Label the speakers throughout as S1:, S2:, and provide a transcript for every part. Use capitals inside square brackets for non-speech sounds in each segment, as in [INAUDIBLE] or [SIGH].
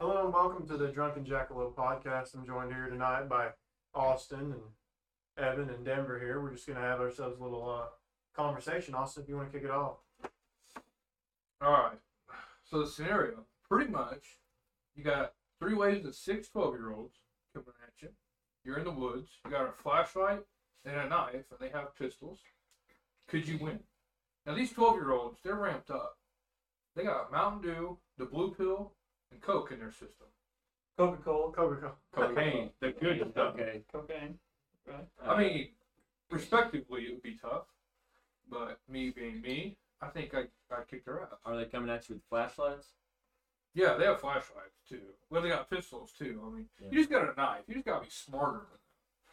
S1: and welcome to the Drunken Jackalope podcast. I'm joined here tonight by Austin and Evan and Denver here. We're just going to have ourselves a little uh, conversation. Austin, if you want to kick it off.
S2: All right. So the scenario, pretty much, you got three waves of six 12 year olds coming at you. You're in the woods. You got a flashlight and a knife, and they have pistols. Could you win? Now these 12 year olds, they're ramped up. They got Mountain Dew, the blue pill, and Coke in their system.
S1: Coca Cola. Coca Cola.
S2: Cocaine, the good stuff.
S3: Okay.
S4: cocaine, right?
S2: I mean, respectively, it would be tough, but me being me, I think I I kicked her out.
S3: are they coming at you with flashlights?
S2: Yeah, they have flashlights too. Well, they got pistols too. I mean, you just got a knife. You just gotta be smarter.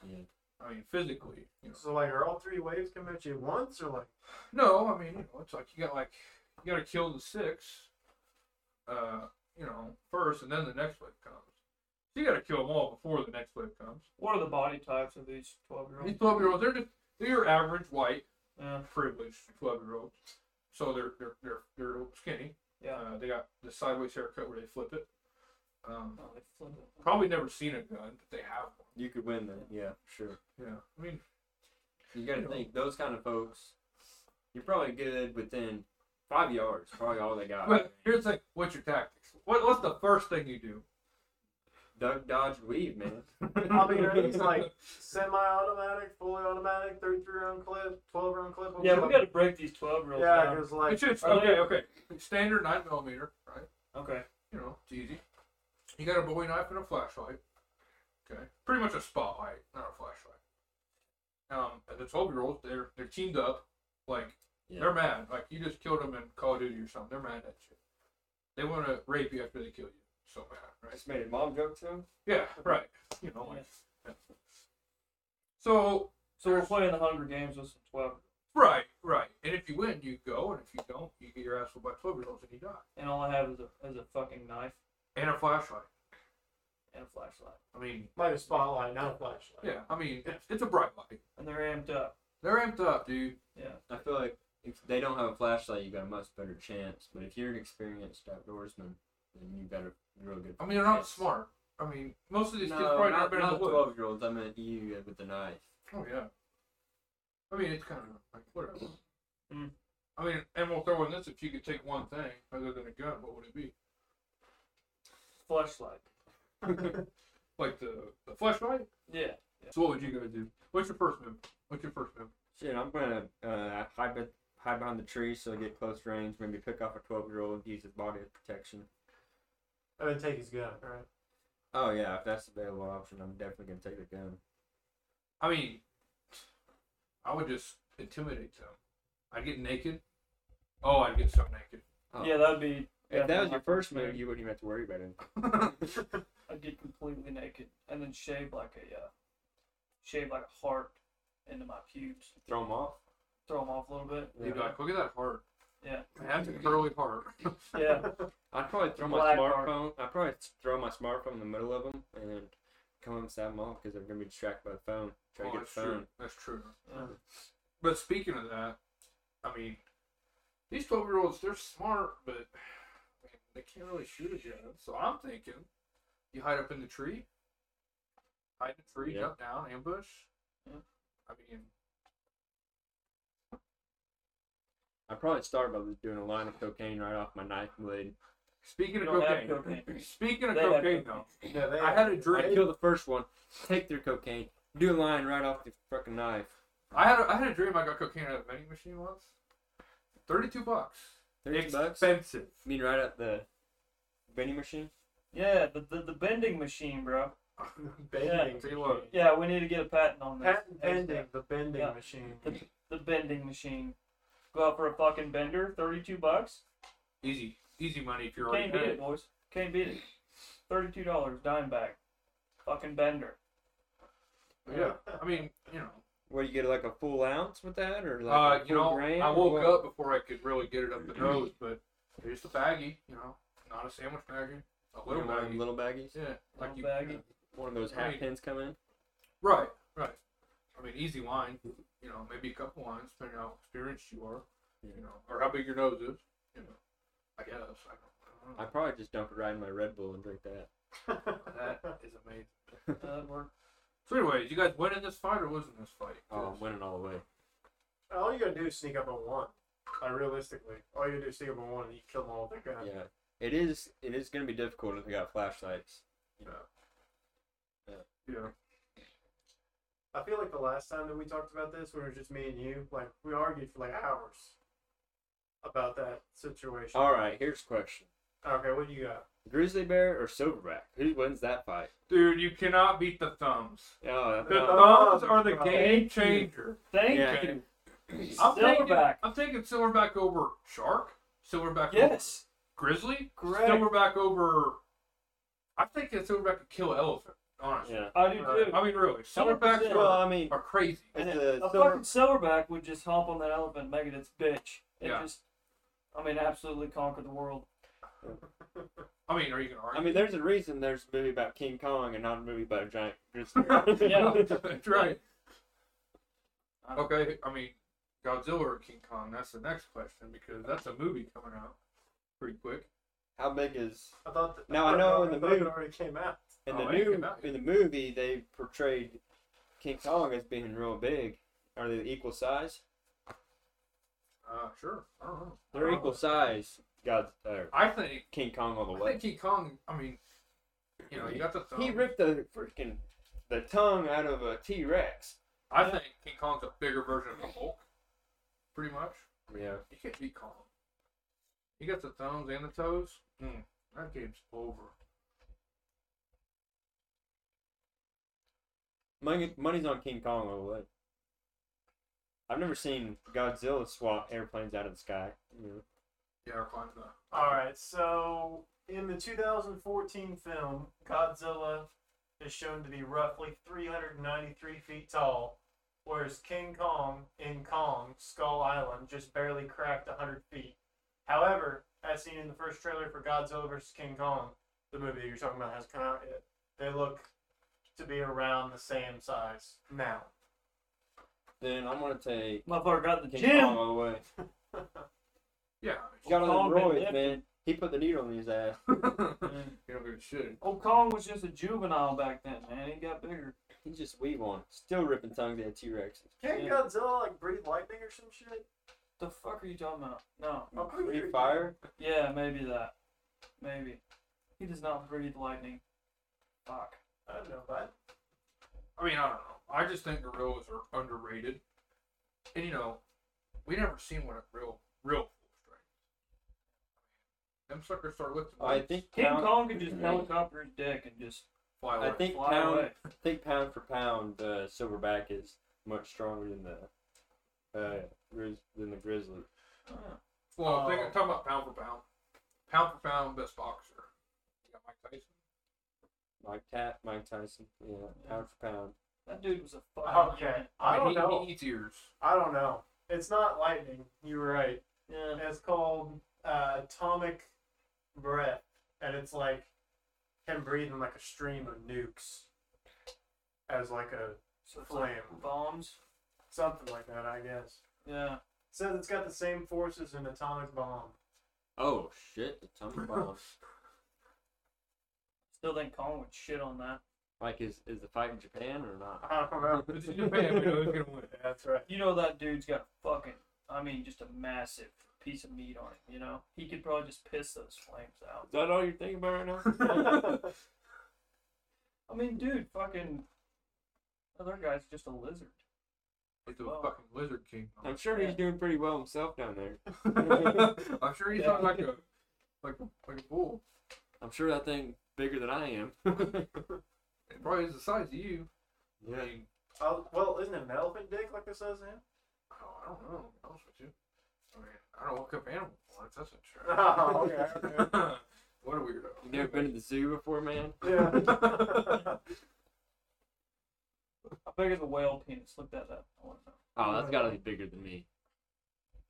S2: Than them. I mean, physically. You know.
S1: So, like, are all three waves coming at you at once, or
S4: [LAUGHS]
S1: like,
S2: No, I mean, you know, it's like you got like you gotta kill the six, uh, you know, first, and then the next wave comes. So you gotta kill them all before the next wave comes.
S4: What are the body types of these twelve year
S2: These
S4: olds?
S2: twelve year olds, they're just they're your average white.
S4: Yeah,
S2: privileged twelve year olds. So they're they're they're they're skinny.
S4: yeah.
S2: Uh, they got the sideways haircut where they flip it. Um,
S4: Oh, they flip it.
S2: probably never seen a gun, but they have one.
S3: You could win that. Yeah, sure.
S2: Yeah, I mean,
S3: You got to think those kind of folks. You're probably good within five yards. Probably all they got.
S2: but here's the thing: what's your tactics? What what's the first thing you do?
S3: Duck, dodge, weave, man.
S1: I mean, he's like semi automatic, fully automatic, 33 round clip, 12 round clip.
S4: Yeah, we got to break these twelve year olds
S1: Yeah,
S4: down.
S1: because, like,
S2: it's, it's,
S4: are
S2: okay,
S4: they-
S2: okay. Standard nine millimeter, right?
S4: Okay.
S2: You know, it's easy. You got a Bowie knife and a flashlight. Okay, pretty much a spotlight, not a flashlight. Um, and the twelve year olds, they're they're teamed up, like
S3: Yeah.
S2: They're mad. Like you just killed them in Call of Duty or something. They're mad at you. They want to rape you after they kill you. So mad, right?
S3: [LAUGHS] Just made a mom joke too.
S2: Yeah, right. You know. Like, so
S4: So we're playing the Hunger Games with some twelve,
S2: right, right. And if you win, you go, and if you don't, you get your ass whooped by twelve year olds and you die.
S4: and all I have is a is a fucking knife
S2: And a flashlight.
S4: and a flashlight,
S2: I mean,
S1: like a spotlight, not a flashlight.
S2: yeah. I mean, it's, it's a bright light.
S4: and they're amped up.
S2: They're amped up, dude.
S4: Yeah.
S3: I feel like if they don't have a flashlight, you got a much better chance. But if you're an experienced outdoorsman, then you better you're real good.
S2: I mean, they're not smart. I mean, most of these
S3: No,
S2: kids probably
S3: not,
S2: never been in
S3: not
S2: the woods.
S3: twelve year olds. I meant you with the knife.
S2: Oh yeah. I mean, it's kind of like whatever.
S4: Mm.
S2: I mean, and we'll throw in this: if you could take one thing other than a gun, what would it
S3: [LAUGHS]
S2: be?
S4: Flashlight.
S2: Like the the flashlight.
S4: Yeah.
S2: So what would you guys do? What's your first move? What's your first move?
S3: Shit, I'm gonna uh, hide, be- hide behind the tree so I get close range. Maybe pick off a 12 year old, use his body as protection.
S1: I would take his gun, right?
S3: Oh yeah, if that's the available option, I'm definitely gonna take the gun.
S2: I mean, I would just intimidate them. I'd get naked. Oh, I'd get so naked.
S3: Oh.
S4: Yeah, that'd be.
S3: If that was
S4: my
S3: your first move, you wouldn't even have to worry about it.
S4: [LAUGHS] I'd get completely naked and then shave like a uh, shave like a heart into my pubes.
S3: Throw him off.
S4: Throw them off a little bit.
S2: You'd be like, look at that heart.
S4: Yeah.
S2: Man, that's a curly heart.
S4: Yeah.
S1: [LAUGHS]
S3: I'd probably throw my
S4: Black
S3: smartphone.
S4: mark.
S3: I'd probably throw my smartphone in the middle of them and come and stab them off because they're gonna be distracted by the phone. Try
S2: Oh,
S3: to get the
S2: that's
S3: phone.
S2: true. That's true.
S3: [LAUGHS]
S4: yeah.
S2: But speaking of that, I mean, these 12 year olds, they're smart, but they can't really shoot at you. So I'm thinking you hide up in the tree, hide in the tree,
S3: Yeah.
S2: jump down, ambush.
S4: Yeah.
S2: I mean,
S3: I'd probably start by just doing a line of cocaine right off my knife blade.
S2: speaking of
S4: Don't have
S2: cocaine,
S4: cocaine.
S2: speaking of
S4: They have
S2: cocaine, though,
S4: cocaine.
S1: Yeah, they
S2: I had a
S3: I'd
S2: dream.
S3: kill the first one, take their cocaine, do a line right off the fucking knife.
S2: I had a, I had a dream I got cocaine out of a vending machine once. 32 bucks.
S3: Thirty bucks.
S2: Expensive.
S3: You mean right at the vending machine?
S4: Yeah, the, the, the bending machine, bro.
S1: [LAUGHS] bending.
S2: Tell you what.
S4: Yeah, we need to get a patent on this.
S1: Patent pending the bending
S4: Yeah.
S1: machine.
S4: The bending machine. Go out for a fucking bender, thirty-two bucks.
S2: Easy. Easy money if you're already
S4: Can't beat
S2: paying.
S4: it, boys. Can't beat it. Thirty-two dollars, dime bag. Fucking bender.
S2: Yeah. I mean, you know.
S3: What do you get like a full ounce with that, or like
S2: Uh,
S3: a
S2: you
S3: full
S2: know,
S3: gram,
S2: I
S3: or
S2: woke
S3: what?
S2: up before I could really get it up the nose, but here's the baggie, you know, not a sandwich baggie, a
S3: You
S2: little
S3: know, one of them
S2: baggie.
S3: little baggies,
S2: Yeah, like
S4: Little
S2: you.
S4: baggie.
S3: one of those
S2: I mean-
S3: half pins come in.
S2: Right, right. I mean, easy wine, you know, maybe a couple wines, depending on how experienced you are, you know, or how big your nose is, you know. I guess I don't, I don't know.
S3: I probably just dump it right in my Red Bull and drink that.
S2: [LAUGHS] That is amazing.
S4: That'd work.
S2: So, anyways, you guys winning this fight or losing this fight?
S3: Oh, I'm winning all the way.
S1: [LAUGHS] All you gotta do is sneak up on one. Like realistically, all you gotta do is sneak up on one and you kill them all with a gun.
S3: Yeah, it is. It is gonna be difficult if we got flashlights. You know,
S2: yeah.
S1: I feel like the last time that we talked about this, when it was just me and you, like we argued for like hours about that situation.
S3: All right, here's a question:
S1: okay, what do you got?
S3: Grizzly bear or silverback? Who wins that fight?
S2: Dude, you cannot beat the thumbs.
S3: Oh,
S2: The
S1: Uh,
S2: thumbs are the
S1: uh,
S2: game
S4: thank you.
S2: changer.
S4: Thank
S3: Yeah.
S4: you.
S2: I'm taking,
S4: Silverback.
S2: I'm taking Silverback over Shark. Silverback over
S4: Yes.
S2: Grizzly.
S4: Correct.
S2: Silverback over. I'm thinking Silverback could kill an elephant, honestly.
S3: yeah.
S4: I do too.
S1: Uh,
S2: I mean, really. Silverbacks
S4: Yeah.
S3: Well,
S2: are,
S3: I mean,
S2: are crazy.
S4: And
S3: it's
S4: a
S3: the
S4: fucking
S3: silver.
S4: silverback would just hop on that elephant and make it its bitch. And
S2: Yeah.
S4: just, I mean, absolutely conquer the world.
S2: I mean, are you going to argue?
S3: I mean, there's a reason there's a movie about King Kong and not a movie about a giant grizzly.
S2: [LAUGHS]
S4: Yeah.
S2: That's right.
S4: I don't-
S2: Okay, I mean, Godzilla or King Kong? That's the next question because that's a movie coming out pretty quick.
S3: [LAUGHS] How big is
S1: I thought. That,
S3: Now, I know in the
S1: thought it
S3: movie-
S1: already came out.
S3: in
S2: Oh,
S3: the
S2: it ain't
S3: new
S2: come out
S3: in the movie they portrayed King Kong as being real big. Are they equal size?
S2: Uh, sure. I don't know.
S3: They're equal size. God, uh,
S2: I think
S3: King Kong all the
S2: I
S3: way.
S2: think King Kong. I mean, you know, you got the thumb.
S3: He ripped the freaking the tongue out of a T Rex.
S2: I think King Kong's a bigger version of the Hulk, pretty much.
S3: Yeah.
S2: You can't beat Kong. You got the thumbs and the toes. Mm, that game's over.
S3: Money, money's on King Kong all the way. I've never seen Godzilla swat airplanes out of the sky. You know.
S2: Yeah, or climb the.
S1: All right, so in the 2014 film, Godzilla is shown to be roughly 393 feet tall, whereas King Kong in Kong Skull Island just barely cracked 100 feet. However, as seen in the first trailer for Godzilla vs. King Kong, the movie that you're talking about has come out yet, they look to be around the same size now.
S3: Then I'm gonna take
S4: Motherfucker got in the
S3: King
S4: gym.
S3: Kong all the way.
S2: Yeah. [LAUGHS]
S3: He got
S2: Oh,
S3: on the
S4: Kong been
S3: roids,
S4: lifted.
S3: man. He put the needle in his ass.
S2: you [LAUGHS] don't give a shit.
S4: Old Kong was just a juvenile back then, man. He got bigger.
S3: He just weave on. Still ripping tongues at T Rexes.
S1: Can't
S4: Yeah.
S1: Godzilla like breathe lightning or some shit?
S4: The fuck are you talking about? No.
S1: I'm pretty sure
S3: Free
S1: he
S3: fire.
S4: Yeah, maybe that. Maybe. He does not breathe lightning. Fuck.
S1: did. I don't know, but
S2: I mean, I don't know. I just think gorillas are underrated, and you know, we never seen what a real, real full strength. Them suckers start lifting.
S3: I
S2: weights,
S3: think
S4: King
S3: pound,
S4: Kong could just helicopter his dick and just
S2: Fly
S3: I
S2: away.
S3: think
S4: fly
S3: pound.
S4: away.
S3: I think pound for pound, uh, Silverback is much stronger than the uh, grizz- than the Grizzly.
S4: Uh,
S2: Well, I'm
S1: Oh.
S2: thinking, talking about pound for pound, pound for pound, best boxer. You got Mike Tyson.
S3: Mike Tat, Mike Tyson. Yeah, pound for pound.
S4: that dude was a fucking.
S1: okay. I
S2: mean,
S1: don't
S2: he,
S1: know.
S2: He eats ears.
S1: I don't know. It's not lightning. You were right.
S4: Yeah.
S1: It's called uh, atomic breath, and it's like him breathing like a stream of nukes, as like a
S4: So it's like
S1: Flame.
S4: bombs.
S1: something like that, I guess.
S4: Yeah.
S1: It says it's got the same forces as an atomic bomb. [LAUGHS]
S3: Oh shit! The [LAUGHS] tongue bomb.
S4: Still think Kong would shit on that.
S3: Like, is is the fight in Japan
S1: [LAUGHS]
S3: or not?
S1: I don't know.
S2: It's in Japan. We know who's gonna win.
S1: Yeah, That's
S4: [LAUGHS]
S1: right.
S4: You know that dude's got a fucking. I mean, just a massive piece of meat on him. You know, he could probably just piss those flames out.
S3: [LAUGHS] Is that all you're thinking about
S1: [LAUGHS]
S3: right now?
S4: I mean, dude, fucking. Other guy's just a lizard.
S2: It's a fucking lizard
S3: [LAUGHS]
S2: king.
S3: I'm sure he's doing pretty well himself down there.
S2: [LAUGHS] I'm sure he's not like a like like a bull.
S3: I'm sure that thing bigger than I am.
S2: It probably is the size of you. I
S3: yeah.
S2: mean,
S1: Oh, well, isn't it an elephant dick like it says in?
S2: Oh, I don't know. to be honest with you. I mean, I don't look up animal porn. That's
S1: Oh, okay,
S2: a
S1: [LAUGHS]
S2: true. what a weirdo.
S3: You never been to the zoo before, man?
S1: Yeah.
S4: How big is a whale penis? Look that up. I want to know.
S3: Oh, that's gotta be bigger than me.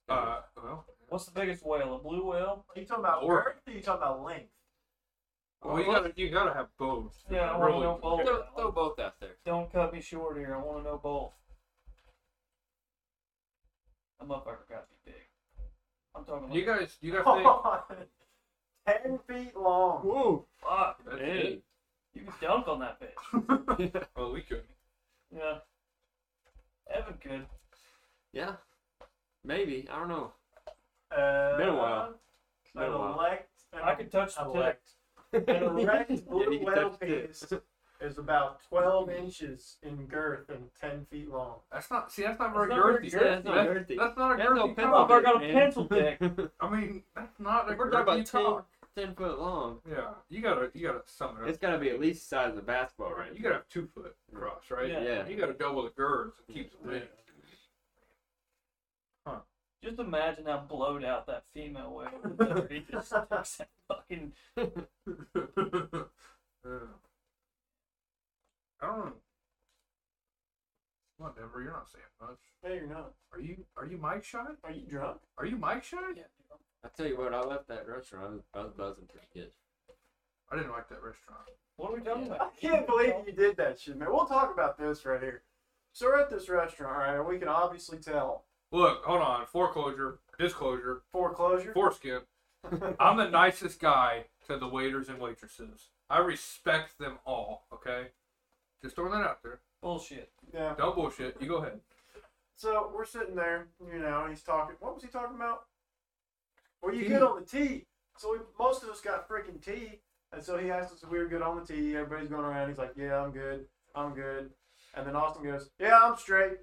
S2: Uh, well,
S4: What's the biggest whale? A blue whale?
S1: are you talking about
S2: Or-
S1: girth or are you talking about length?
S2: well, you gotta you gotta have both.
S4: Yeah, I wanna know both.
S3: throw, throw both out there.
S4: Don't cut me short here. I want to know both. That motherfucker got to be big. I'm talking like
S2: You guys, you guys think
S1: [LAUGHS] Ten feet long.
S3: Whoa!
S4: fuck.
S2: that's
S3: Hey,
S2: it?
S4: dunk on that bitch.
S3: [LAUGHS]
S2: well, we could.
S4: Yeah. Evan could.
S3: Yeah. Maybe. I don't know.
S1: Uh,
S3: Been a while. It's been
S1: An
S3: a while.
S1: elect.
S4: I could touch the tip.
S1: elect.
S3: [LAUGHS]
S1: An erect
S3: Yeah,
S1: blue
S3: you can
S1: whale
S3: touch it. [LAUGHS]
S1: penis is about 12 inches in girth and 10 feet long.
S2: That's not. See, that's not
S4: That's
S2: very
S4: not very
S2: girthy.
S4: girthy.
S2: That's,
S3: That's not girthy.
S2: that's not a
S3: That's no
S2: girthy.
S3: pencil
S2: cock.
S4: I got a
S3: man.
S4: pencil dick.
S3: [LAUGHS]
S2: I mean, that's not a
S3: We're
S2: girthy
S3: talking about
S2: cock.
S3: 10, 10 foot long.
S2: Yeah, you gotta you gotta sum it up.
S3: It's got to be at least the size of a basketball,
S2: All right,
S3: right?
S2: you gotta have two foot cross, right?
S4: Yeah.
S3: Yeah.
S2: You gotta double the girth to keep it in.
S4: Just imagine how blowed out that female
S1: [LAUGHS]
S4: [LAUGHS] whale would be after he just sticks that fucking
S2: [LAUGHS] Yeah. I don't know. Come on, Denver, you're not saying much.
S1: No, you're not.
S2: Are you are you mic shy?
S1: Are you drunk?
S2: Are you mic shy?
S4: yeah.
S3: I tell you what, I left that restaurant. I was, I was buzzing pretty good.
S2: I didn't like that restaurant.
S4: What are we talking
S3: Yeah.
S1: I
S4: about?
S1: can't believe you did that shit, man. We'll talk about this right here. So we're at this restaurant, right? And we can obviously tell
S2: Look, hold on. Foreclosure, disclosure,
S1: foreclosure.
S2: foreskin. I'm the nicest guy to the waiters and waitresses. I respect them all. Okay, just throwing that out there.
S4: Bullshit.
S1: yeah.
S2: Don't bullshit. You go ahead.
S1: So we're sitting there, you know, and he's talking. What was he talking about? Well, you
S2: Tea.
S1: good on the tea. So we, most of us got freaking tea. And so he asked us if we were good on the tea. Everybody's going around. He's like, yeah, I'm good. I'm good. And then Austin goes, yeah, I'm straight.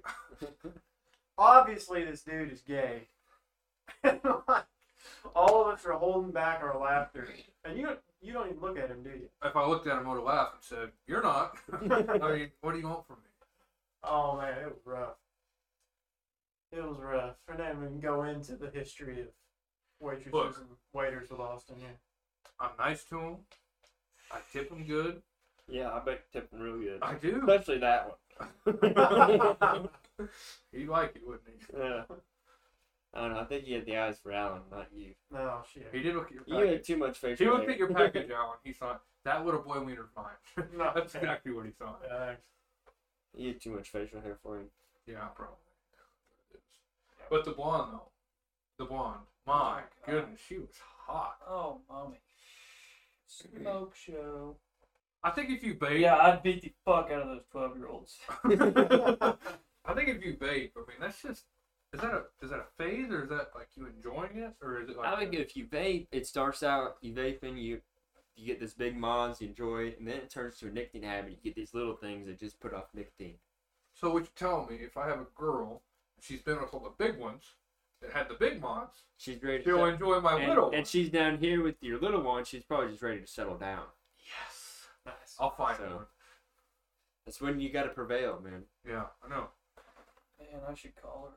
S1: Obviously, this dude is gay. [LAUGHS] All of us are holding back our laughter. And you don't, you don't even look at him, do you?
S2: If I looked at him, I would have laughed and said, "You're not." [LAUGHS] I mean, what do you want from me?
S1: Oh man, it was rough. It was rough. And then we can go into the history of waitresses
S2: Look.
S1: and waiters with Austin. Yeah.
S2: [LAUGHS] I'm nice to him. I tip him good.
S3: Yeah, I bet you tipping real good. [LAUGHS]
S2: I do.
S3: Especially that [LAUGHS] one.
S2: He'd like it, wouldn't he?
S3: yeah. I don't know. I think he had the eyes for Alan, not you.
S1: No shit.
S2: He did look at your
S3: You had
S2: package.
S3: too much facial
S2: He looked
S3: hair. [LAUGHS]
S2: at your package, Alan. He thought that would a boy wiener [LAUGHS] fine.
S1: No.
S2: That's exactly what he thought.
S1: Uh,
S3: you had too much facial hair for him.
S2: Yeah, probably. But the blonde though, the blonde. My goodness, she was hot.
S4: Oh, mommy. Smoke show.
S2: I think if you bait,
S4: Yeah, I'd beat the fuck out of those 12 year olds.
S2: [LAUGHS] I think if you bait, I mean that's just is that a is that a phase or is that like you enjoying it or is it like
S3: I think if you vape, it starts out you vaping, you you get this big mons, you enjoy it, and then it turns to a nicotine habit. You get these little things that just put off nicotine.
S2: so? What you tell me if I have a girl, she's been with all the big ones that had the big mods,
S3: She's ready.
S2: she'll
S3: to
S2: enjoy my
S3: settle,
S2: little.
S3: and, and she's down here with your little one. She's probably just ready to settle down.
S2: yes,
S1: nice.
S2: I'll find
S3: So-
S2: one.
S3: That's when you gotta prevail, man.
S2: Yeah, I
S3: [LAUGHS]
S2: know.
S4: Man, I should call her.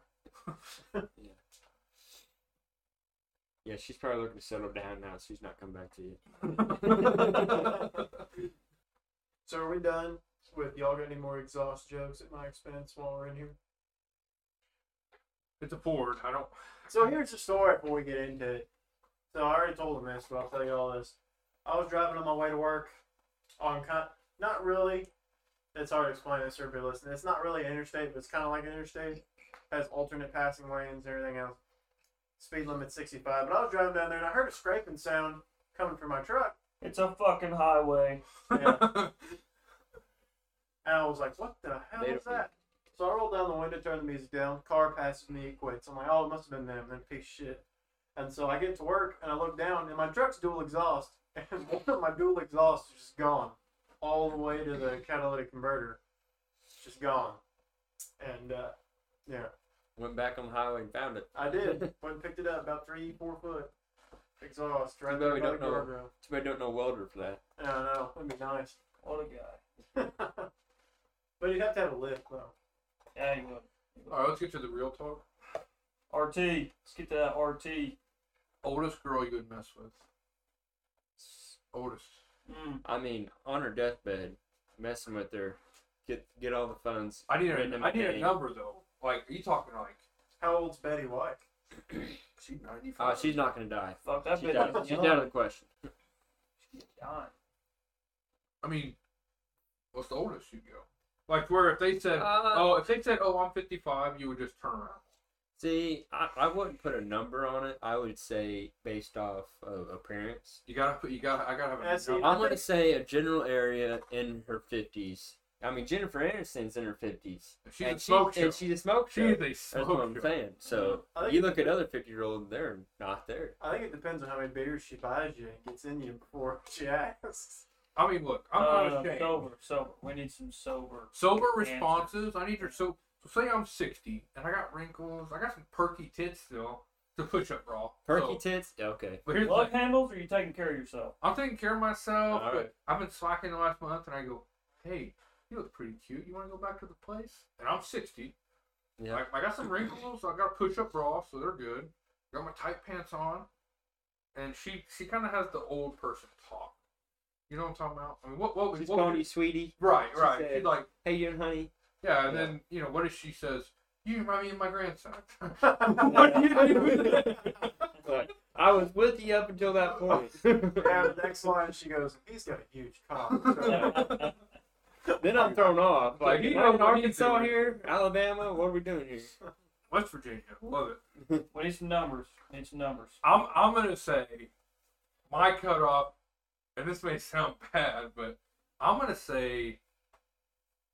S3: Yeah, she's probably looking to settle down now. so She's not coming back to you.
S1: [LAUGHS] So are we done with y'all got any more exhaust jokes at my expense while we're in here?
S2: it's a Ford. I don't. [LAUGHS]
S1: So here's the story before we get into it. So I already told him this, but I'll tell you all this. I was driving on my way to work on kind not really. It's hard to explain this to everybody listening. It's not really an interstate, but it's kind of like an interstate. Has alternate passing lanes and everything else. Speed limit 65. But I was driving down there and I heard a scraping sound coming from my
S3: [LAUGHS]
S1: truck.
S4: It's a fucking highway.
S1: Yeah. And I was like, what the hell
S3: They
S1: is
S3: don't-
S1: that? So I rolled down the window, turned the music down. Car passes me, it quits. I'm like, oh, it must have been them. Then piece of shit. And so I get to work and I look down, and my truck's dual exhaust, [LAUGHS] and one of my dual exhausts is just gone, all the way to the catalytic converter. It's just gone. And uh, yeah,
S3: Went back on the highway and found it.
S1: I did. Went and picked it up, about three, four foot exhaust, right
S3: Too bad
S1: there
S3: we
S1: by the
S3: don't know.
S1: guardrail.
S3: Too bad I don't know welder for that.
S1: I don't know. It'd be nice. [LAUGHS]
S4: What a guy.
S1: but you'd have to have a lift though.
S4: Yeah, he would.
S2: All right, let's get to the real talk.
S4: RT. Let's get to that RT.
S2: Oldest girl you would mess with. Oldest.
S4: Mm.
S3: I mean, on her deathbed, messing with her, get get all the phones.
S2: I need a,
S3: Random
S2: I need a
S3: gang.
S2: number though. Like, are you talking like?
S1: How old's Betty White?
S2: She ninety
S3: Oh, she's not gonna die.
S4: Fuck, that
S3: She's
S4: bitch.
S3: out,
S4: was
S3: of, she's
S4: young.
S3: out of the question.
S4: She was young.
S2: I mean, what's the oldest you go? Like, where if they said,
S3: Uh,
S2: oh, if they said, oh, I'm fifty-five, you would just turn around.
S3: See, I, I wouldn't put a number on it. I would say based off of appearance.
S2: You gotta put. You gotta. I gotta have a
S1: That's
S2: number.
S1: it.
S3: I'm gonna say a general area in her fifties. I mean, Jennifer Aniston's in her fifties,
S2: She's
S3: and
S2: a smoke
S3: she,
S2: show.
S3: and she's a smoke
S2: She
S3: show.
S2: is a
S3: That's what
S2: smoke
S3: I'm
S2: show.
S3: saying. So
S1: I think-
S3: you look at other fifty year olds, they're not there.
S1: I think it depends on how many beers she buys you and gets in you before [LAUGHS] she asks.
S2: I mean, look, I'm
S4: Uh,
S2: not ashamed.
S4: Sober, sober. We need some sober.
S2: Sober
S4: Answer.
S2: responses. I need your so. So say I'm 60 and I got wrinkles. I got some perky tits still to push up raw. So-
S3: Perky tits, okay.
S2: But here's the
S4: Love
S2: thing.
S4: handles, or you taking care
S1: [LAUGHS]
S4: of yourself?
S2: I'm taking care of myself.
S3: All
S2: but
S3: right.
S2: I've been slacking the last month, and I go, hey, you look pretty cute. You want to go back to the place? And I'm 60.
S3: Yeah.
S2: I, I got some wrinkles. I got push up bra, so they're good. Got my tight pants on, and she she kind of has the old person talk. You know what I'm talking about? I mean, what what,
S3: She's
S2: what
S3: calling you sweetie.
S2: right
S3: she
S2: right?
S3: said-
S2: She's like,
S3: Hey, you
S2: [LAUGHS]
S3: and honey.
S2: yeah, and
S3: Yeah.
S2: then you know what if she says, you remind me of my grandson. [LAUGHS]
S1: what [LAUGHS]
S3: [LAUGHS] Like, I was with you up until
S2: [LAUGHS]
S3: that point.
S1: Yeah, the next line she goes, he's got a huge cock.
S3: then I'm thrown off. Like,
S2: Like, you
S3: you
S2: know
S3: in
S2: what he's
S3: Arkansas
S2: doing.
S3: here, Alabama. What are we doing here?
S2: West Virginia, love it.
S4: we need some numbers. We need some numbers.
S2: I'm I'm gonna say my cutoff, and this may sound [LAUGHS] bad, but I'm gonna say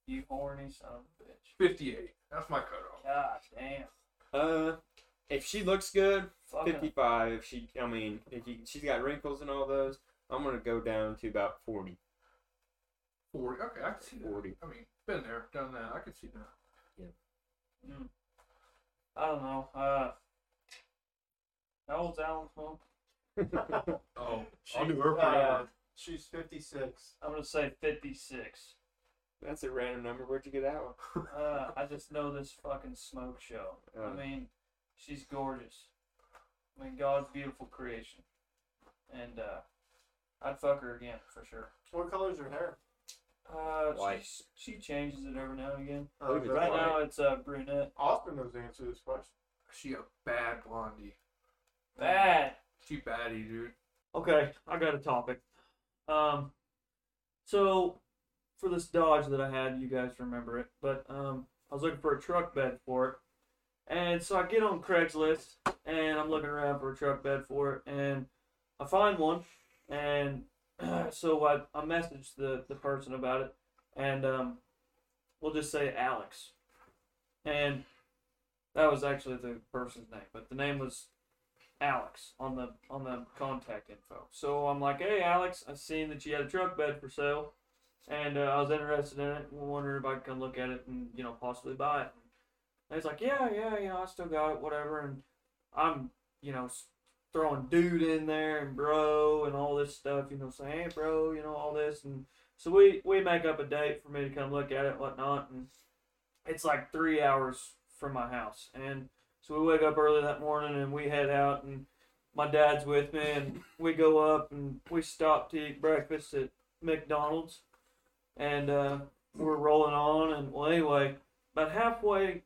S4: You horny son of a bitch.
S2: 58. That's my cutoff.
S4: God damn.
S3: Uh, if she looks good,
S4: Fucking
S3: 55. If she, I mean, if you, she's got wrinkles and all those, I'm gonna go down to about 40.
S2: 40. Okay, I can see that.
S3: 40.
S2: I mean, been there, done that. I can see that.
S4: I don't know. Uh, how old's Alan's mom?
S2: Oh,
S1: She-
S2: I'll do her
S1: uh,
S2: forever.
S1: she's 56.
S4: I'm gonna say 56.
S3: [LAUGHS] That's a random number. Where'd you get that one?
S4: Uh, I just know this fucking smoke show. I
S3: Uh.
S4: mean, she's gorgeous. I mean, God's beautiful creation, and uh, I'd fuck her again for sure.
S1: What color's her hair?
S4: Uh,
S3: White.
S4: she's- she changes it every now and again.
S1: Oh,
S3: Look at
S1: that's
S4: Right
S1: why.
S4: now it's uh, brunette.
S1: Austin knows the answer to this question.
S2: she a bad blondie.
S4: Bad.
S2: She baddie, dude.
S4: Okay, I got a topic. Um, so for this Dodge that I had, you guys remember it, but um, I was looking for a truck bed for it, and so I get on Craigslist and I'm looking around for a truck bed for it, and I find one, and [CLEARS THROAT] so I I messaged the the person about it, and um, we'll just say Alex, and that was actually the person's name, but the name was Alex on the on the contact info. So I'm like, hey Alex, I seen that you had a truck bed for sale, and uh, I was interested in it. Wondering if I could come look at it and you know possibly buy it. And he's like, yeah, yeah, you know, I still got it, whatever. And I'm you know s- throwing dude in there and bro and all this stuff, you know, saying hey bro, you know all this. And so we we make up a date for me to come look at it, and whatnot. And it's like three hours from my house, and so we wake up early that morning and we head out and my dad's with me and we go up and we stop to eat breakfast at McDonald's and uh, we're rolling on and well anyway, about halfway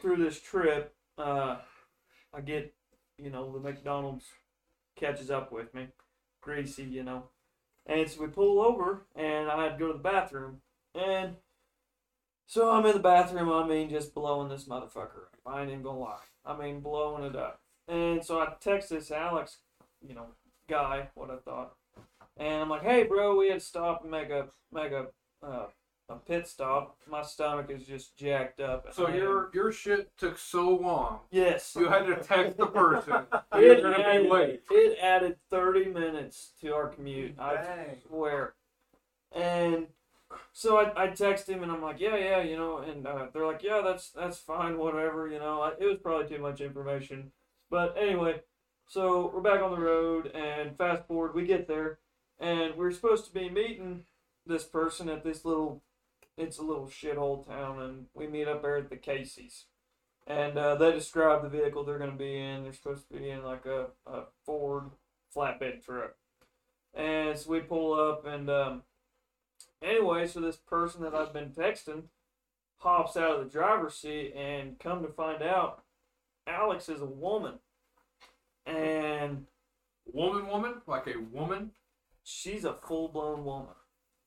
S4: through this trip, uh, I get you know the McDonald's catches up with me, greasy you know, and so we pull over and I had to go to the bathroom and so I'm in the bathroom. I mean, just blowing this motherfucker. up. I ain't even gonna lie. I mean, blowing it up. And so I text this Alex, you know, guy, what I thought, and I'm like, "Hey, bro, we had to stop and make a make a uh, a pit stop. My stomach is just jacked up."
S2: So
S4: I am-
S2: your your shit took so long.
S4: yes,
S2: You had to text the person. [LAUGHS] You're
S4: it
S2: gonna be
S4: added,
S2: late.
S4: it added 30 minutes to our commute.
S2: [LAUGHS]
S4: I
S1: Dang.
S4: where and so I, I text him and I'm like, yeah, yeah, you know, and uh, they're like, yeah, that's that's fine, whatever, you know. I, it was probably too much information, but anyway, so we're back on the road and fast forward, we get there, and we're supposed to be meeting this person at this little, it's a little shithole town, and we meet up there at the Casey's, and uh, they describe the vehicle they're gonna be in. They're supposed to be in like a, a Ford flatbed truck. And so we pull up, and um, anyway, so this person that I've been texting hops out of the driver's seat, and come to find out, Alex is a woman, and
S2: Woman, woman, like a woman.
S4: she's a full blown woman.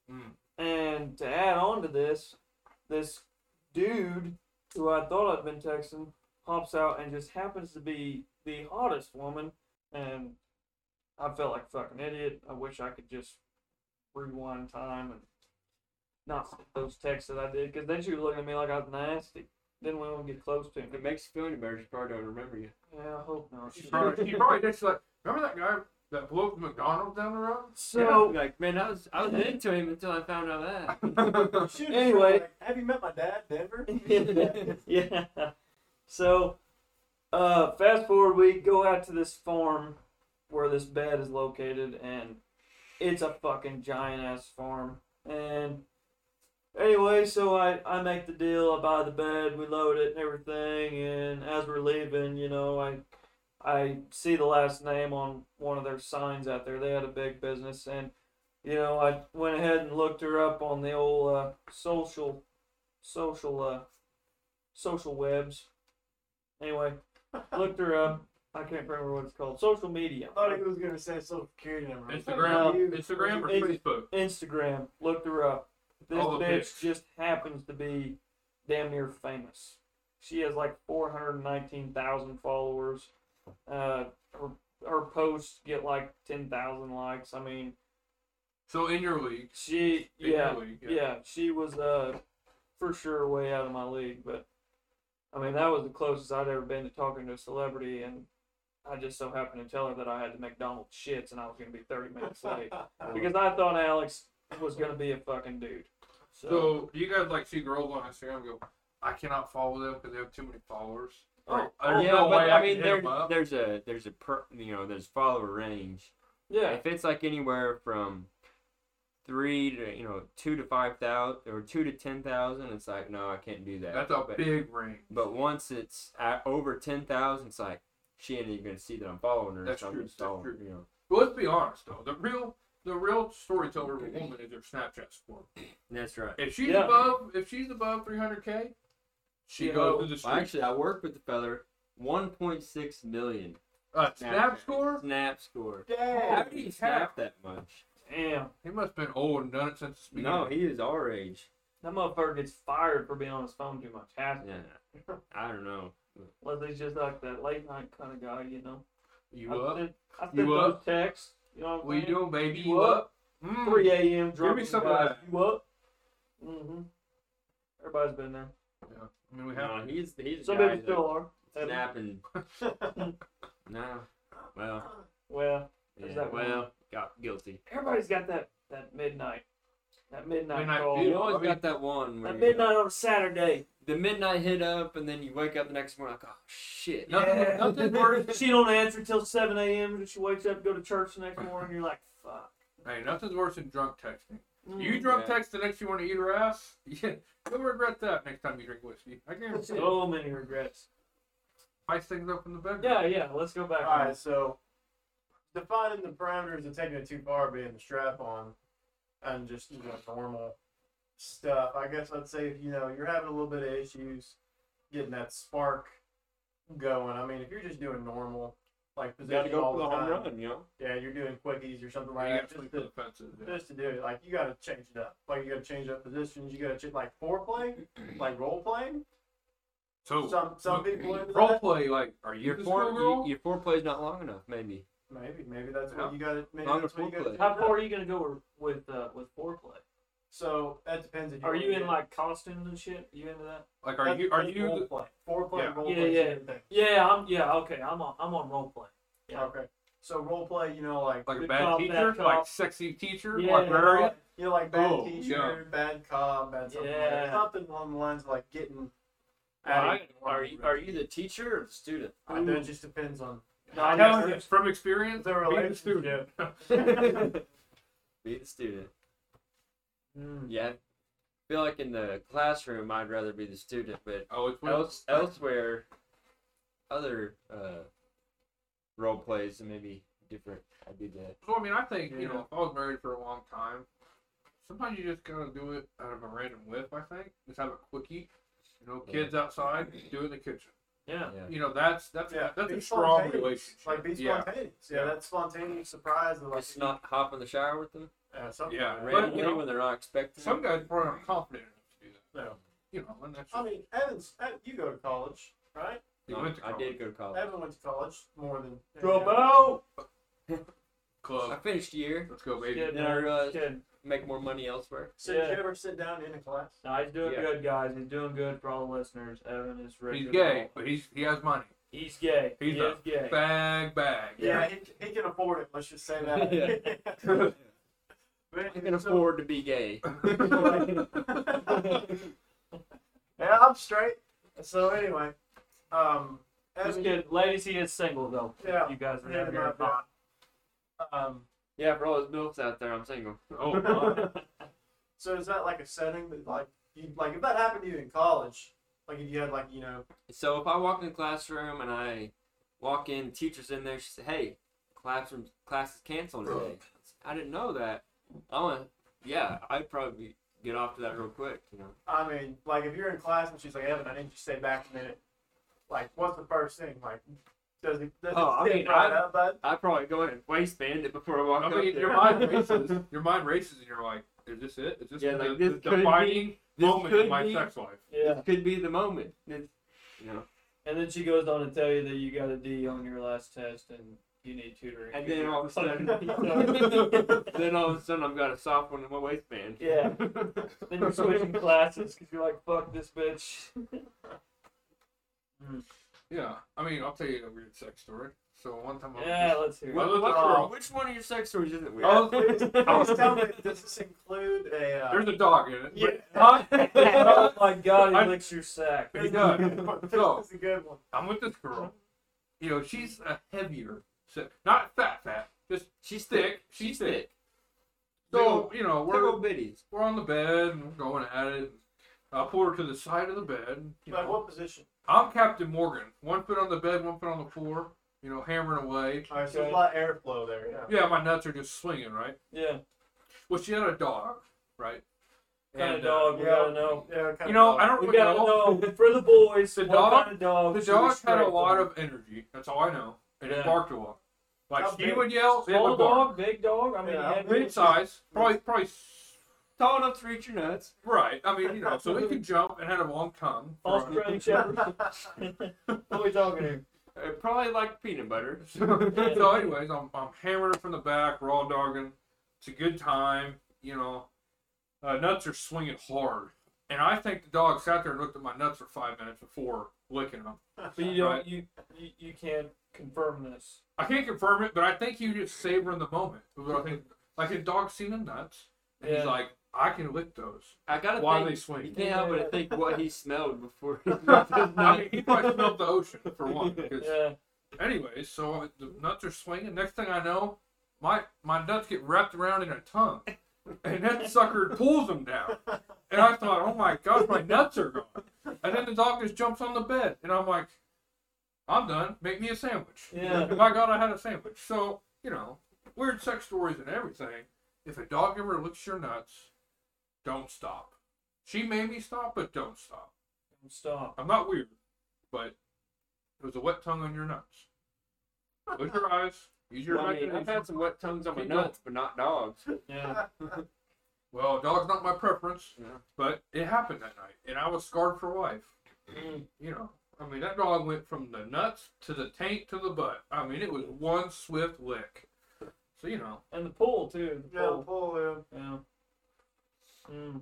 S2: Mm.
S4: And to add on to this, this dude who I thought I'd been texting pops out and just happens to be the hottest woman. And I felt like a fucking idiot. I wish I could just rewind time and not send those texts that I did because then she was looking at me like I was nasty. Then we won't get close to
S3: If it
S4: me.
S3: makes you feel any better, she probably don't remember you.
S4: Yeah, I hope not.
S2: She probably, she probably did. She's like, remember that guy that blew up McDonald's down the road?
S4: so
S3: like, man, I was I was into him until I found out that.
S1: She was
S4: Anyway.
S1: like, have you met my dad,
S2: [LAUGHS]
S1: Denver?
S4: [LAUGHS] yeah. So, uh, fast forward, we go out to this farm where this bed is located, and it's a fucking giant ass farm. And anyway, so I, I make the deal, I buy the bed, we load it and everything, and as we're leaving, you know, I I see the last name on one of their signs out there. They had a big business, and you know, I went ahead and looked her up on the old uh, social social uh social webs. Anyway, looked her up. I can't remember what it's called. Social media.
S1: I thought he was gonna say social security number.
S2: Instagram,
S1: You-
S2: Instagram or
S4: It's-
S2: Facebook?
S4: Instagram. Looked her up. This
S2: All the
S4: bitch
S2: pics.
S4: just happens to be damn near famous. She has like 419,000 followers. Uh, her, her posts get like 10,000 likes. I mean,
S2: So in your league,
S4: she,
S2: in
S4: yeah,
S2: your league,
S4: yeah. she was uh for sure way out of my league, but I mean that was the closest I'd ever been to talking to a celebrity and I just so happened to tell her that I had the McDonald's shits and I was gonna be thirty minutes late.
S2: [LAUGHS] Oh.
S4: Because I thought Alex was gonna be a fucking dude. So,
S2: So do you guys like see girls on Instagram and go, I cannot follow them because they have too many followers?
S4: Oh,
S2: Like,
S4: oh,
S2: there's
S3: yeah,
S2: no
S3: but
S2: way
S3: I
S2: can
S3: mean,
S2: hit
S3: there,
S2: 'em up.
S3: there's a there's a per, you know there's follower range.
S4: yeah.
S3: If it's like anywhere from three to you know two to five thousand or two to ten thousand, it's like no, I can't do that.
S2: That's a
S3: but,
S2: big ring.
S3: But once it's at over ten thousand, it's like she ain't even gonna see that I'm following her.
S2: That's
S3: so I'm
S2: true,
S3: just
S2: that's
S3: following,
S2: true.
S3: You know.
S2: But let's be honest though, the real the real storyteller of a woman is her Snapchat score.
S3: That's right.
S2: If she's
S4: Yeah.
S2: above, if she's above 300k, she
S4: Yeah. oh,
S2: goes to the
S3: Well,
S2: street.
S3: actually, I worked with the feller. 1.6 million
S2: Uh, snap score?
S3: snap score.
S1: Dad.
S3: How do you snap that much?
S4: Damn.
S2: He must have been old and done it since the beginning.
S3: No, he is our age.
S4: That motherfucker gets fired for being on his phone too much. Has to.
S3: Yeah, I don't know.
S4: Unless he's just like that late night kind of guy, you know.
S2: you
S4: I
S2: up?
S4: sent- I sent
S2: You
S4: those
S2: up?
S4: texts. You know what
S2: What you
S4: I'm saying?
S2: doing, baby?
S4: You
S2: You up? Mm.
S4: 3 a.m. drunk.
S2: me
S4: guys.
S2: some of that.
S4: You up? Mm-hmm. Everybody's been there.
S2: I mean, we have.
S3: No, he's he's
S4: Some
S3: the guy
S4: people still are.
S3: that's snapping.
S1: [LAUGHS]
S3: [LAUGHS] No, well,
S4: Well, There's
S3: yeah,
S4: that one.
S3: well, got guilty.
S4: everybody's got that that midnight, that midnight,
S2: Midnight
S4: call.
S2: feel.
S3: You always
S2: I mean-
S3: got that one where
S4: Oh, That
S3: you-
S4: midnight on a Saturday.
S3: the midnight hit up, and then you wake up the next morning like, oh shit.
S2: Nothing,
S4: Yeah.
S2: nothing
S4: [LAUGHS]
S2: worse.
S4: she don't answer till 7 a.m. and She wakes up, go to church the next
S2: [LAUGHS]
S4: morning. You're like, fuck.
S2: Hey, nothing's worse than drunk texting.
S4: Mm. [LAUGHS]
S2: You drunk
S3: Yeah.
S2: text the next you want to eat her ass. [LAUGHS] Yeah, you'll regret that next time you drink whiskey. I guarantee. it.
S4: so many regrets.
S2: Spice things up in the bedroom.
S4: Yeah, yeah. Let's go back.
S1: All right, so defining the parameters of taking it too far being the strap on and just you know normal stuff. I guess I'd say if you know you're having a little bit of issues getting that spark going. I mean, if you're just doing normal like
S3: You
S1: position
S3: gotta go
S1: all
S3: for
S1: the
S3: the home
S1: time,
S3: run, you know.
S1: yeah, you're doing quickies or something
S2: You
S1: like
S2: got
S1: that. Just
S2: to sleep for
S1: to,
S2: the fences. yeah.
S1: just to do it, like you gotta change it up. Like you gotta change up positions. You gotta change like foreplay, like role playing.
S2: So
S1: Some some people into
S2: role
S1: that.
S2: play like, are you
S3: Your
S2: the
S3: four,
S2: schoolgirl?
S3: you, your foreplay's not long enough, maybe.
S1: Maybe maybe that's
S2: Yeah.
S1: what you gotta maybe
S3: Longer
S1: that's what you gotta
S3: foreplay.
S1: change
S4: How
S1: up.
S4: far are you gonna go with uh, with foreplay?
S1: So that depends. If
S4: Are you
S1: wanna
S4: in
S1: get-
S4: like costumes and shit? You into that?
S2: Like, are
S1: that's-
S2: you are
S1: that's
S2: you?
S1: role
S2: the-
S1: play. foreplay,
S2: Yeah.
S1: role
S4: Yeah,
S1: play,
S4: yeah.
S1: everything?
S4: Yeah, I'm. Yeah, okay. I'm on. I'm on role play. Yeah.
S1: Okay. So role play, you know, like
S2: Like a
S4: Good
S2: bad
S4: cop,
S2: teacher,
S4: bad
S2: like
S4: cop.
S2: sexy teacher,
S4: Yeah.
S2: librarian.
S1: you know, like bad
S2: Oh,
S1: teacher,
S2: yeah.
S1: bad cop, bad something, like
S4: Yeah.
S1: that. something along the lines of like getting.
S3: Are
S1: Out
S3: you, are you, the teacher or the student?
S1: I know it just depends on.
S4: No, I
S1: Yeah.
S4: know.
S2: Telling you from experience,
S1: The
S2: being a student. [LAUGHS]
S3: Be the student.
S2: Hmm.
S4: Mm.
S3: Yeah. I feel like in the classroom, I'd rather be the student, but
S2: oh, it's weird.
S3: else, elsewhere, other uh, role plays and maybe different. I'd be the.
S2: So I mean, I think you
S1: Yeah.
S2: know, if I was married for a long time, sometimes you just gotta do it out of a random whip. I think just have a quickie. You know, kids outside, do it in the kitchen.
S4: Yeah.
S3: Yeah.
S2: You know, that's that's
S1: Yeah,
S2: that's
S1: be
S2: a strong
S1: spontaneous.
S2: relationship.
S1: Like be
S2: yeah,
S1: spontaneous. Yeah,
S2: Yeah.
S1: that spontaneous surprise and like
S3: Just not hop in the shower with them.
S1: uh, something.
S2: Yeah,
S1: like that.
S2: But,
S3: Randomly
S2: you know,
S3: when they're not expecting.
S2: some
S3: it.
S2: guys probably aren't confident enough to do that.
S1: No.
S2: You know, and that's
S1: I mean, Evans, Ev- you go to college, right?
S2: You
S3: Um,
S2: went to
S3: I did go to
S2: Oh.
S1: I
S3: college.
S1: haven't went to college more than.
S4: Drop out.
S3: I
S2: Club.
S3: finished a year.
S2: Let's go, baby.
S4: Kid,
S3: Then I
S4: man,
S3: realized-
S4: kid.
S3: Make more money elsewhere.
S1: So
S4: Yeah.
S1: did you ever sit down in a class?
S4: Nah, he's doing
S3: Yeah.
S4: good, guys. He's doing good for all the listeners. Evan is ready.
S2: He's
S4: to
S2: gay,
S4: roll.
S2: but he's he has money.
S4: He's gay.
S2: He's
S4: he
S2: a
S4: is gay.
S2: Bag, bag. [LAUGHS]
S1: Yeah, he, he can afford it. Let's just say [LAUGHS] that.
S3: I can afford to be gay.
S2: [LAUGHS]
S1: yeah, I'm straight. So anyway, um, as
S4: Just
S1: we
S4: kidding. Ladies, he is single though.
S1: Yeah.
S4: You guys are
S1: Yeah,
S4: never
S1: my
S4: here.
S1: bad. um,
S3: Yeah, for all those milfs out there, I'm single.
S2: Oh,
S1: so is that like a setting that like you like if that happened to you in college, like if you had like you know
S3: [LAUGHS] So if I walk in the classroom and I walk in, teacher's in there. She said, "Hey, classroom class is canceled today." I didn't know that. I want. Yeah, I'd probably get off to that real quick. You know.
S1: I mean like if you're in class and she's like Evan, I need you to stay back a minute. Like what's the first thing? Like does it does
S3: Oh, I
S1: it
S3: mean,
S1: stick right
S3: I-
S1: up, bud?
S3: I'd probably go in and waistband it before I walk
S2: I
S3: up
S2: mean,
S3: there.
S2: your mind races. Your mind races, and you're like, "Is this it? Is this
S3: Yeah,
S2: the, the
S3: like, this could be-
S2: defining
S3: this
S2: moment
S3: could
S2: in my
S3: be-
S2: sex life?"
S4: Yeah.
S3: This could be the moment. It's, you know.
S4: And then she goes on to tell you that you got a D on your last test and you need tutoring.
S3: And then all of a [LAUGHS] sudden,
S1: [LAUGHS]
S3: then all of a sudden, I've got a soft one in my waistband.
S4: Yeah. then you're switching classes because you're like, fuck this bitch.
S2: Yeah, I mean, I'll tell you a weird sex story. So one time, I was
S4: yeah,
S2: just-
S4: let's hear
S2: Well,
S4: it.
S3: What,
S2: look
S3: what-
S2: at all-
S3: which one of your sex stories isn't weird?
S2: Oh,
S1: Please, please tell me does this include a uh,
S2: there's a dog in it.
S1: yeah.
S2: [LAUGHS] Huh?
S4: [LAUGHS] [LAUGHS] oh my god,
S2: I-
S4: he licks your sack.
S2: He does.
S1: this
S2: So-
S1: is a good one.
S2: I'm with this girl. You know, she's a heavier, se- not fat, fat, just
S3: she's
S2: thick.
S3: thick. She's
S2: thick.
S3: thick.
S2: So you know,
S3: Big
S2: we're
S3: old bitties.
S2: we're on the bed and we're going at it. I pull her to the side of the bed. You
S1: Like
S2: know.
S1: what position?
S2: I'm Captain Morgan. One foot on the bed, one foot on the floor. You know, hammering away.
S1: All right, so there's a lot of airflow there. Yeah.
S2: Yeah, my nuts are just swinging, right?
S4: Yeah.
S2: Well, she had a dog, right?
S4: Kind of
S2: And, uh,
S4: dog, we
S1: yeah.
S4: gotta know.
S1: Yeah, kind
S2: You know,
S1: of- [LAUGHS]
S2: I don't
S4: We
S2: really
S4: gotta
S2: know.
S4: know for the
S2: [LAUGHS]
S4: boys.
S2: The
S4: what
S2: dog-
S4: kind of dog?
S2: The
S4: should we
S2: dog had a
S4: strike
S2: lot
S4: them?
S2: of energy. That's all I know. And
S4: Yeah.
S2: it barked a lot. Like
S1: How
S2: she
S1: big?
S2: would yell, it
S4: Small
S2: would bark.
S4: dog, big dog. I mean,
S1: Yeah,
S4: he had
S1: big
S2: Mid size, probably, probably. s-
S3: Tall enough to reach your nuts.
S2: Right. I mean, you know, so it could jump and had a long tongue. Right.
S4: Australian Shepherd. what are we talking here?
S3: Uh, probably like peanut butter.
S2: So, [LAUGHS] so anyways, I'm, I'm hammering her from the back, raw dogging. It's a good time, you know. Uh, nuts are swinging hard, and I think the dog sat there and looked at my nuts for five minutes before licking them.
S4: But you don't.
S2: Right.
S4: You, you you can't confirm this.
S2: I can't confirm it, but I think he was just savoring the moment. It was what I think, like his dog seen the nuts, and
S4: Yeah.
S2: he's like, "I can lick those."
S3: I gotta
S2: Why
S3: think.
S2: they [LAUGHS]
S3: You [LAUGHS]
S2: swing?
S3: can't help but to think what he smelled before. [LAUGHS] He
S2: I mean, he probably smelled the ocean for one. 'cause-
S4: Yeah.
S2: Anyways, so uh, the nuts are swinging. Next thing I know, my my nuts get wrapped around in a tongue, and that sucker pulls them down. And I thought, oh my gosh, my nuts are gone. And then the dog just jumps on the bed, and I'm like, I'm done. Make me a sandwich.
S4: Yeah.
S2: By God, I had a sandwich. So you know, weird sex stories and everything. If a dog ever licks your nuts, don't stop. She made me stop, but don't stop.
S4: Stop.
S2: I'm not weird, but it was a wet tongue on your nuts. Close your eyes. Use your
S3: Well, I mean,
S2: imagination.
S3: I've had some wet tongues on my
S2: Keep going.
S3: nuts, but not dogs.
S4: Yeah.
S2: Well, dog's not my preference,
S3: Yeah.
S2: but it happened that night, and I was scarred for life.
S4: Mm.
S2: You know, I mean, that dog went from the nuts to the taint to the butt. I mean, it was one swift lick. So you know,
S4: And the pool too. The
S1: Yeah,
S4: pool.
S1: pull uh, in.
S4: Yeah. Mm.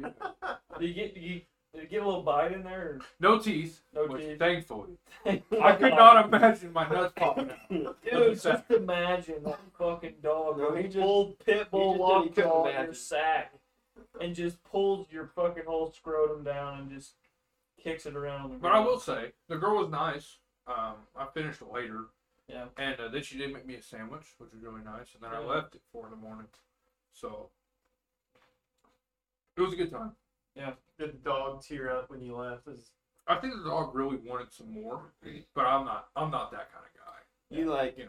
S2: yeah.
S4: Do you get do you, do you get a little bite in there?
S2: no teeth.
S4: No uh,
S2: which
S4: teeth. [LAUGHS]
S2: Thankfully,
S4: Or...
S2: I could not imagine my
S4: [LAUGHS]
S2: nuts popping out.
S4: Dude, just imagine that fucking dog,
S3: No,
S4: or
S3: he
S4: he
S3: just-
S4: old pit bull
S3: he just said he
S4: locked
S3: couldn't
S4: on your
S3: imagine.
S4: sack, and just pulls your fucking whole scrotum down and just kicks it around. On the
S2: But I
S4: ground.
S2: will say, the girl was nice. Um, I finished later.
S4: Yeah.
S2: And uh, then she did make me a sandwich, which was really nice. And then I
S4: Yeah.
S2: left at four in the morning. So it was a good time.
S1: Did the dog tear up when you left? Is
S2: I think the dog really wanted some more, but I'm not. I'm not that kind of guy.
S3: [LAUGHS]
S2: [LAUGHS]
S3: You like,
S2: Yeah.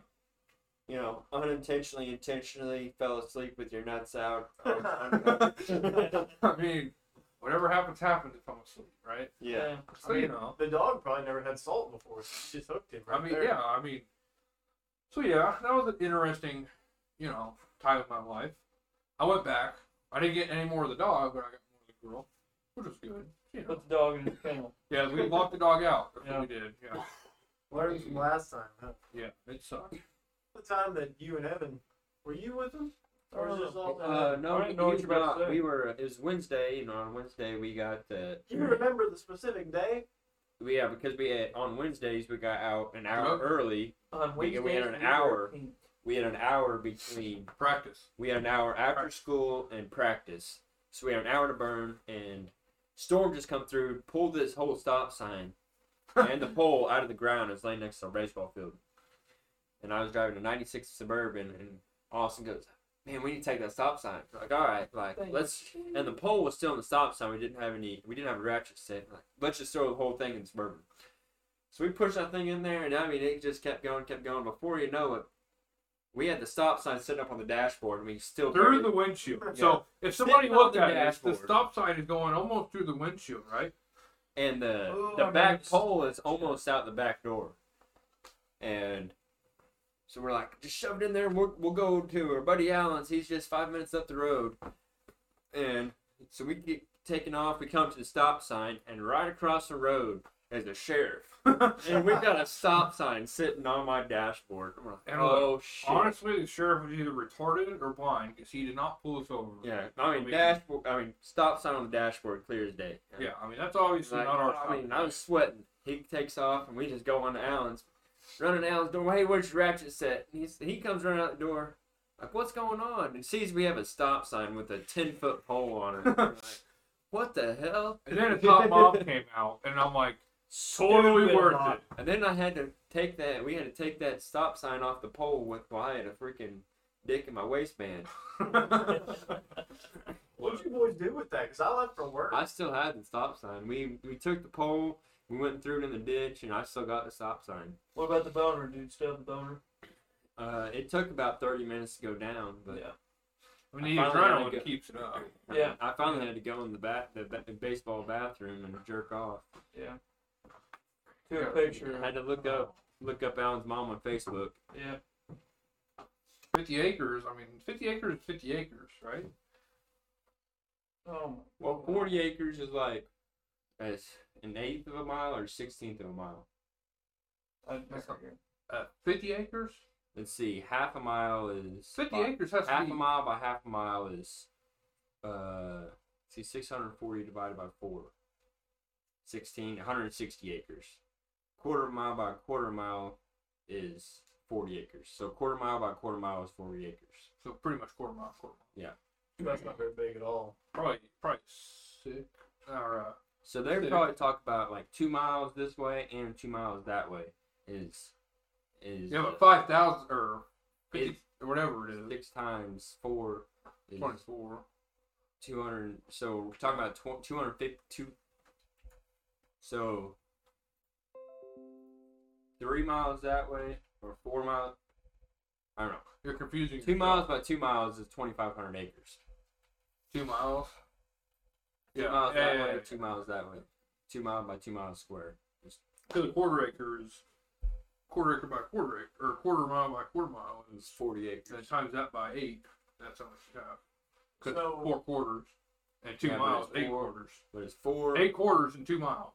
S3: you know, unintentionally, intentionally fell asleep with your nuts [LAUGHS] out. Oh,
S1: the
S2: I mean, whatever happens, happens if I'm asleep, right?
S3: [LAUGHS] yeah.
S2: So you know.
S1: dog probably never had salt before. She just hooked him. Right
S2: I mean,
S1: there.
S2: yeah. I mean, so yeah, that was an interesting, you know, time of my life. I went back. I didn't get any more of the dog, but I got more of the girl, which was good. you know.
S4: Put the dog in his kennel.
S2: Yeah, we walked the dog out. That's
S4: Yeah.
S2: what we did. Yeah,
S1: Learned from last time, huh?
S2: yeah, it sucked.
S1: The time that you and Evan were you with them? Or was this
S4: Uh-huh.
S1: all
S3: Uh, no,
S4: I don't
S3: we,
S4: know what
S3: we
S4: you're about to
S3: got-
S4: say.
S3: we were. It was Wednesday, and on Wednesday we got the.
S1: you remember the specific [LAUGHS] day?
S3: we- Yeah, because we had, on Wednesdays we got out an hour
S2: Drunk?
S3: early.
S4: On
S3: We- we
S4: Wednesdays,
S3: had an
S4: we
S3: hour.
S4: were-
S3: We had an hour between.
S2: Practice.
S3: We had an hour after
S2: Practice.
S3: school and practice, so we had an hour to burn. And storm just come through, pulled this whole stop sign
S2: [LAUGHS]
S3: and the pole out of the ground. It was laying next to a baseball field, and I was driving a '96 Suburban, and Austin goes, "Man, we need to take that stop sign." Like, all right, like
S4: Thank
S3: let's and the pole was still in the stop sign. We didn't have any. We didn't have a ratchet set. Like, let's just throw the whole thing in suburban. So we pushed that thing in there, and I mean, it just kept going, kept going. Before you know it, we had the stop sign set up on the dashboard, and we still
S2: Through
S3: barely-
S2: the windshield.
S1: Yeah.
S2: So if
S3: Sitting
S2: somebody
S3: on
S2: looked
S3: the
S2: at it, the
S3: dashboard.
S2: stop sign is going almost through the windshield, right?
S3: and the
S1: Oh,
S3: the
S1: I
S3: back
S1: noticed.
S3: pole is almost out the back door, and so we're like, just shove it in there. And we'll we'll go to our buddy Allen's. He's just five minutes up the road, and so we get taken off. We come to the stop sign, and right across the road is the sheriff, and
S2: [LAUGHS]
S3: we've got a stop sign sitting on my dashboard. And we're like,
S2: And
S3: oh shit.
S2: Honestly, the sheriff was either retarded or blind because he did not pull us over.
S3: yeah, I mean dashboard. I mean stop sign on the dashboard, clear as day.
S2: Yeah, I mean that's obviously
S3: Like,
S2: not our.
S3: I mean,
S2: style.
S3: I was sweating. He takes off, and we just go on to Allen's. Running Allen's door. Hey, where's your ratchet set? And he's, he comes running out the door. Like, what's going on? And sees we have a stop sign with a 10 foot pole
S2: [LAUGHS]
S3: on it. We're like, what the hell?
S2: And then a top mom
S3: [LAUGHS]
S2: came out, and I'm like, totally
S4: Stupid
S2: worth
S4: lot.
S2: it.
S3: And then I had to take that. We had to take that stop sign off the pole with. Well, I had a freaking dick in my waistband. [LAUGHS]
S1: [LAUGHS] What did you boys do with that? Because I left for work.
S3: I still had the stop sign. We we took the pole. We went and threw it in the ditch, and I still got the stop sign.
S4: What about the boner, dude? Still have the boner?
S3: Uh, it took about 30 minutes to go down, but
S4: yeah.
S2: I mean, the
S3: I finally had to
S2: adrenaline
S3: go-
S2: keeps it up.
S4: Yeah.
S3: I finally had to go in the bat the, ba- the baseball bathroom and jerk off.
S4: Yeah. To
S2: Yeah.
S4: a picture.
S3: I had to look up look up Alan's mom on Facebook.
S4: Yeah.
S2: 50 acres. I mean, 50 acres is 50 acres, right?
S4: Oh my
S3: Well,
S4: God.
S3: forty acres is like as an eighth of a mile or sixteenth of a mile.
S4: I, that's not good.
S2: Uh, 50 acres.
S3: Let's see, half a mile is
S2: 50
S3: by-
S2: acres has to
S3: half
S2: be.
S3: a mile by half a mile is uh let's see six hundred and forty divided by four. 16, 160 acres. Quarter mile by quarter mile is forty acres. So quarter mile by quarter mile is forty acres.
S2: So pretty much quarter mile, quarter mile.
S1: That's not very big at all.
S2: Probably, probably six or uh,
S3: So they
S2: Dude.
S3: probably talk about like two miles this way and two miles that way is is
S2: yeah, but
S3: uh,
S2: 5,000 or 50
S3: It's-
S2: or whatever it is.
S3: six times four is
S2: 24.
S3: two hundred. So we're talking about tw- two hundred fifty two. So three miles that way or four miles. I don't know.
S2: You're confusing.
S3: Two
S2: yourself.
S3: miles by two miles is twenty five hundred acres.
S2: Two miles.
S3: Two
S2: Yeah,
S3: miles
S2: yeah,
S3: that
S2: yeah,
S3: way,
S2: yeah.
S3: two miles that way. Two mile by two miles square.
S2: Because a quarter acre is quarter acre by quarter acre, or quarter mile by quarter mile
S3: It's
S2: is,
S3: forty acres.
S2: and then times that by eight. That's how much you have. 'Cause
S1: So-
S2: four quarters and two
S3: Yeah, but
S2: miles,
S3: it's
S2: eight
S3: four-
S2: quarters,
S3: But it's four
S2: eight quarters and two miles.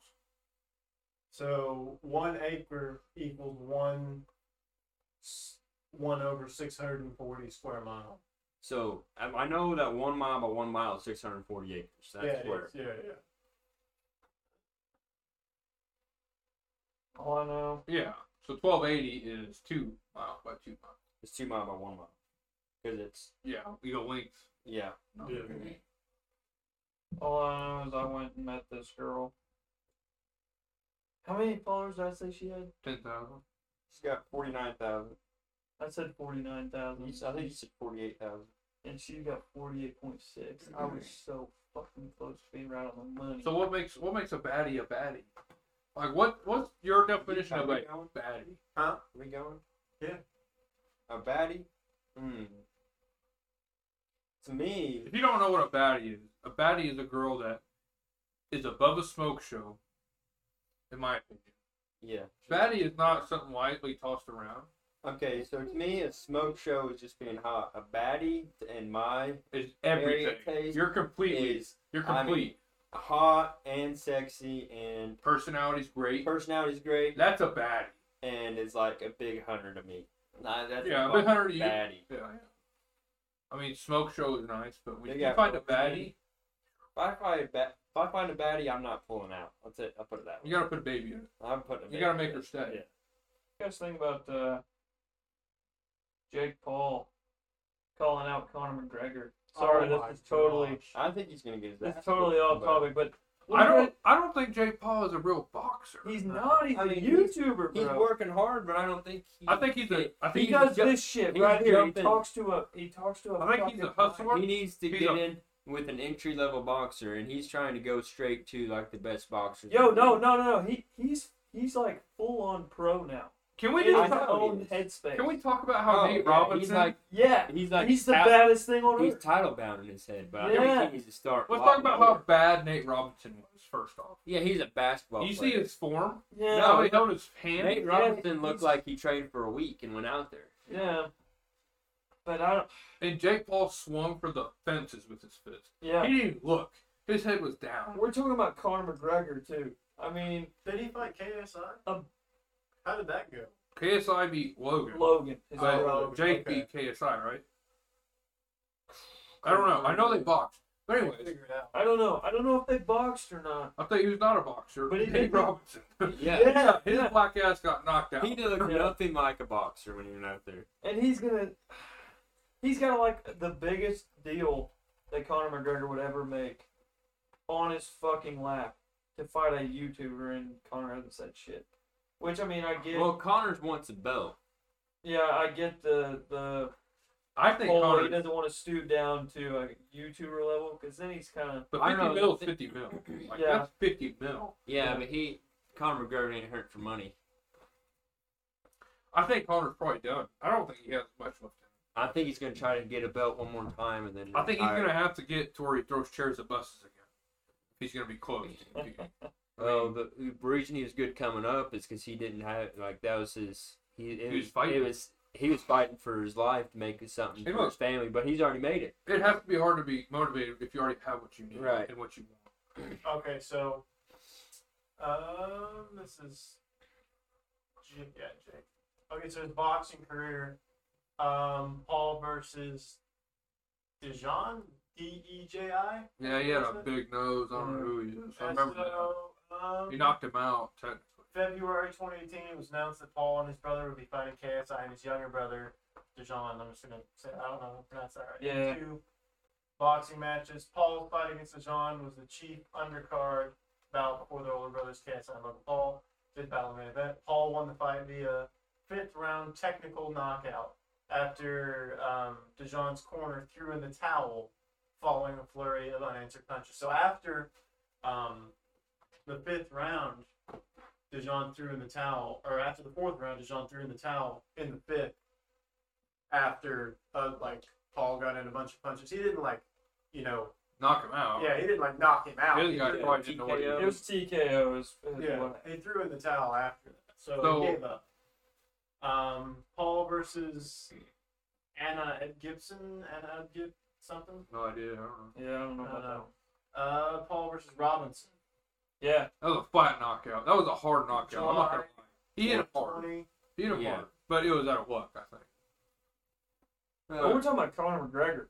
S1: So one acre equals one s- one over six hundred and forty square mile.
S3: So I I know that one mile by one mile is 640 acres. That's
S1: yeah, it
S3: square.
S1: is. yeah, yeah.
S4: All I know.
S2: Yeah. So twelve eighty is two miles by two miles.
S3: It's two mile by one mile. Because it's,
S2: Yeah, we go length.
S3: yeah.
S2: No.
S1: Yeah.
S4: All I know is I went and met this girl. How many followers did I say she had?
S2: Ten thousand.
S3: She's got 49,000.
S4: I said forty nine
S3: You
S4: thousand,
S3: s- I think you said 48,000.
S4: and she got forty eight point six. I was so fucking close to being right on the money.
S2: So what makes what makes a baddie a baddie? Like what what's your definition
S3: Are
S2: of
S3: we
S2: a
S3: going?
S2: baddie?
S1: Huh?
S3: Are we going?
S1: Yeah.
S3: A baddie? Hmm. To me,
S2: If you don't know what a baddie is, a baddie is a girl that is above a smoke show, in my opinion.
S3: yeah.
S2: Baddie is not something lightly tossed around.
S3: Okay, so to me, a smoke show is just being hot. A baddie, in my
S2: It's
S3: Very
S2: everything.
S3: taste
S2: You're completely
S3: is
S2: you're
S3: I mean,
S2: complete.
S3: hot and sexy and
S2: Personality's great.
S3: personality's great
S2: That's a baddie.
S3: and is like a big hunter to me. Nah, that's
S2: Yeah,
S3: a
S2: a big hunter to you.
S3: baddie.
S2: Yeah, yeah. I mean, smoke show is nice, but when
S3: They
S2: you
S3: got
S2: find a
S3: ropes, man.
S2: baddie,
S3: If I find a ba- if I find a baddie, I'm not pulling out. That's it. I'll put it that way.
S2: you gotta put a baby in it.
S3: I'm putting. a
S2: You gotta
S3: baby
S2: make
S3: in
S2: her
S3: it.
S2: stay.
S3: Yeah.
S4: you guys think about uh, Jake Paul calling out Conor McGregor? Sorry,
S1: Oh my
S4: this is totally
S1: gosh.
S3: I think he's gonna get his.
S4: this
S3: ass
S4: is totally
S3: kicked,
S4: off
S3: but-
S4: topic, but
S2: I don't. I don't think Jake Paul is a real boxer.
S4: He's not. He's
S3: I
S4: a
S3: mean, he's-
S4: YouTuber,
S3: He's
S4: bro.
S3: working hard, but I don't think. He,
S2: I think he's a. I
S4: He
S2: think
S4: does
S2: he's a,
S4: this shit
S3: he's
S4: right here. He
S3: jumping.
S4: talks to a. He talks to a.
S2: I think he's
S4: fucking
S2: a hustler.
S3: He needs to
S2: He's
S3: get
S2: a-
S3: in with an entry level boxer, and he's trying to go straight to like the best boxers.
S4: Yo,
S3: in the
S4: no,
S3: league.
S4: no, no, no. He he's he's like full on pro now.
S2: Can we
S4: In
S2: just
S4: his
S3: know
S2: talk,
S3: he
S4: own
S3: is.
S4: headspace.
S2: Can we talk about how
S3: Oh, yeah,
S2: Nate Robinson?
S3: He's like
S4: Yeah,
S3: he's like
S4: he's the
S3: out-
S4: baddest thing on
S3: He's
S4: earth.
S3: title bound in his head, but I
S4: Yeah.
S3: think he needs to start.
S2: let's
S3: a
S2: talk
S3: lot
S2: about
S3: lower.
S2: how bad Nate Robinson was. First off,
S3: Yeah, he's a basketball.
S2: you see
S3: player.
S2: his form.
S4: Yeah,
S2: how he held his hand.
S3: Nate Robinson
S4: he's-
S3: looked like he trained for a week and went out there.
S4: yeah. But I don't.
S2: And Jake Paul swung for the fences with his fist.
S4: Yeah,
S2: He didn't even look. His head was down.
S4: we're talking about Conor McGregor too. I mean,
S1: Did he fight KSI?
S4: Um,
S1: How did that go?
S2: KSI beat Logan.
S4: Logan Oh, is
S2: But
S4: brother.
S1: Logan,
S2: Jake
S1: okay.
S2: beat KSI, right? I don't know. I know they boxed. But anyways,
S1: Figure it out.
S4: I don't know. I don't know if they boxed or not.
S2: I thought he was not a boxer.
S4: But he
S2: Nate
S4: did-
S2: Robinson. [LAUGHS]
S3: Yeah.
S4: Yeah,
S2: His
S4: yeah.
S2: black ass got knocked out.
S3: He looked
S4: Yeah.
S3: nothing like a boxer when he went out there.
S4: and he's gonna. He's got like the biggest deal that Conor McGregor would ever make on his fucking lap to fight a YouTuber, and Conor hasn't said shit. Which I mean, I get.
S3: Well, Connors wants a belt.
S4: Yeah, I get the the
S2: I think
S4: whole he
S2: Connor.
S4: doesn't want to stoop down to a YouTuber level because then he's kind of
S2: But
S3: I
S2: 50
S3: know.
S2: mil is 50 mil. Like,
S4: Yeah.
S2: that's 50 mil.
S3: Yeah,
S4: Yeah.
S3: but he Conor McGregor ain't hurt for money.
S2: I think Connor's probably done. I don't think he has much left. in
S3: I think he's gonna try to get a belt one more time and then.
S2: him. I think he's
S3: retire.
S2: going to have to get to where he throws chairs at buses again. He's going to be close.
S4: [LAUGHS]
S3: Well, the Oh, the reason he was good coming up is because he didn't have like that was his. He, it
S2: He was
S3: was
S2: fighting.
S3: It was he was fighting for his life to make it something
S2: He
S3: for
S2: was.
S3: his family, but he's already made it.
S2: It'd have to be hard to be motivated if you already have what you need
S3: Right.
S2: and what you want.
S1: Okay, so um, this is J yeah, Jake. Okay, so his boxing career, um, Paul versus Dijon, D E J I.
S2: Yeah, he had a
S1: Wasn't it?
S2: big nose. I don't know who he is. I remember that.
S1: So, um,
S2: He knocked him out, technically.
S1: February 2018, it was announced that Paul and his brother would be fighting KSI and his younger brother, Dijon. I'm just going to say, I don't know how to pronounce that right.
S4: Yeah.
S1: Two boxing matches. Paul's fight against Dijon was the chief undercard bout before the older brothers, KSI and Logan Paul, did battle in the main event. Paul won the fight via fifth round technical knockout after um, Dijon's corner threw in the towel following a flurry of unanswered punches. So after um, the fifth round, Dijon threw in the towel, or after the fourth round, Dijon threw in the towel in the fifth. After uh, like Paul got in a bunch of punches, he didn't like, you know,
S2: Knock him out.
S1: yeah, he didn't like knock him out.
S2: The other
S1: He
S2: guy
S1: threw-
S2: probably didn't know what he
S3: TKO.
S4: it was TKO. Is, is
S1: yeah,
S4: what-
S1: he threw in the towel after that, so,
S2: So-
S1: he gave up. Um, Paul versus Anna Ed Gibson, Anna Ed Gib something.
S2: No idea. I don't know.
S4: yeah, I don't know
S1: I
S4: about
S1: don't
S4: that.
S1: know.
S4: one.
S1: Uh, Paul versus Robinson.
S4: Yeah,
S2: That was a flat knockout. That was a hard knockout. I'm not gonna lie. He hit him hard.
S1: 20.
S2: He hit him
S3: Yeah.
S2: hard. But it was out of luck, I think. Uh,
S4: but we're talking about Conor McGregor.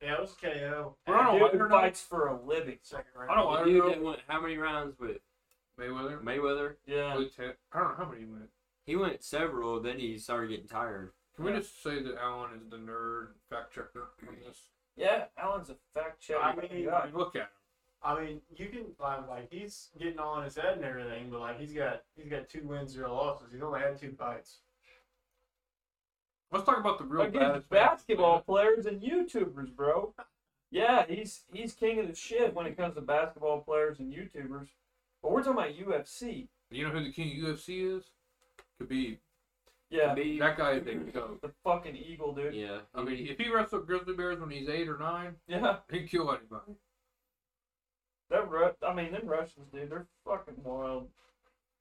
S1: Yeah, it was KO.
S2: We're on a
S4: Dude
S2: Wonder
S4: who fights for a living.
S1: Second
S2: I don't
S1: round.
S3: The
S2: I
S3: dude
S2: don't
S3: that
S2: know.
S3: went how many rounds with
S2: Mayweather.
S3: Mayweather?
S4: Yeah,
S2: Blue tip. I don't know how many he went.
S3: He went several. Then he started getting tired.
S2: Can we
S4: Yeah.
S2: just say that Alan is the nerd and fact checker on this?
S4: yeah. Alan's a fact checker.
S1: I mean,
S2: I
S4: Yeah.
S2: mean, look at him.
S1: I mean, you can like, like he's getting all in his head and everything, but like he's got he's got two wins, zero losses. He's only had two fights.
S2: Let's talk about the real
S4: against
S2: baddest man.
S4: basketball players and YouTubers, bro. Yeah, he's he's king of the shit when it comes to basketball players and YouTubers. But we're talking about UFC.
S2: You know who the king of UFC is? Khabib.
S4: Yeah,
S3: Khabib-
S2: That guy is a goat.
S4: the fucking eagle, dude.
S3: Yeah.
S2: I mean, if he wrestled grizzly bears when he's eight or nine,
S4: Yeah,
S2: he'd kill anybody.
S4: that Ru- I mean, them Russians, dude, they're fucking wild.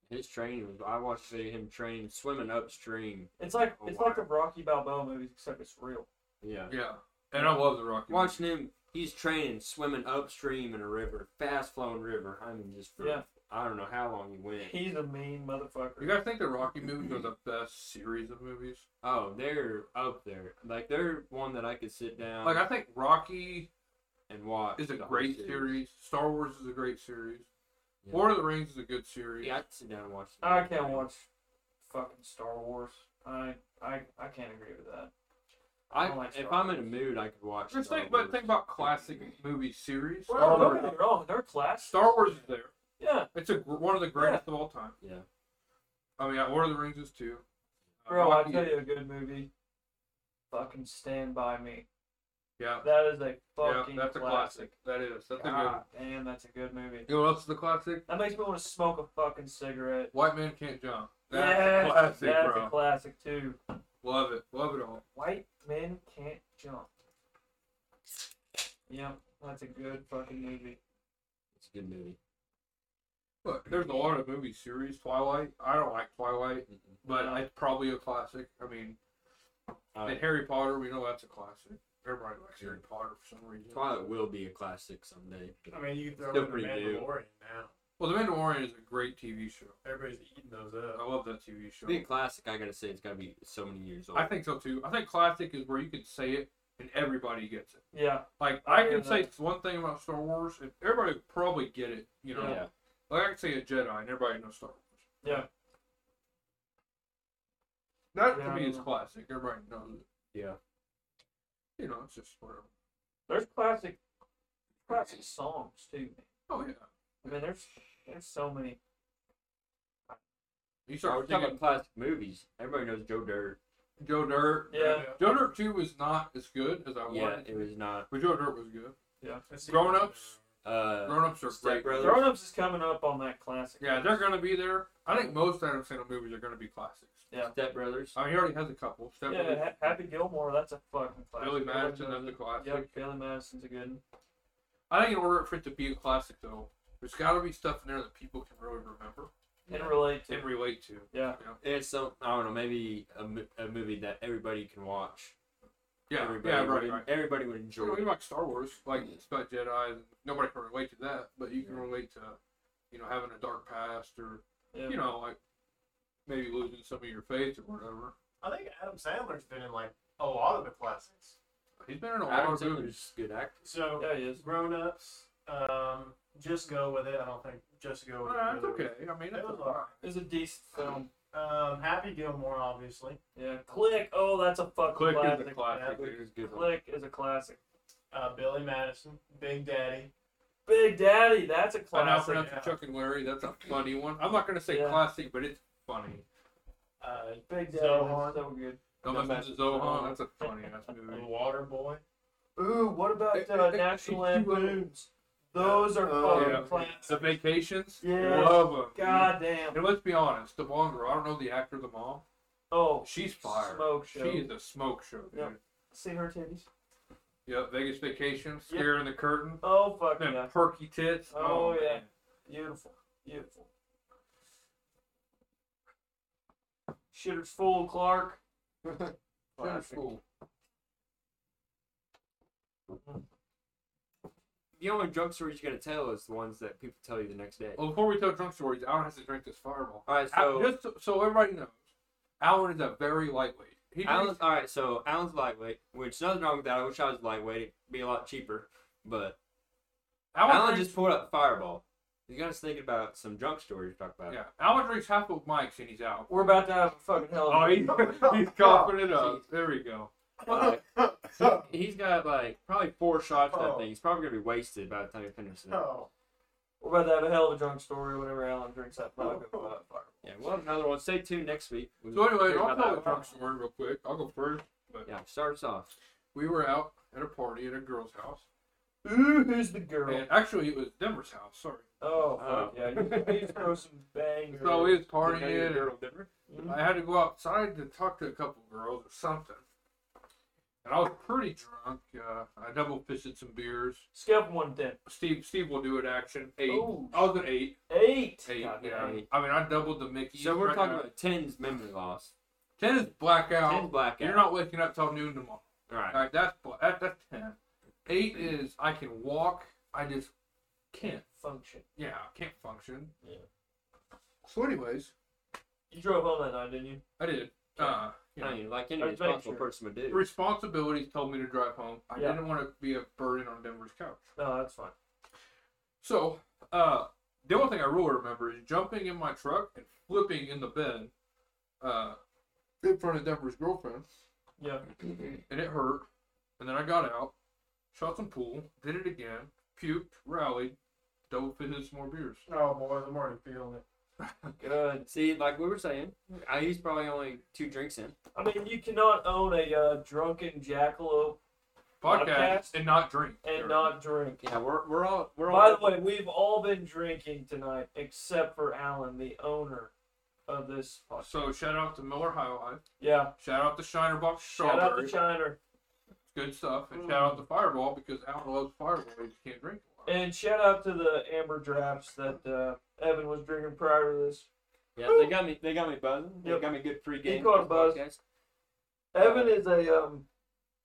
S3: his training was. I watched him train swimming upstream.
S4: It's like
S3: Oh,
S4: it's
S3: wow.
S4: like the Rocky Balboa movies, except it's real.
S3: Yeah.
S2: Yeah. And I love the Rocky.
S3: Watching him he's training swimming upstream in a river, fast flowing river. I mean, just for
S4: Yeah.
S3: I don't know how long he went.
S4: He's a mean
S2: You
S4: motherfucker.
S2: guys think the Rocky movies are the best series of movies?
S3: Oh, they're up there. Like they're one that I could sit down
S2: Like I think Rocky
S3: and watch.
S2: is a
S3: the whole
S2: great series. Star Wars is a great series.
S3: Yeah.
S2: Lord of the Rings is a good series.
S3: Yeah, I could sit down and watch. the
S4: I
S3: whole
S4: can't
S3: thing.
S4: watch fucking Star Wars. I I I can't agree with that.
S3: I,
S4: I don't like
S3: if
S4: Star
S3: I'm in a mood, I could watch.
S2: Just
S3: Star
S2: think, but
S3: Wars.
S2: think about classic movie series.
S4: Well,
S2: Star,
S4: don't
S2: Wars.
S4: get me wrong, they're classics.
S2: Star Wars is there.
S4: Yeah,
S2: It's a, gr- one of the greatest of all time.
S3: Yeah.
S2: I mean, Lord of the Rings is too. Uh,
S4: bro. I
S2: Rocky-
S4: tell you a good movie. Fucking Stand by Me.
S2: Yeah,
S4: That is a
S2: yeah,
S4: fucking
S2: that's a classic.
S4: classic.
S2: That is. That's a good.
S4: God damn, that's a good movie.
S2: You know what else is a classic?
S4: That makes me want to smoke a fucking cigarette.
S2: White Man Can't Jump. That's
S4: Yes,
S2: a classic,
S4: that's
S2: bro.
S4: a classic too.
S2: Love it. Love it all.
S4: White men can't jump. Yep, that's a good fucking movie.
S3: it's a good movie.
S2: Look, there's a lot of movie series. Twilight. I don't like Twilight,
S3: Mm-mm.
S2: but
S4: Yeah.
S2: it's probably a classic. I mean,
S3: Uh,
S2: and Harry Potter, we know that's a classic. Everybody likes Harry Potter for some reason.
S3: Twilight will be a classic someday.
S1: I mean, you can throw
S3: Still
S1: in the
S3: pretty new.
S1: Mandalorian now.
S2: Well, The Mandalorian is a great TV show.
S1: Everybody's eating those
S2: I
S1: up.
S2: love that TV show.
S3: Be a classic. I gotta say, it's gotta be so many years old.
S2: I think so too. I think classic is where you can say it and everybody gets it.
S4: Yeah,
S2: Like I
S4: Yeah.
S2: can say one thing about Star Wars and everybody would probably get it. You know,
S3: Yeah.
S2: like I can say a Jedi and everybody knows Star Wars.
S4: Yeah.
S2: That
S4: Yeah,
S2: to
S4: I
S2: me
S4: don't
S2: is
S4: know.
S2: classic. Everybody knows it.
S3: Yeah.
S2: You know, it's just whatever.
S4: there's classic, classic songs too.
S2: Oh yeah.
S4: I mean, there's there's so many.
S2: You
S3: Oh, we're
S2: start
S3: talking
S2: thinking
S3: about classic movies. Everybody knows Joe Dirt.
S2: Joe Dirt.
S4: Yeah.
S2: Joe Dirt two was not as good as I
S3: Yeah,
S2: wanted.
S3: it was not.
S2: But Joe Dirt was good.
S1: Let's see.
S2: Grown ups.
S3: Uh,
S2: Grown ups are
S3: Step
S2: great.
S3: Brothers.
S4: Grown Ups is coming up on that classic.
S2: Yeah, they're gonna be there. I think most Adam Sandler movies are gonna be classics.
S3: Step Brothers.
S2: I mean, he already has a couple. Step
S4: yeah.
S2: Brothers,
S4: Ha- Happy Gilmore, that's a fucking classic.
S2: Billy Madison, that's a classic.
S4: Yep, Billy Madison's a good. one.
S2: I think in order for it to be a classic, though, there's got to be stuff in there that people can really remember
S4: And relate to.
S2: and relate to.
S4: Yeah.
S3: It's some. I don't know. Maybe a, mo- a movie that everybody can watch.
S2: Yeah,
S3: everybody
S2: yeah, right,
S3: would,
S2: right.
S3: Everybody would
S2: You know,
S3: enjoy.
S2: even like Star Wars, like it's about Jedi, and nobody can relate to that, but you can
S3: Yeah.
S2: relate to, you know, having a dark past or,
S4: Yeah.
S2: you know, like maybe losing some of your faith or whatever.
S1: I think Adam Sandler's been in like a lot of the classics.
S2: He's been in a lot
S3: Adam
S2: of movies.
S3: Sandler's a good actor.
S1: So
S4: yeah, he is.
S1: grown ups, um, just go with it. I don't think just go with
S2: Nah,
S1: it.
S2: it's
S1: really.
S2: okay. I mean,
S1: It
S2: it's
S1: was
S2: all right.
S1: alright.
S4: It's a decent film.
S1: Um, Happy Gilmore, obviously.
S4: Yeah. Click. Oh, that's a fucking
S2: Click
S4: classic.
S2: is a classic.
S3: Click is a good. one.
S4: Click is a classic.
S1: Uh, Billy Madison, Big Daddy.
S4: Big Daddy, that's a
S2: I now
S4: classic.
S2: pronounce it Chuck and Larry. That's a funny one. I'm not going to say
S4: Yeah.
S2: classic, but it's funny.
S1: Uh,
S4: Big Daddy,
S1: Zohan.
S4: that's so good.
S2: Don't
S3: Dumbass
S2: mess with
S3: Zohan.
S2: Zohan. That's a funny ass
S1: The
S2: movie.
S1: Water Boy.
S4: Ooh, what about
S2: Eh,
S4: uh,
S2: eh, eh,
S4: National
S2: eh, [LAUGHS] you will.
S4: Lampoons? Those are
S1: Oh,
S4: fucking
S2: yeah.
S4: classics.
S2: The Vacations.
S4: Yes.
S2: Love 'em.
S4: God damn.
S2: And let's be honest, the blonde girl, I don't know the actor, the mom,
S4: Oh,
S2: she's fire.
S4: Smoke
S2: she
S4: show.
S2: is a smoke show, dude.
S4: Yep. see her titties.
S2: Yep, Vegas Vacation, Scare in the Curtain,
S4: Oh, fucking
S2: them
S4: yeah.
S2: perky tits.
S4: Oh, yeah.
S2: man.
S4: Beautiful. Beautiful. Shitter's Fool
S1: [LAUGHS]
S4: Clark.
S2: That's
S4: Classic.
S2: cool.
S3: The only drunk stories you're gonna tell is the ones that people tell you the next day.
S2: Well, before we tell drunk stories, Alan has to drink this fireball.
S3: All right,
S2: Oh, Al-
S3: so
S2: just so, so everybody knows, Alan is a very lightweight. He
S3: Alan's
S2: drinks,
S3: all right. So Alan's lightweight, which nothing wrong with that. I wish I was lightweight. It'd be a lot cheaper. But
S2: Alan,
S3: Alan
S2: drinks,
S3: just pulled up Fireball. You got us thinking about some drunk stories to talk about.
S2: yeah, Alan drinks half of Mike's and he's out.
S4: We're about to have a fucking hell
S2: Oh,
S4: of a [LAUGHS]
S2: he, [LAUGHS] he's coughing it up. There we go.
S3: Like, he's got like probably four shots of that
S1: Oh.
S3: thing. He's probably gonna be wasted by the time he finishes it.
S1: Oh,
S4: We're about to have a hell of a drunk story whenever Alan drinks that uh, vodka.
S1: [LAUGHS]
S4: But fuck.
S3: Yeah, we'll have another one. Stay tuned next week. We'll
S2: So anyway, I'll
S3: talk about
S2: tell the
S3: that.
S2: drunk story real quick. I'll go first.
S3: Yeah, start us off.
S2: We were out at a party at a girl's house.
S4: Ooh, who's the girl?
S2: And actually, it was Denver's house. Sorry.
S4: Oh, fuck
S3: Oh.
S4: yeah.
S1: [LAUGHS]
S4: You, you throw some bangs.
S2: So we was
S3: Didn't know you were
S2: partying.
S3: Daryl Denver.
S2: and I had to go outside to talk to a couple girls or something. And I was pretty drunk. Uh, I double fisted some beers.
S4: Skip one ten.
S2: Steve, Steve will do it. Action eight.
S3: Oh.
S4: Ooh.
S2: I was an eight.
S4: Eight.
S2: Eight.
S4: God
S2: yeah.
S4: damn.
S2: I mean, I doubled the Mickey.
S3: So we're talking about Ten's memory loss.
S2: ten is blackout.
S3: Ten blackout.
S2: You're not waking up till noon tomorrow.
S3: All right.
S2: All right, that's bla- that, that's ten. Eight is I can walk. I just can't.
S4: function.
S2: Yeah, I can't function.
S4: Yeah.
S2: So, anyways,
S4: You drove home that night, didn't you?
S2: I did. Uh, you
S3: I
S2: know,
S3: mean, like any
S4: I was making
S3: responsible
S4: sure.
S3: person would do.
S2: responsibilities told me to drive home. I
S4: Yeah.
S2: didn't want to be a burden on Denver's couch.
S4: No, that's fine.
S2: So, uh, the only thing I really remember is jumping in my truck and flipping in the bed, uh, in front of Denver's girlfriend,
S4: Yeah.
S2: and it hurt. And then I got out, shot some pool, did it again, puked, rallied, double fitted some more beers.
S1: Oh boy, I'm already feeling it.
S3: [LAUGHS] Good. See, like we were saying, I he's probably only two drinks in.
S4: I mean, you cannot own a uh, drunken jackalope
S2: Podcast,
S4: Podcast.
S2: and not drink.
S4: and
S2: Sure.
S4: not drink.
S3: Yeah, we're we're all we're
S4: By
S3: all.
S4: the way, we've all been drinking tonight except for Alan, the owner of this. podcast.
S2: So shout out to Miller High Life.
S4: Yeah,
S2: Shout out to Shiner Box
S4: shout out
S2: Strawberry.
S4: to Mm. Shiner
S2: Good stuff. And shout out to Fireball because Alan loves Fireball. He just can't drink. a lot.
S4: and shout out to the amber drafts that uh, Evan was drinking prior to this.
S3: yeah, they got me. They got me buzzing. They
S4: Yep.
S3: got me good pre-game.
S4: He caught a buzz.
S3: podcast.
S4: Evan is a um,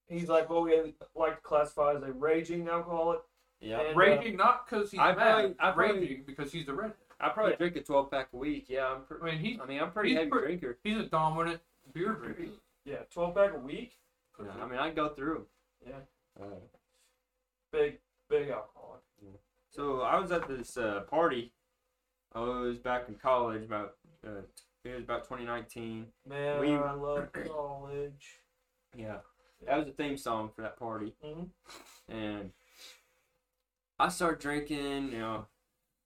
S4: he's like what we like to classify as a raging alcoholic.
S3: Yeah,
S4: And, uh,
S2: Raging not because he's
S3: I
S2: mad.
S3: probably- I probably-
S2: raging because he's the redhead.
S3: I probably
S4: Yeah.
S3: drink a 12 pack a week. Yeah, I'm. Pre-
S2: I mean, he's
S3: I mean, I'm a pretty
S2: He's
S3: heavy
S2: pre-
S3: drinker.
S2: he's a dominant beer drinker.
S4: Yeah, twelve pack a week.
S3: Yeah, I mean, I go through.
S4: Yeah.
S3: Uh,
S4: Big big alcoholic.
S3: So I was at this uh, party. I was back in college about uh, it was about 2019.
S4: Man,
S3: We-
S4: I love college.
S3: Yeah, that was the theme song for that party.
S4: Mhm.
S3: And I started drinking. You know,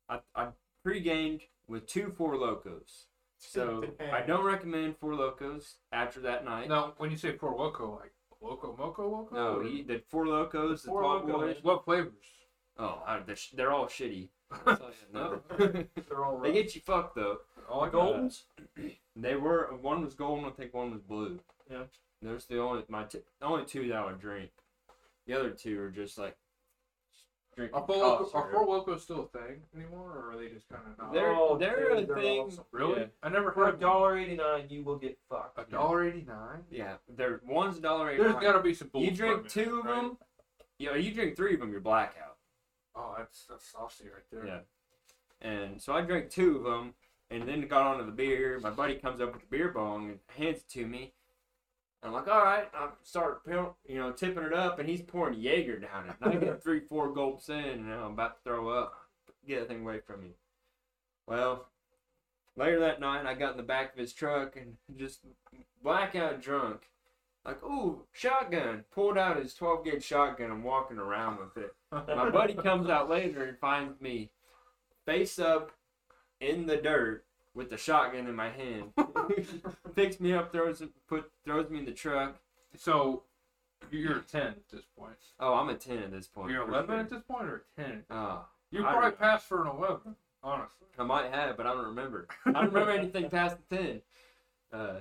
S3: I I pre-gamed with two Four Locos. So I don't recommend Four Locos after that night.
S2: Now, when you say Four Loco, like Loco Moco Loco?
S3: No,
S2: Or
S3: you, the Four Locos, the
S4: Four
S3: Tall
S4: Locos.
S3: Boys.
S2: What flavors?
S3: Oh, I, they're, sh- they're all shitty. I'll tell you, no,
S4: They're all
S3: [LAUGHS] they
S4: right.
S3: get you fucked though.
S2: All I got.
S4: Goldens.
S3: They were one was golden. I think one was blue.
S4: Yeah.
S3: There's the only my t- the only two that I would drink. The other two are just like drinking.
S2: Are Four,
S3: cough
S2: Loco, are
S3: syrup.
S2: Four Locos still a thing anymore, or are they just kind of not?
S3: They're
S4: Oh,
S3: they're
S4: dude,
S3: a
S4: they're
S3: thing.
S4: awesome.
S2: really?
S3: yeah.
S2: I never
S4: For a
S2: heard of
S4: dollar eighty nine, you will get fucked.
S2: a dollar eighty nine.
S3: Yeah, they're one's a dollar eighty
S2: There's
S3: nine.
S2: got to be some
S3: You
S2: bullshit.
S3: drink two of them. Yeah, you drink three of them, you're blackout.
S2: Oh, that's that's saucy right there.
S3: Yeah. And so I drank two of them, and then got onto the beer. My buddy comes up with a beer bong and hands it to me. I'm like, all right, I start, pill- you know, tipping it up, and he's pouring Jaeger down it. And I get three, four gulps in, and I'm about to throw up. Get that thing away from me. Well, later that night, I got in the back of his truck and just blackout drunk. Like, ooh, shotgun. Pulled out his 12 gauge shotgun and walking around with it. My buddy comes out later and finds me face up in the dirt with the shotgun in
S2: [LAUGHS]
S3: my hand. Picks me up, throws put throws me in the truck.
S2: So you're a ten at this point.
S3: Oh, I'm a ten at this point.
S2: You're
S3: for
S2: eleven at
S3: sure.
S2: this point, or a ten?
S3: Oh,
S2: You
S3: I
S2: probably
S3: don't
S2: passed for an eleven, honestly.
S3: I might have, but I
S2: [LAUGHS]
S3: don't remember. I don't remember anything past the ten. Uh,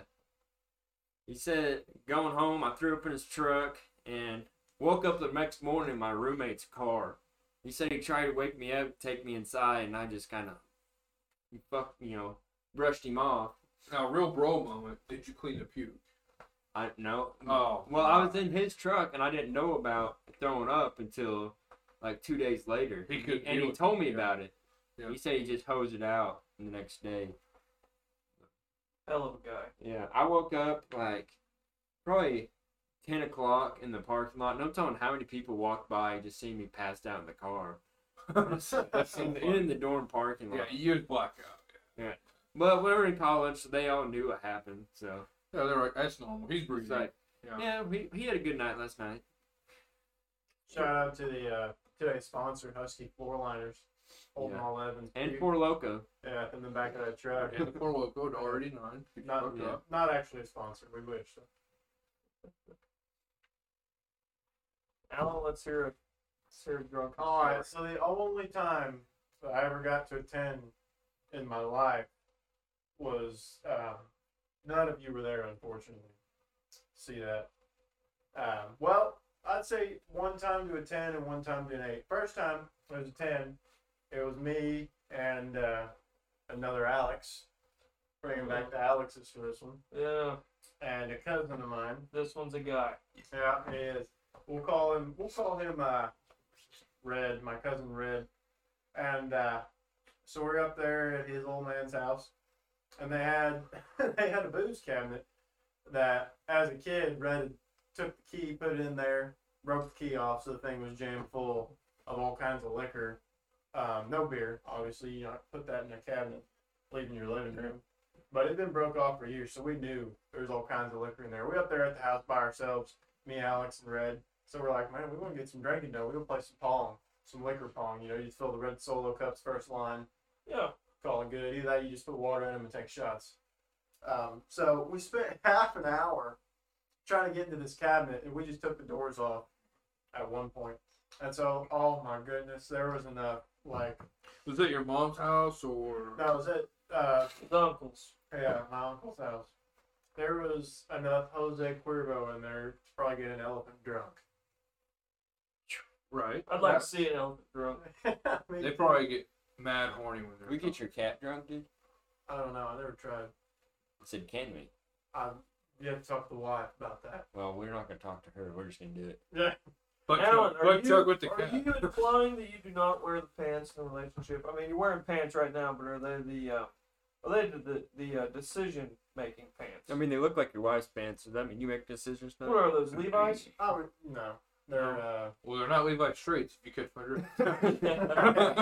S3: he said going home, I threw up in his truck and woke up the next morning in my roommate's car. He said he tried to wake me up, take me inside, and I just kind of, he fuck, you know, brushed him off.
S2: Now, real bro moment. Did you clean the puke?
S3: I no,
S2: Oh,
S3: Well, I was in his truck and I didn't know about throwing up until like two days later.
S2: He could
S3: and
S2: do
S3: he
S2: it.
S3: told me
S2: Yeah.
S3: about it.
S2: Yeah.
S3: He said he just hosed it out the next day.
S4: Hell of a guy.
S3: Yeah, I woke up like probably ten o'clock in the parking lot. No telling how many people walked by just seeing me passed out in
S2: [LAUGHS]
S3: the car
S2: That's so
S3: in
S1: [LAUGHS]
S3: the,
S2: funny.
S3: in the dorm parking lot.
S2: Yeah, you was blackout.
S3: But we were in college, so they all knew what happened. So
S2: Yeah, they're like, that's normal. He's
S3: it's
S2: breathing.
S3: like,
S2: Yeah.
S3: yeah, we, he had a good night last night.
S1: Shout out to the uh, today's sponsor, Husky Floor Liners, holding
S3: Yeah.
S1: all Evans
S3: And
S1: beer,
S3: poor loco.
S1: yeah, in the back of that truck.
S2: and the poor will go to already nine. Get
S1: Not,
S2: fucked up.
S1: not actually a sponsor. We wish.
S4: Alan, let's hear a let's hear a drunk.
S1: All right. So the only time that I ever got to attend in my life was um, none of you were there, unfortunately. See that? Um, well, I'd say one time to a ten and one time to an eight. First time it was a ten. It was me and uh, another Alex. Bringing back the Alex's for this one,
S4: Yeah,
S1: and a cousin of mine.
S4: this one's a guy.
S1: Yeah, he is. We'll call him. We'll call him uh, Red, my cousin Red, and uh, so we're up there at his old man's house, and they had [LAUGHS] they had a booze cabinet that, as a kid, Red took the key, put it in there, broke the key off, so the thing was jammed full of all kinds of liquor. Um, no beer, obviously. You don't put that in a cabinet, leaving your living room. But it had been broke off for years, so we knew there was all kinds of liquor in there. We up there at the house by ourselves, me, Alex, and Red. So we're like, man, we want to get some drinking done. We gonna play some pong, some liquor pong. You know, you fill the red solo cups first line. Yeah, call it good. Either that, you just put water in them and take shots. Um, so we spent [LAUGHS] half an hour trying to get into this cabinet, and we just took the doors off at one point. And so, oh my goodness, there was enough. Like
S2: Was that your mom's house or?
S1: that was it. Uh,
S4: His uncles.
S1: yeah, my uncle's house. There was enough Jose Cuervo in there to probably get an elephant drunk. [LAUGHS]
S2: Right.
S4: I'd like to see an elephant drunk.
S1: I mean,
S2: They probably get mad horny when they're.
S3: We get your cat drunk, dude.
S1: I don't know. I never tried.
S3: I said, can we?
S1: I you have to talk to the wife about that.
S3: Well, we're not gonna talk to her. We're just gonna do it.
S2: butt
S4: Alan,
S2: chug,
S4: are
S2: butt
S4: you-
S2: chug with the
S4: are
S2: cat.
S4: you implying that you do not wear the pants in a relationship? I mean, you're wearing pants right now, but are they the uh, are they the the uh, decision making pants?
S3: I mean, they look like your wife's pants. Does that mean you make decisions now?
S4: what are those Levi's?
S1: I would no. They're uh,
S2: well, they're not Levi Straits. If you catch my
S4: [LAUGHS]
S2: drift.
S3: Yeah.
S1: I don't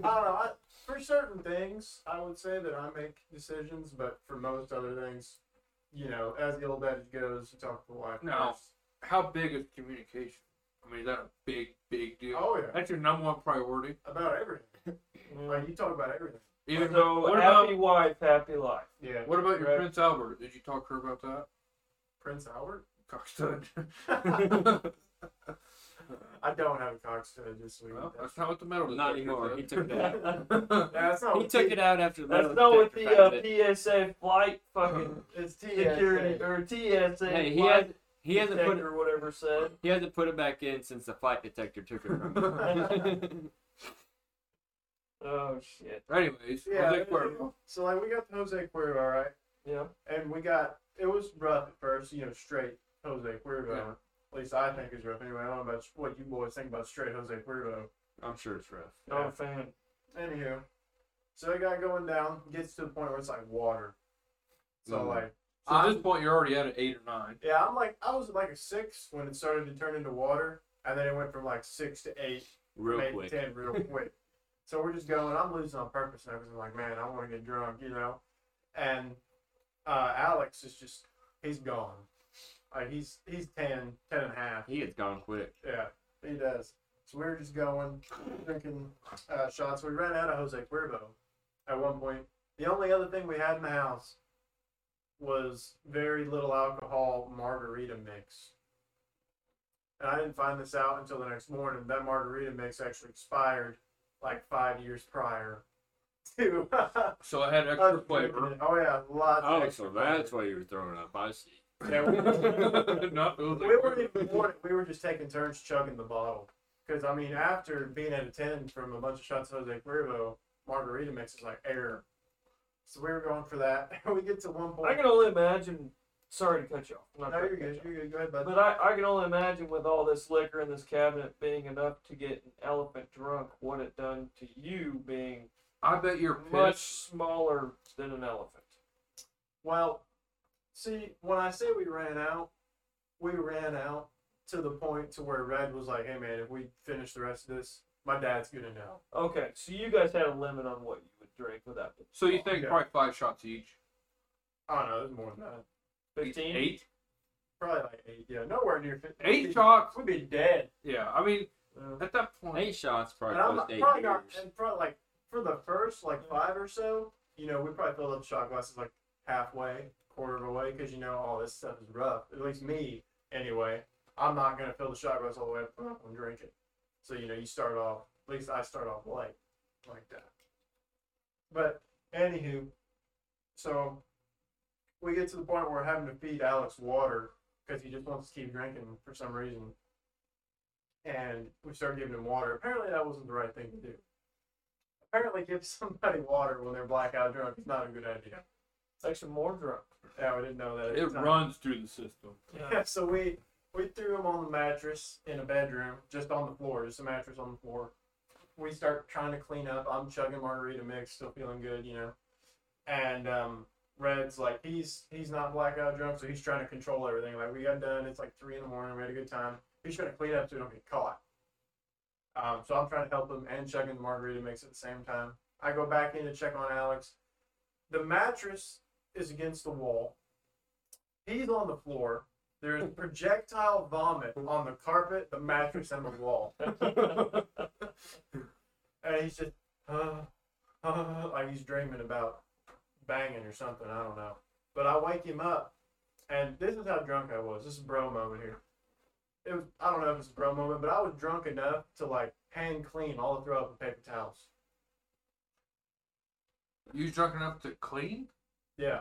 S1: know. I, for certain things, I would say that I make decisions, but for most other things, you know, as the old adage goes, you talk to the wife.
S2: No.
S1: first.
S2: [LAUGHS] How big is communication? I mean, is that a big, big deal?
S1: Oh yeah,
S2: That's your number one priority.
S1: about everything. like you talk about everything.
S2: Even
S4: so
S2: though, what
S4: happy
S2: about
S4: wife, happy life.
S1: Yeah.
S2: what about your
S1: Right.
S2: Prince Albert? Did you talk to her
S1: [LAUGHS]
S2: about that?
S1: Prince Albert? [LAUGHS]
S2: Cockstud.
S1: I don't have a cock stud this week.
S2: well, that's not what the metal.
S3: Not
S2: detector
S3: anymore. He
S2: said.
S3: took it out.
S1: Yeah, it's not
S3: [LAUGHS] He
S1: with
S3: took
S1: T-
S3: it out after the.
S4: That's
S3: metal
S4: not with the
S3: detector
S4: uh,
S3: found it.
S4: PSA flight
S1: [LAUGHS]
S4: fucking
S1: It's T
S4: security or TSA
S3: Hey, he
S4: flight
S3: has. He hasn't
S4: detector
S3: put.
S4: or whatever said.
S3: He hasn't put it back in since the flight detector took it from him.
S4: Oh shit.
S2: [LAUGHS] Anyways,
S1: Yeah.
S2: I think we're-
S1: So like we got the Jose Cuervo, all right.
S4: Yeah.
S1: and we got it was rough at first, you know, straight Jose Cuervo.
S2: Yeah.
S1: At least I think it's rough. Anyway, I don't know about what you boys think about straight Jose Cuervo.
S3: I'm sure it's rough.
S4: Not a fan.
S1: Anywho, so it got going down, gets to the point where it's like water. So
S3: Mhm.
S1: like,
S2: Mm-hmm. So at this point, you're already at an eight or nine.
S1: yeah, I'm like I was like a six when it started to turn into water, and then it went from like six to eight,
S3: Real
S1: made
S3: quick.
S1: ten
S3: [LAUGHS]
S1: real quick. so we're just going. I'm losing on purpose now because I'm like, man, I want to get drunk, you know. And uh, Alex is just he's gone. Like he's he's 10, 10 and a half.
S3: He has gone quick.
S1: Yeah, he does. So we were just going, drinking uh, shots. We ran out of Jose Cuervo at one point. The only other thing we had in the house was very little alcohol margarita mix. And I didn't find this out until the next morning. That margarita mix actually expired like five years prior to [LAUGHS]
S2: So I had extra flavor.
S1: Oh yeah, lots. of
S3: Oh,
S1: extra
S3: so that's
S1: flavor.
S3: why you were throwing up. I see.
S1: Yeah,
S3: [LAUGHS]
S1: we-
S2: [LAUGHS] Not those
S1: we weren't even warning. We were just taking turns chugging the bottle. Because I mean, after being at a ten from a bunch of shots of Jose Cuervo, margarita mix is like air. So we were going for that. [LAUGHS] we get to one
S4: I
S1: point.
S4: can only imagine. Sorry to cut you off. I'm not
S1: No,
S4: trying
S1: you're
S4: to cut
S1: good.
S4: you
S1: You're good. Go ahead,
S4: off.
S1: bud.
S4: But I, I can only imagine with all this liquor in this cabinet being enough to get an elephant drunk, what it done to you being
S2: I bet you're
S4: much
S2: pissed.
S4: smaller than an elephant.
S1: Well, see, when I say we ran out, we ran out to the point to where Red was like, "Hey, man, if we finish the rest of this, my dad's gonna know."
S4: Okay, so you guys had a limit on what you would drink without the
S2: So you think
S1: Oh, Yeah.
S2: probably five shots each?
S1: I don't know. There's more than that.
S4: fifteen.
S2: Eight?
S1: Probably like eight. Yeah, nowhere near fifty.
S2: Eight shots?
S1: We'd be dead.
S2: Yeah, I mean,
S4: Uh,
S2: at that point,
S3: Eight shots probably
S1: And I'm
S3: cost
S1: not,
S3: eight
S1: probably not,
S3: years.
S1: and probably like for the first like five or so, you know, we probably filled up shot glasses like halfway, quarter of a way, because you know all this stuff is rough. At least me, anyway. I'm not gonna fill the shot glass all the way up and drink it. So you know, you start off. At least I start off light, like that. But anywho, so we get to the point where we're having to feed Alex water because he just wants to keep drinking for some reason and we started giving him water. Apparently, that wasn't the right thing to do. Apparently, give [LAUGHS] somebody water when they're blackout drunk is not a good idea.
S4: It's actually more drunk.
S1: Yeah, we didn't know that. at
S2: it
S1: the time.
S2: runs through the system.
S1: Yeah, [LAUGHS] so we We threw him on the mattress in a bedroom, just on the floor, just a mattress on the floor. We start trying to clean up. I'm chugging margarita mix, still feeling good, you know. And um, Red's like, he's he's not blackout drunk, so he's trying to control everything. Like we got done, it's like three in the morning, we had a good time. He's trying to clean up so we don't get caught. Um, so I'm trying to help him and chugging the margarita mix at the same time. I go back in to check on Alex. The mattress is against the wall. He's on the floor. There is projectile vomit on the carpet, the mattress, and the wall. And he's just, uh, uh, like he's dreaming about banging or something. I don't know. But I wake him up, and this is how drunk I was. This is bro moment here. It was, I don't know if it's a bro moment, but I was drunk enough to like hand clean all the throw up and paper towels.
S2: You drunk enough to clean?
S1: Yeah.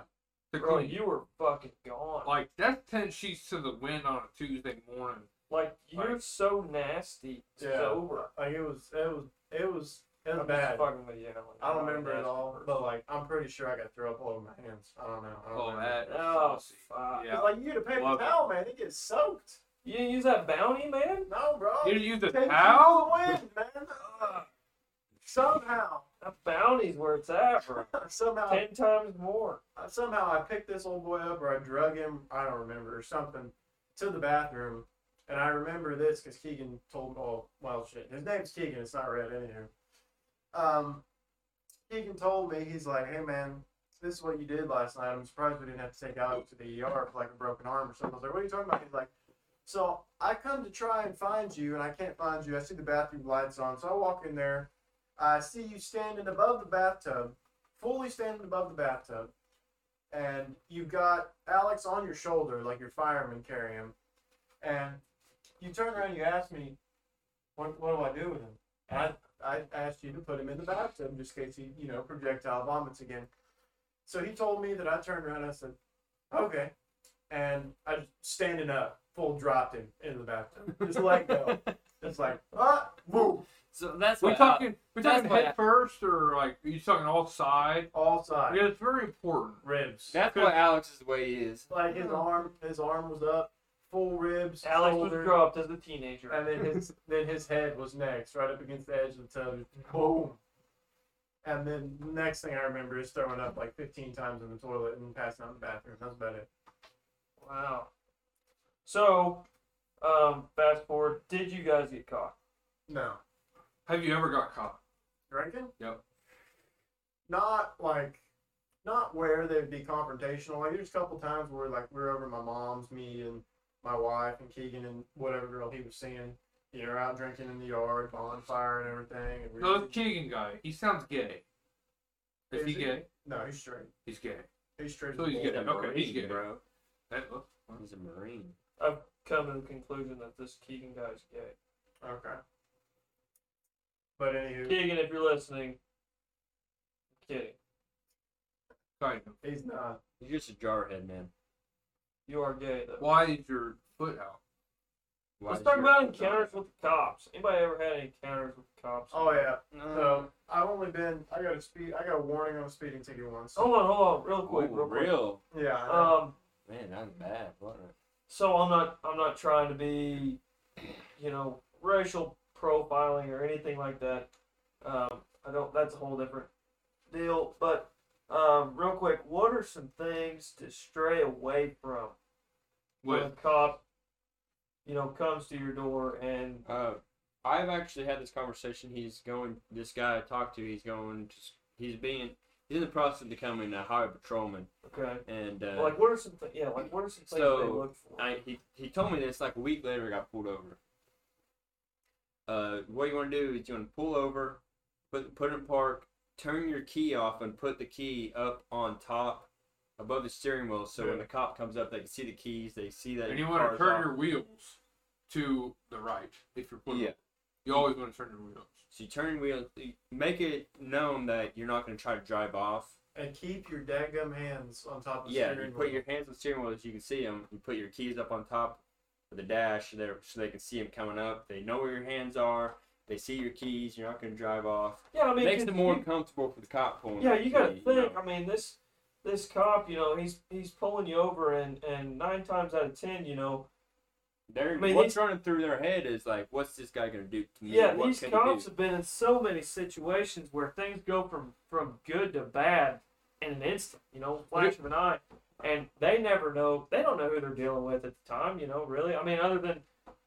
S2: To
S4: [LAUGHS] Bro,
S2: clean.
S4: you were fucking gone.
S2: Like that's ten sheets to the wind on a Tuesday morning.
S4: Like you're
S2: Like-
S4: so nasty. It's
S1: Yeah.
S4: over.
S1: Like it was, it was, it was, it was
S4: I'm
S1: bad.
S4: just fucking with you. Alan.
S1: I don't
S4: You're
S1: remember
S4: a
S1: it
S4: nasty
S1: all,
S4: person.
S1: but like I'm pretty sure I got throw up all over my hands. I don't know. I don't
S2: Oh,
S1: remember.
S2: that.
S4: Oh,
S2: saucy.
S4: fuck.
S2: Yeah.
S1: Like you get a paper
S2: Love it.
S1: towel, man. It gets soaked.
S4: You didn't use that bounty, man?
S1: No, bro.
S2: You didn't use the
S1: Take it
S2: towel?
S1: to the wind, man. Ugh. Somehow, [LAUGHS]
S4: That bounty's where it's at, bro.
S1: somehow,
S4: Ten times more.
S1: somehow, I picked this old boy up, or I drug him. I don't remember or something to the bathroom, and I remember this because Keegan told. Oh, well, shit. His name's Keegan. It's not Red, anywho. Um, Keegan told me he's like, "Hey, man." This is what you did last night. I'm surprised we didn't have to take Alex to the ER for like a broken arm or something. I was like, "What are you talking about?" He's like, So I come to try and find you, and I can't find you. I see the bathroom lights on, so I walk in there. I see you standing above the bathtub, fully standing above the bathtub, and you've got Alex on your shoulder, like your fireman carry him. And you turn around, and you ask me, "What, what do I do with him?" And I, I asked you to put him in the bathtub just in case he, you know, projectile vomits again. So he told me that I turned around. and I said, "Okay," and I just standing up, full dropped him into the bathtub, just let
S4: [LAUGHS]
S1: go, just like ah, woo,
S3: So that's
S2: We
S3: what
S2: talking we
S3: that's
S2: talking
S3: what
S2: head
S3: I-
S2: first or like are you talking all side?
S1: all sides,
S2: Yeah, it's very important.
S1: ribs.
S3: That's
S2: Good.
S3: what Alex's way is.
S1: Like his arm, his arm was up, full ribs,
S4: Alex
S1: shoulder,
S4: was dropped as a teenager.
S1: and then his then his head was next, right up against the edge of the tub. Boom. And then the next thing I remember is throwing up like 15 times in the toilet and passing out in the bathroom. That's about it.
S4: Wow. So, um, fast forward. Did you guys get caught?
S1: No.
S2: Have you ever got caught?
S1: Drinking?
S2: Yep.
S1: Not like, not where they'd be confrontational. Like there's a couple times where like we we're over at my mom's, me and my wife and Keegan and whatever girl he was seeing. You know, out drinking in the yard, bonfire and everything. And we
S2: No, the Keegan guy. He sounds gay. Is,
S1: Is
S2: he
S1: he?
S2: gay?
S1: no, he's straight.
S2: He's gay.
S1: He's straight. as
S2: So
S1: a
S2: he's
S1: bull.
S2: good. Yeah,
S3: a
S2: okay, he's
S3: Marine,
S2: good.
S3: bro.
S2: That- oh, oh.
S3: He's a Marine.
S4: I've come to the conclusion that this Keegan guy's gay.
S1: Okay. But anywho,
S4: Keegan, if you're listening, I'm kidding.
S2: Sorry.
S1: he's not.
S3: He's just a jarhead, man.
S4: You are gay, though.
S2: Why is your foot out?
S3: Why
S4: Let's
S3: is
S4: talk
S3: your-
S4: about encounters with the cops. Anybody ever had any encounters with the cops?
S1: Oh yeah.
S3: No.
S1: So I've only been. I got a speed. I got a warning on a speeding ticket once.
S3: Oh,
S4: Hold on, hold on, real quick,
S3: Ooh,
S4: real quick.
S3: real.
S1: Yeah. I know.
S3: uh,
S4: Um,
S3: Man, that was bad, wasn't
S4: so I'm not, I'm not trying to be, you know, racial profiling or anything like that. Um, I don't. That's a whole different deal. But um, real quick, what are some things to stray away from when a
S2: With
S4: cop, you know, comes to your door and
S3: it? Uh, I've actually had this conversation. He's going, this guy I talked to, he's going, just, he's being, he's in the process of becoming a highway patrolman.
S4: okay,
S3: And, uh,
S4: like what are some th- yeah, like what are some things
S3: So,
S4: they look for?
S3: I, he, he told me this like a week later. I got pulled over. Uh, what you want to do is you want to pull over, put put it in park, turn your key off, and put the key up on top, above the steering wheel. So when
S1: Yeah.
S3: the cop comes up, they can see the keys. They see that.
S2: and you
S3: your
S2: want to
S3: car's
S2: turn
S3: off.
S2: your wheels to the right if you're putting
S3: Yeah.
S2: You always want to turn your wheels.
S3: So you turn your wheel. you Make it known that you're not going to try to drive off.
S1: and keep your dadgum hands on top of the
S3: Yeah, you
S1: steering
S3: put
S1: wheel.
S3: your hands on the steering wheel as you can see them. You put your keys up on top of the dash so, they're- so they can see them coming up. They know where your hands are. They see your keys. You're not going to drive off.
S4: yeah, I mean,
S3: Makes
S4: 'cause
S3: them more
S4: you-
S3: comfortable for the cop pulling.
S4: Yeah,
S3: up
S4: you
S3: to
S4: gotta think.
S3: you know.
S4: I mean, this this cop, you know, he's he's pulling you over, and and nine times out of ten, you know,
S3: They're,
S4: I mean,
S3: what's
S4: these-
S3: running through their head is like, what's this guy gonna do to me?
S4: Yeah,
S3: what
S4: these
S3: can he
S4: cops
S3: do?
S4: have been in so many situations where things go from from good to bad in an instant, you know, flash of an eye, and they never know. They don't know who they're dealing with at the time, you know. Really, I mean, other than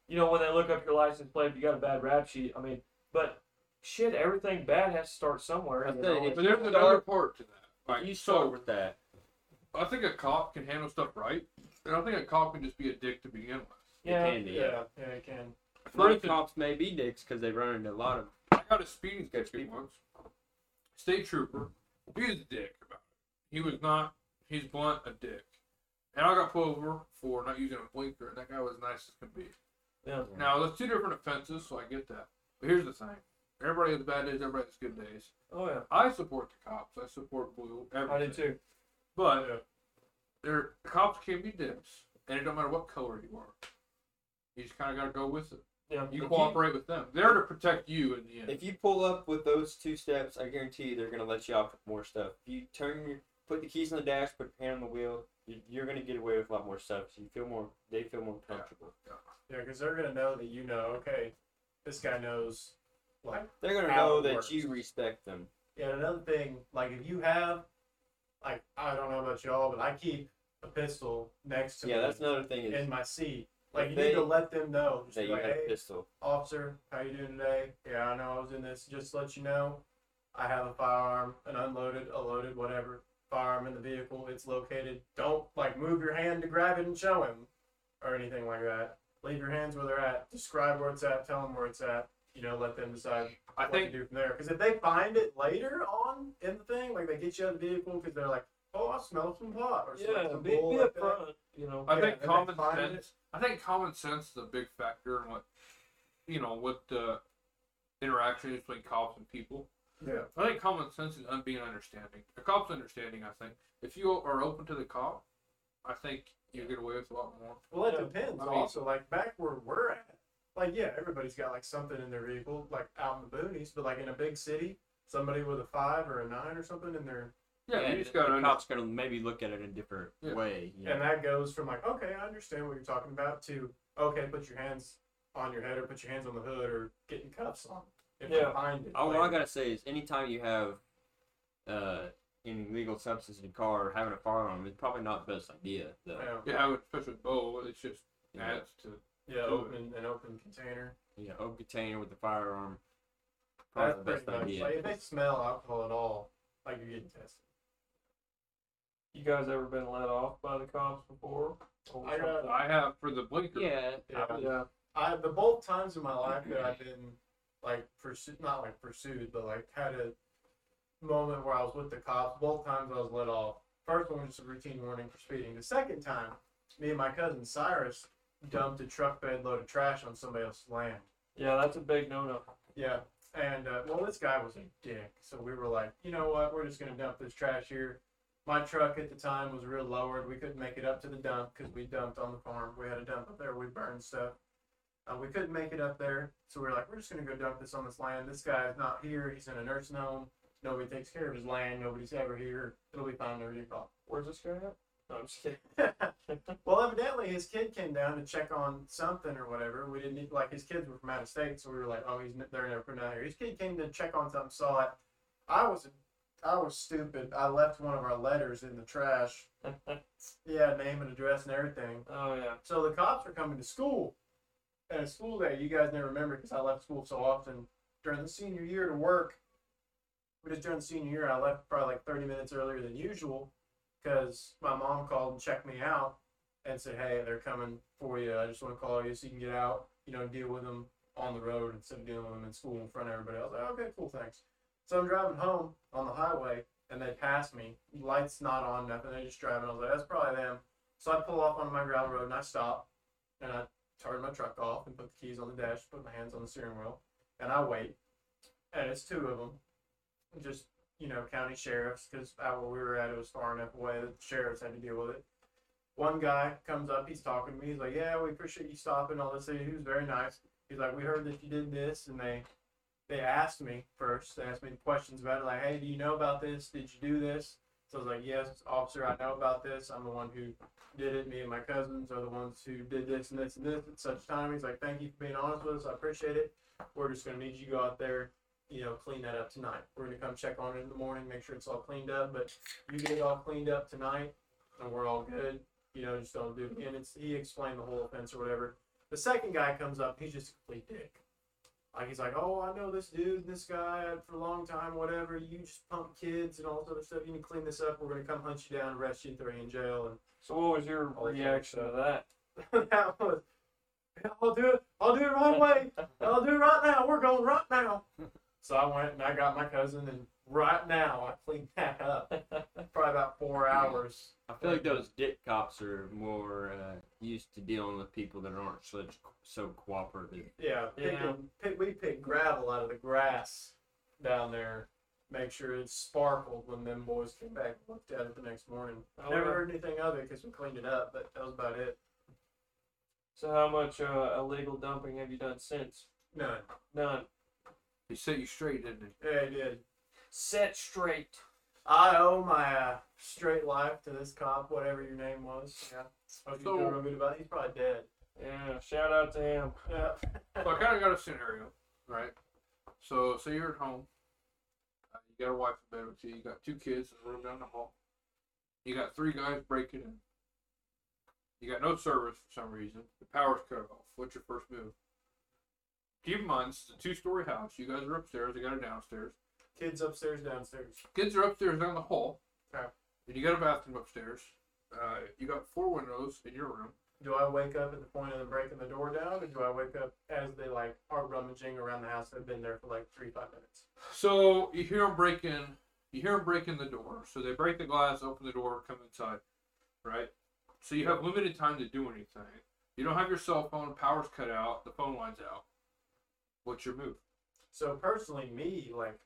S4: you know when they look up your license plate, if you got a bad rap sheet. I mean, but shit, everything bad has to start somewhere.
S3: I
S4: you
S3: tell
S4: know,
S3: you,
S4: and-
S2: But there's another part to that. Like,
S3: You
S2: so-
S3: start with that.
S2: I think a cop can handle stuff right, and I think a cop can just be a dick to begin with.
S3: You
S4: yeah,
S3: can do.
S1: Yeah, yeah, you can.
S2: For
S3: Money
S2: instance,
S3: cops may be dicks because they run into a lot of.
S2: I got a speeding ticket once. State trooper, he was a dick about it. He was not. He's blunt, a dick. And I got pulled over for not using a blinker, and that guy was nice as can be.
S4: yeah.
S2: Now, that's two different offenses, so I get that. But here's the thing: everybody has bad days, everybody has good days.
S4: Oh yeah,
S2: I support the cops. I support blue.
S4: I
S2: Everything.
S4: do too.
S2: But they're cops can be dicks, and it don't matter what color you are. You just kind of got to go with it.
S4: Yeah,
S2: You
S3: If
S2: cooperate with them. They're to protect you in the end.
S3: If you pull up with those two steps, I guarantee you they're gonna let you off with more stuff. If you turn your, put the keys on the dash, put your hand on the wheel, you, you're gonna get away with a lot more stuff. So you feel more, they feel more comfortable.
S1: Yeah, because they're gonna know that you know. Okay, this guy knows. Like,
S3: They're gonna
S1: How
S3: know
S1: it
S3: that
S1: works.
S3: you respect them.
S1: yeah. Another thing, like if you have, like I don't know about y'all, but I keep a pistol next to
S3: Yeah,
S1: me
S3: that's another thing is
S1: in my seat. Like you
S3: If
S1: need
S3: they-
S1: to let them know. Just
S3: that
S1: be
S3: you
S1: like,
S3: have
S1: hey,
S3: a pistol.
S1: officer, how you doing today? Yeah, I know I was in this. Just to let you know, I have a firearm, an unloaded, a loaded, whatever firearm in the vehicle. It's located. Don't like move your hand to grab it and show him, or anything like that. Leave your hands where they're at. Describe where it's at. Tell them where it's at. You know, let them decide
S2: I
S1: what
S2: think
S1: to do from there. Because if they find it later on in the thing, like they get you out of the vehicle because they're like, oh, I smell some pot or
S4: Yeah,
S1: some
S4: be,
S1: bull
S4: be
S1: like
S4: up
S1: that."
S4: front, you know.
S2: I
S1: Yeah,
S2: think
S1: they
S2: common
S1: find it.
S2: sense. I think common sense is a big factor in what you know what the interaction is between cops and people.
S1: Yeah.
S2: I think common sense is un- being understanding. A cop's understanding. I think if you are open to the cop, I think you get away with a lot more.
S1: Well, it
S4: Yeah.
S1: depends.
S2: I mean-
S1: also, like back where we're at, like yeah, everybody's got like something in their vehicle, like out in the boonies, but like in a big city, somebody with a five or a nine or something in their,
S2: Yeah, you
S3: and
S2: just gotta.
S3: the
S2: Under-
S3: cops gonna maybe look at it in a different
S2: Yeah.
S3: way. You know?
S1: and that goes from like okay, I understand what you're talking about to okay, put your hands on your head or put your hands on the hood or getting cuffs on if you
S4: Yeah.
S1: find it.
S3: All
S1: later.
S3: Oh, I gotta say is, anytime you have uh, any legal substance in the car or having a firearm, it's probably not the best idea. Though.
S1: yeah,
S2: yeah, I would push with bow. It's just
S3: You know,
S2: adds to.
S1: yeah,
S2: Do
S1: open an open container.
S3: you know, open container with a firearm,
S1: That's
S3: probably the
S1: pretty
S3: best
S1: much.
S3: idea.
S1: Like if they smell alcohol at all, like you're getting tested.
S4: You guys ever been let off by the cops before? Or
S1: I got-
S2: I have for the blinker.
S3: Yeah,
S1: Yeah.
S3: I would-
S4: yeah.
S1: I the both times in my life that I've been like pursued, not like pursued, but like had a moment where I was with the cops. Both times I was let off. First one was just a routine warning for speeding. The second time, me and my cousin Cyrus dumped a truck bed load of trash on somebody else's land.
S4: Yeah, that's a big no-no.
S1: Yeah, and uh, well, this guy was a dick, so we were like, you know what, we're just gonna dump this trash here. My truck at the time was real lowered. We couldn't make it up to the dump because we dumped on the farm. We had a dump up there. We burned stuff. Uh, we couldn't make it up there, so we were like, we're just gonna go dump this on this land. This guy's not here. He's in a nursing home. Nobody takes care of his land. Nobody's ever here. It'll be fine. Nobody call.
S4: Where's this guy at? No, I'm just kidding. [LAUGHS]
S1: well, evidently his kid came down to check on something or whatever. We didn't need, like his kids were from out of state, so we were like, oh, he's n- they're never from out here. His kid came to check on something, saw it. I was I was stupid. I left one of our letters in the trash. Yeah, name and address and everything.
S4: Oh yeah.
S1: So the cops were coming to school, and it's school day. You guys never remember because I left school so often during the senior year to work. But just during the senior year, I left probably like 30 minutes earlier than usual because my mom called and checked me out and said, "Hey, they're coming for you. I just want to call you so you can get out. You know, deal with them on the road instead of dealing with them in school in front of everybody." I was like, "Okay, cool, thanks." So I'm driving home on the highway, and they pass me. Lights not on, nothing. They just driving. I was like, "That's probably them." So I pull off onto my gravel road and I stop and I turn my truck off and put the keys on the dash, put my hands on the steering wheel, and I wait. And it's two of them, just you know, county sheriffs, because out where we were at, it was far enough away that the sheriffs had to deal with it. One guy comes up, he's talking to me. He's like, "Yeah, we appreciate you stopping." All this, he was very nice. He's like, "We heard that you did this," and they they asked me first. They asked me questions about it, like, "Hey, do you know about this? Did you do this?" So I was like, yes, officer, I know about this. I'm the one who did it. Me and my cousins are the ones who did this and this and this at such time. He's like, thank you for being honest with us. I appreciate it. We're just going to need you to go out there, you know, clean that up tonight. We're going to come check on it in the morning, make sure it's all cleaned up. But you get it all cleaned up tonight and we're all good. You know, just don't do it. And it's, he explained the whole offense or whatever. The second guy comes up, he's just a complete dick. Like he's like, oh, I know this dude, this guy for a long time, whatever. You just pump kids and all this other stuff. You need to clean this up. We're gonna come hunt you down, arrest you, and throw you in jail.
S4: So what was your
S1: Oh,
S4: reaction to that?
S1: And [LAUGHS] that was, I'll do it. I'll do it right away. I'll do it right now. We're going right now. So I went and I got my cousin, and right now I cleaned that up. Probably about four hours.
S3: I feel like those dick cops are more uh, used to dealing with people that aren't such so cooperative.
S1: Yeah, picking,
S4: Yeah.
S1: Pick, we pick gravel out of the grass down there. Make sure it sparkled when them boys came back and looked at it the next morning. I
S4: Oh,
S1: never
S4: yeah.
S1: heard anything of it because we cleaned it up, but that was about it.
S4: So how much uh, illegal dumping have you done since?
S1: None.
S4: None.
S2: He set you straight, didn't he?
S1: Yeah, I did.
S4: Set straight.
S1: I owe my uh, straight life to this cop, whatever your name was. Yeah. Hope you
S2: So-
S1: feel real good about it. He's probably dead.
S4: Yeah. Shout out to him.
S1: Yeah.
S2: So I kind of got a scenario, right? So, so you're at home. Uh, you got a wife in bed with you. You got two kids in a room down the hall. You got three guys breaking in. You got no service for some reason. The power's cut off. What's your first move? Keep in mind, this is a two-story house. You guys are upstairs. You got a downstairs.
S1: Kids upstairs, downstairs.
S2: Kids are upstairs down the hall.
S1: Okay.
S2: And you got a bathroom upstairs. Uh, you got four windows in your room.
S1: Do I wake up at the point of them breaking the door down, or do I wake up as they like are rummaging around the house? They've been there for like three, five minutes.
S2: So you hear them breaking. You hear them breaking the door. So they break the glass, open the door, come inside, right? So you have limited time to do anything. You don't have your cell phone. Power's cut out. The phone line's out. What's your move?
S1: So personally, me like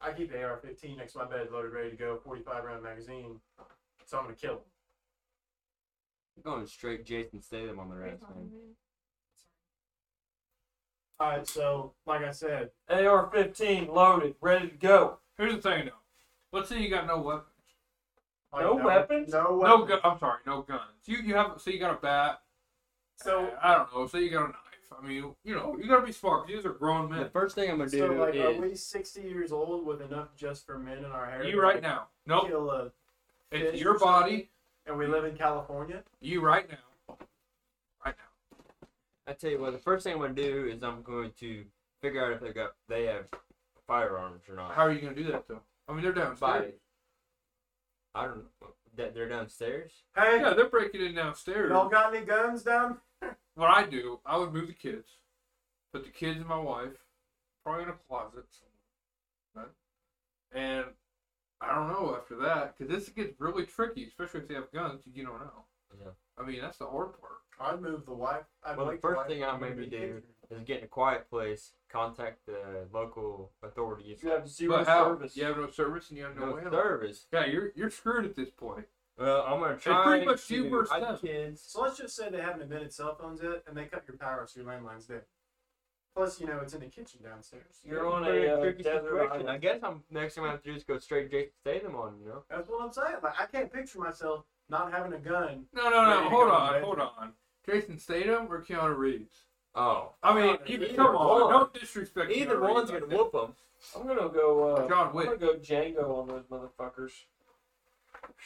S1: I keep the AR-15 next to my bed, loaded, ready to go, 45 round magazine. So I'm gonna kill him.
S3: Going straight Jason Statham on the rest, man.
S1: All right. So like I said,
S4: AR-15 loaded, ready to go.
S2: Here's the thing, though. Let's say you got no weapons.
S1: like,
S4: No weapons?
S1: No
S2: No
S1: weapons.
S2: gun. I'm sorry, no guns. You you have so you got a bat.
S1: So
S2: I don't know. So you got a knife. I mean, you know, you gotta be smart. 'cause These are grown
S3: The
S2: men.
S3: first thing I'm gonna do
S1: so like, are
S3: is
S1: we 60 years old with enough just for men in our hair?
S2: You right now. Nope.
S1: Kill a,
S2: It's your body.
S1: and we live in California.
S2: You right now. Right now.
S3: I tell you what, the first thing I'm gonna do is I'm going to figure out if they got they have firearms or not.
S2: How are you gonna do that though? I mean, they're
S3: By
S2: downstairs.
S3: I don't know that they're downstairs.
S1: Hey,
S2: Yeah, they're breaking in downstairs.
S1: y'all got any guns down?
S2: What I do, I would move the kids, put the kids and my wife probably in a closet somewhere, right? And I don't know after that because this gets really tricky, especially if they have guns. You don't know.
S3: Yeah.
S2: I mean, that's the hard part.
S1: I'd move the wife. I'd
S3: Well, the
S1: wake
S3: first
S1: wife
S3: thing I
S1: and move
S3: maybe
S1: the
S3: do-
S1: kids.
S3: Is get in a quiet place, contact the local authorities.
S4: You have zero
S2: But how?
S4: service.
S2: You have no service and you have no,
S3: No
S2: way. out.
S3: service.
S2: Yeah, you're you're screwed at this point.
S3: Well, I'm gonna
S2: pretty
S3: try.
S2: much
S3: to
S2: you versus
S3: hide
S2: them.
S3: the kids.
S1: So let's just say they haven't invented cell phones yet, and they cut your power, so your landline's dead. Plus, you know it's in the kitchen downstairs.
S4: You're on
S3: Very
S4: a uh,
S3: tricky
S4: desert
S3: situation. I
S4: island.
S3: guess I'm next thing I have to do is go straight Jason Statham on. You know,
S1: That's what I'm saying. Like I can't picture myself not having a gun.
S2: No, no,
S1: Ready
S2: no.
S1: to
S2: Hold
S1: go to
S2: on,
S1: bed.
S2: hold on. Jason Statham or Keanu Reeves?
S3: oh,
S2: I mean,
S1: Keanu
S2: you,
S1: Reeves.
S2: come on.
S3: Either
S2: Don't disrespect.
S3: either
S2: Keanu Reeves
S3: one's
S2: like
S3: gonna
S2: that.
S3: whoop them.
S4: I'm gonna go. Uh,
S2: John
S4: I'm
S2: Wick.
S4: gonna go Django on those motherfuckers.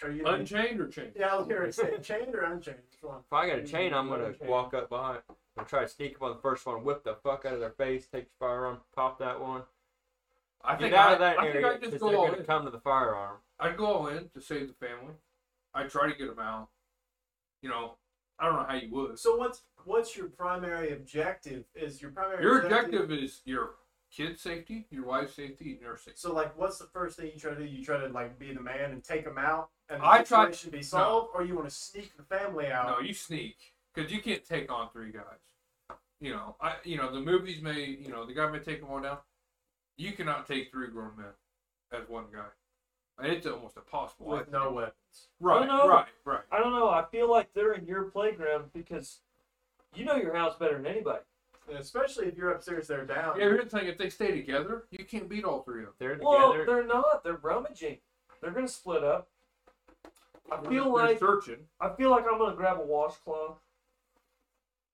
S1: Are you? [LAUGHS]
S2: Unchained or chained?
S1: yeah, I was here to say chained or unchained. Which one?
S3: If I got a chain, I'm gonna
S4: Okay.
S3: walk up behind and try to sneak up on the first one, whip the fuck out of their face, take the firearm, pop that one,
S2: I
S3: get
S2: think
S3: out
S2: I,
S3: of that
S2: I
S3: area
S2: think I just
S3: because
S2: go
S3: they're
S2: all
S3: gonna
S2: in.
S3: come to the firearm.
S2: I'd go all in to save the family. I'd try to get them out. You know, I don't know how you would.
S1: So what's what's your primary objective? Is your primary
S2: Your objective is your kid's safety, your wife's safety, and your safety.
S1: So like, what's the first thing you try to do? You try to like be the man and take them out, and the
S2: I try-
S1: situation be solved, or you want to sneak the family
S2: No,
S1: out?
S2: you sneak because you can't take on three guys. You know, I you know the movies may you know the guy may take them all down. You cannot take three grown men as one guy. And It's almost impossible.
S1: with no weapons.
S2: Right,
S4: Well, no.
S2: right, right.
S4: I don't know. I feel like they're in your playground because you know your house better than anybody.
S1: And especially if you're upstairs, they're down.
S2: Yeah, here's the thing: if they stay together, you can't beat all three of them.
S3: They're
S4: Well,
S3: together.
S4: they're not. They're rummaging. They're gonna split up. I
S2: They're-
S4: feel
S2: they're
S4: like
S2: searching.
S4: I feel like I'm gonna grab a washcloth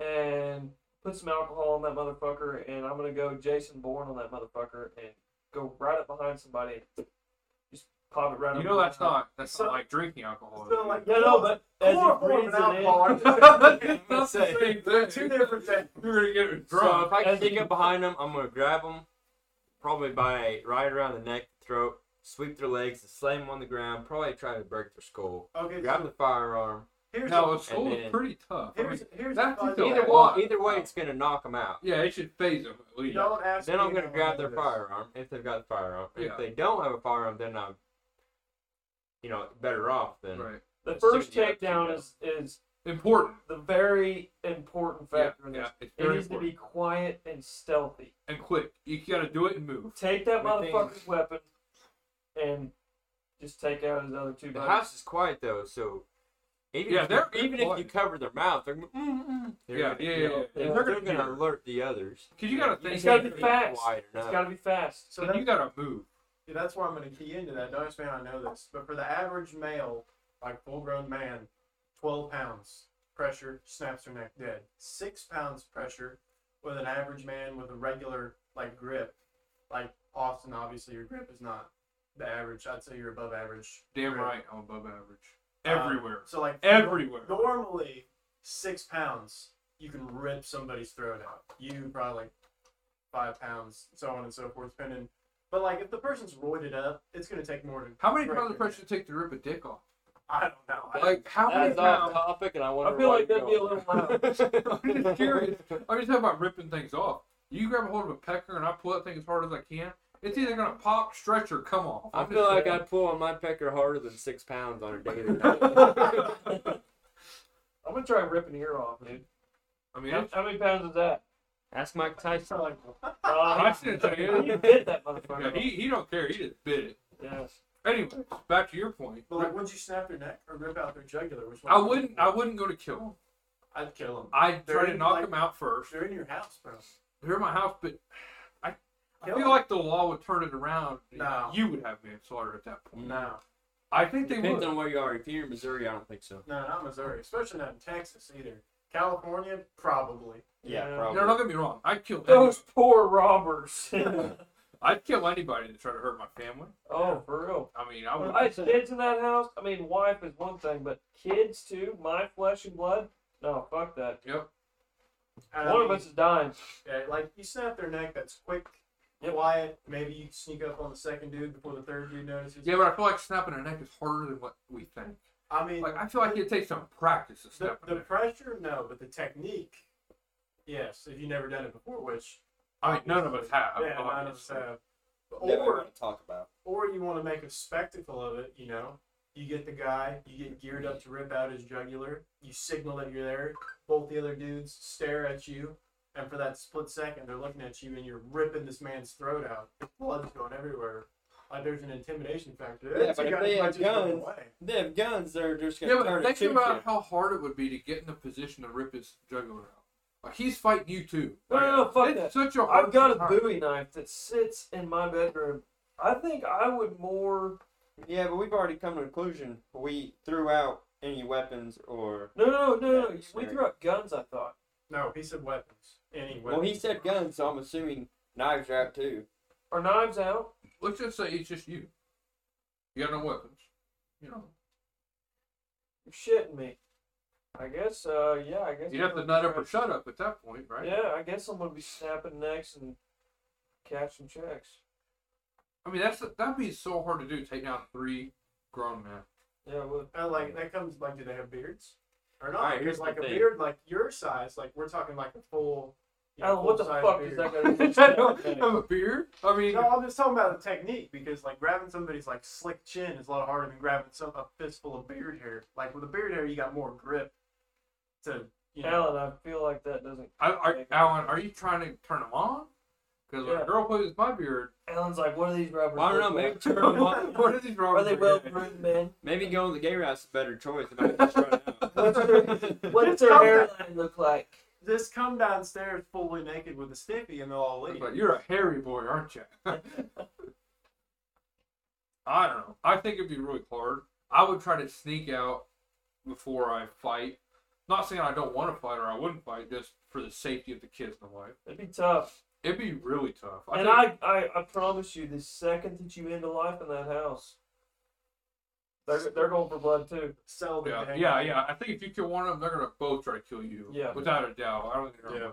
S4: and put some alcohol on that motherfucker, and I'm gonna go Jason Bourne on that motherfucker and go right up behind somebody and just pop it right.
S2: You
S4: up
S2: know
S4: in
S2: that's
S4: the-
S2: not that's
S1: So-
S2: not like drinking alcohol.
S1: So,
S2: [LAUGHS]
S1: like,
S4: Yeah, no, but as he
S1: Chloroform
S4: breathes
S1: and
S4: it in,
S1: alcohol
S2: It's
S1: are
S2: not
S1: two different
S2: the
S1: things.
S2: same thing.
S1: Two different things.
S2: You're gonna get
S3: So if
S2: drunk.
S3: I
S4: As-
S3: can get behind them, I'm gonna grab them, probably by right around the neck, throat, sweep their legs, and slam them on the ground. Probably try to break their skull.
S1: Okay,
S3: Grab
S1: so
S3: the firearm.
S1: here's
S2: No,
S1: a,
S2: a skull
S3: then-
S2: is pretty tough. I
S1: here's
S2: mean,
S1: here's
S2: that's
S1: a-
S2: the-
S3: Either
S2: Yeah.
S3: way, either way, it's gonna knock them out.
S2: yeah, it should phase them at least.
S1: Don't ask.
S3: Then
S1: me
S3: I'm gonna
S1: how I
S3: grab
S1: know
S3: their
S1: this.
S3: firearm if they've got a firearm.
S2: Yeah.
S3: If they don't have a firearm, then I'm, you know, better off than.
S2: Right.
S4: The
S3: As soon
S4: first
S3: as you have
S4: takedown
S3: to
S4: is is
S2: Important.
S4: the very important
S2: Yeah,
S4: factor in
S2: yeah.
S4: this.
S2: It's
S4: It
S2: very
S4: needs to
S2: important.
S4: be quiet and stealthy.
S2: and quick. You gotta do it and move.
S4: Take that
S3: We think-
S4: motherfucker's weapon and just take out his other two
S3: The
S4: buddies.
S3: house is quiet though, so even
S2: Yeah,
S3: if,
S2: they're-
S3: you- even if you
S2: quiet.
S3: cover their mouth, they're, gonna- mm, mm, they're
S2: Yeah,
S3: gonna,
S2: yeah,
S3: you
S2: yeah,
S3: know,
S2: yeah.
S3: They're,
S4: Yeah.
S3: they're gonna
S2: Yeah.
S3: alert the others.
S2: Cause you gotta think.
S4: It's gotta be
S2: and
S4: fast.
S3: Wide
S4: It's
S3: enough.
S4: got to be fast.
S1: So that's
S2: you gotta move.
S1: Yeah, that's where I'm going to key into that. Don't ask me how I know this, but for the average male, like full-grown man, 12 pounds pressure snaps their neck dead. Six pounds pressure with an average man with a regular like grip, like often obviously your grip is not the average. I'd say you're above average.
S2: Damn
S1: grip.
S2: right, I'm above average.
S1: Um,
S2: Everywhere.
S1: so like
S2: Everywhere.
S1: normally six pounds you can rip somebody's throat out you probably five pounds so on and so forth depending but like if the person's roided up it's going to take more to
S2: How many
S1: break
S2: pounds
S1: their
S2: of pressure take to rip a dick off?
S1: neck. i don't know I-
S2: Like how
S3: That
S2: many
S3: is off
S2: pounds?
S3: topic, and I want.
S4: I feel like that'd be a little loud.
S2: I'm just curious. I'm just Oh, talking about ripping things off. You grab a hold of a pecker and I pull that thing as hard as I can. It's either gonna pop, stretch, or come off.
S3: [LAUGHS] I
S2: I'm
S3: feel
S2: just
S3: like I
S2: saying.
S3: pull on my pecker harder than six pounds on a daily.
S4: I'm gonna try ripping your off, dude.
S2: I mean,
S4: How,
S2: it's-
S4: how many pounds is that?
S3: Ask Mike
S1: so
S3: Tyson.
S1: like,
S4: Uh,
S2: [LAUGHS] I shouldn't tell you.
S4: [LAUGHS] you bit that
S2: yeah,
S4: motherfucker.
S2: he he don't care. He just bit it.
S4: Yes.
S2: Anyways, back to your point.
S1: but like would you snap their neck or rip out their jugular which one
S2: I wouldn't. I wouldn't go to kill him.
S1: i'd kill them
S2: I'd
S1: They're
S2: try to
S1: in,
S2: knock
S1: like-
S2: him out first.
S1: they're in your house bro
S2: They're in my house, but I, I
S1: Kill
S2: feel
S1: 'em.
S2: like the law would turn it around.
S1: No.
S2: You would have manslaughter at that point.
S1: no
S2: I think they
S3: Depends
S2: would.
S3: on where you are. If you're in Missouri, I don't think so.
S1: no not missouri especially not in texas either california probably
S3: Yeah,
S4: Yeah.
S2: No, don't get me wrong. I'd kill. Any,
S4: Those poor robbers. [LAUGHS]
S2: I'd kill anybody that tried to hurt my family.
S4: oh, for real.
S2: I mean, I would.
S4: When I had kids in that house, I mean, wife is one thing, but kids too, my flesh and blood. No, fuck that.
S2: yep.
S1: And I
S4: One of
S1: mean,
S4: us is dying.
S1: Yeah, like you snap their neck. That's quick,
S4: Yep.
S1: quiet. Maybe you sneak up on the second dude before the third dude notices.
S2: Yeah, but I feel like snapping a neck is harder than what we think.
S1: I mean,
S2: Like I feel like it takes some practice to
S1: the,
S2: snap a
S1: the
S2: neck.
S1: pressure, no, but the technique, yes. If you've never done it before, which
S2: I mean, none of us have.
S1: yeah, none of us
S2: obviously.
S1: have. Or
S3: Or talk about.
S1: or you want to make a spectacle of it. You know, you get the guy, you get geared up to rip out his jugular. You signal that you're there. Both the other dudes stare at you. And for that split second, they're looking at you, and you're ripping this man's throat out. His blood's going everywhere. Like there's an intimidation factor.
S3: Yeah,
S1: That's
S3: but
S1: a
S3: if
S1: guy
S3: they
S1: who
S3: had
S1: just ran
S3: guns-
S1: away.
S3: They have guns. They're just gonna
S2: Yeah,
S3: turn
S2: but
S3: and shoot
S2: think about
S3: you.
S2: how hard it would be to get in a position to rip his jugular out. Like he's fighting you too.
S4: No, no, no, fuck
S2: it's
S4: that.
S2: such a hard
S4: I've got a
S2: time.
S4: Bowie knife that sits in my bedroom. I think I would more.
S3: Yeah, but we've already come to a conclusion. We threw out any weapons or.
S4: No, no, no, no. no.
S3: Yeah,
S4: We threw out guns. I thought.
S1: No, he said weapons. Any weapons.
S3: Well, he said guns, so I'm assuming knives are out too.
S4: Or knives out.
S2: Let's just say it's just you. You got no weapons. You know.
S4: You're shitting me. I guess, uh, yeah, I guess.
S2: You'd have
S4: I'm
S2: to
S4: gonna
S2: nut up
S4: try-
S2: or shut up at that point, right?
S4: Yeah, I guess I'm gonna be snapping necks and cashing checks.
S2: I mean, that's that'd be so hard to do. Take down three grown men.
S4: [LAUGHS] Yeah, I would.
S1: Uh, like that comes like, do they have beards or not?
S3: Alright,
S1: Because
S3: here's
S1: like
S3: the
S1: a
S3: thing.
S1: beard, like your size, like we're talking like a full. you know,
S4: Alan, Oh, what the
S1: full-size
S4: fuck
S1: beard.
S4: is that
S2: I
S4: gonna do?
S2: don't [LAUGHS] have a beard. I mean,
S1: No, I'm just talking about the technique because like grabbing somebody's like slick chin is a lot harder than grabbing some a fistful of beard hair. Like with a beard hair, you got more grip. To you know,
S4: Alan, I feel like that doesn't.
S2: I, are, Alan, are you trying to turn them on? Because when
S4: Yeah.
S2: a girl plays with my beard,
S4: Alan's like, what are these rubbers?
S3: I don't know.
S4: look
S3: Maybe
S4: like?
S3: turn 'em on.
S2: what are these wrong?
S4: Are they well groomed, man?
S3: [LAUGHS]
S2: [LAUGHS]
S3: Maybe going the gay route is a better choice. Than I just run
S4: What's
S3: out.
S4: What does their hairline look like?
S1: just come downstairs fully naked with a stiffy and they'll all leave.
S2: But you're a hairy boy,
S4: [LAUGHS]
S2: aren't you? I don't know. I think it'd be really hard. I would try to sneak out before I fight. Not saying I don't want to fight or I wouldn't fight, just for the safety of the kids and the wife.
S4: It'd be tough.
S2: It'd be really tough.
S4: and
S2: think-
S4: I, I, I promise you, the second that you end a life in that house, they're, they're going for blood too.
S1: Sell the
S2: Yeah,
S1: dang
S2: yeah,
S1: thing.
S2: yeah. I think if you kill one of them, they're gonna both try to kill you.
S4: Yeah.
S2: without a doubt. I don't think they're gonna.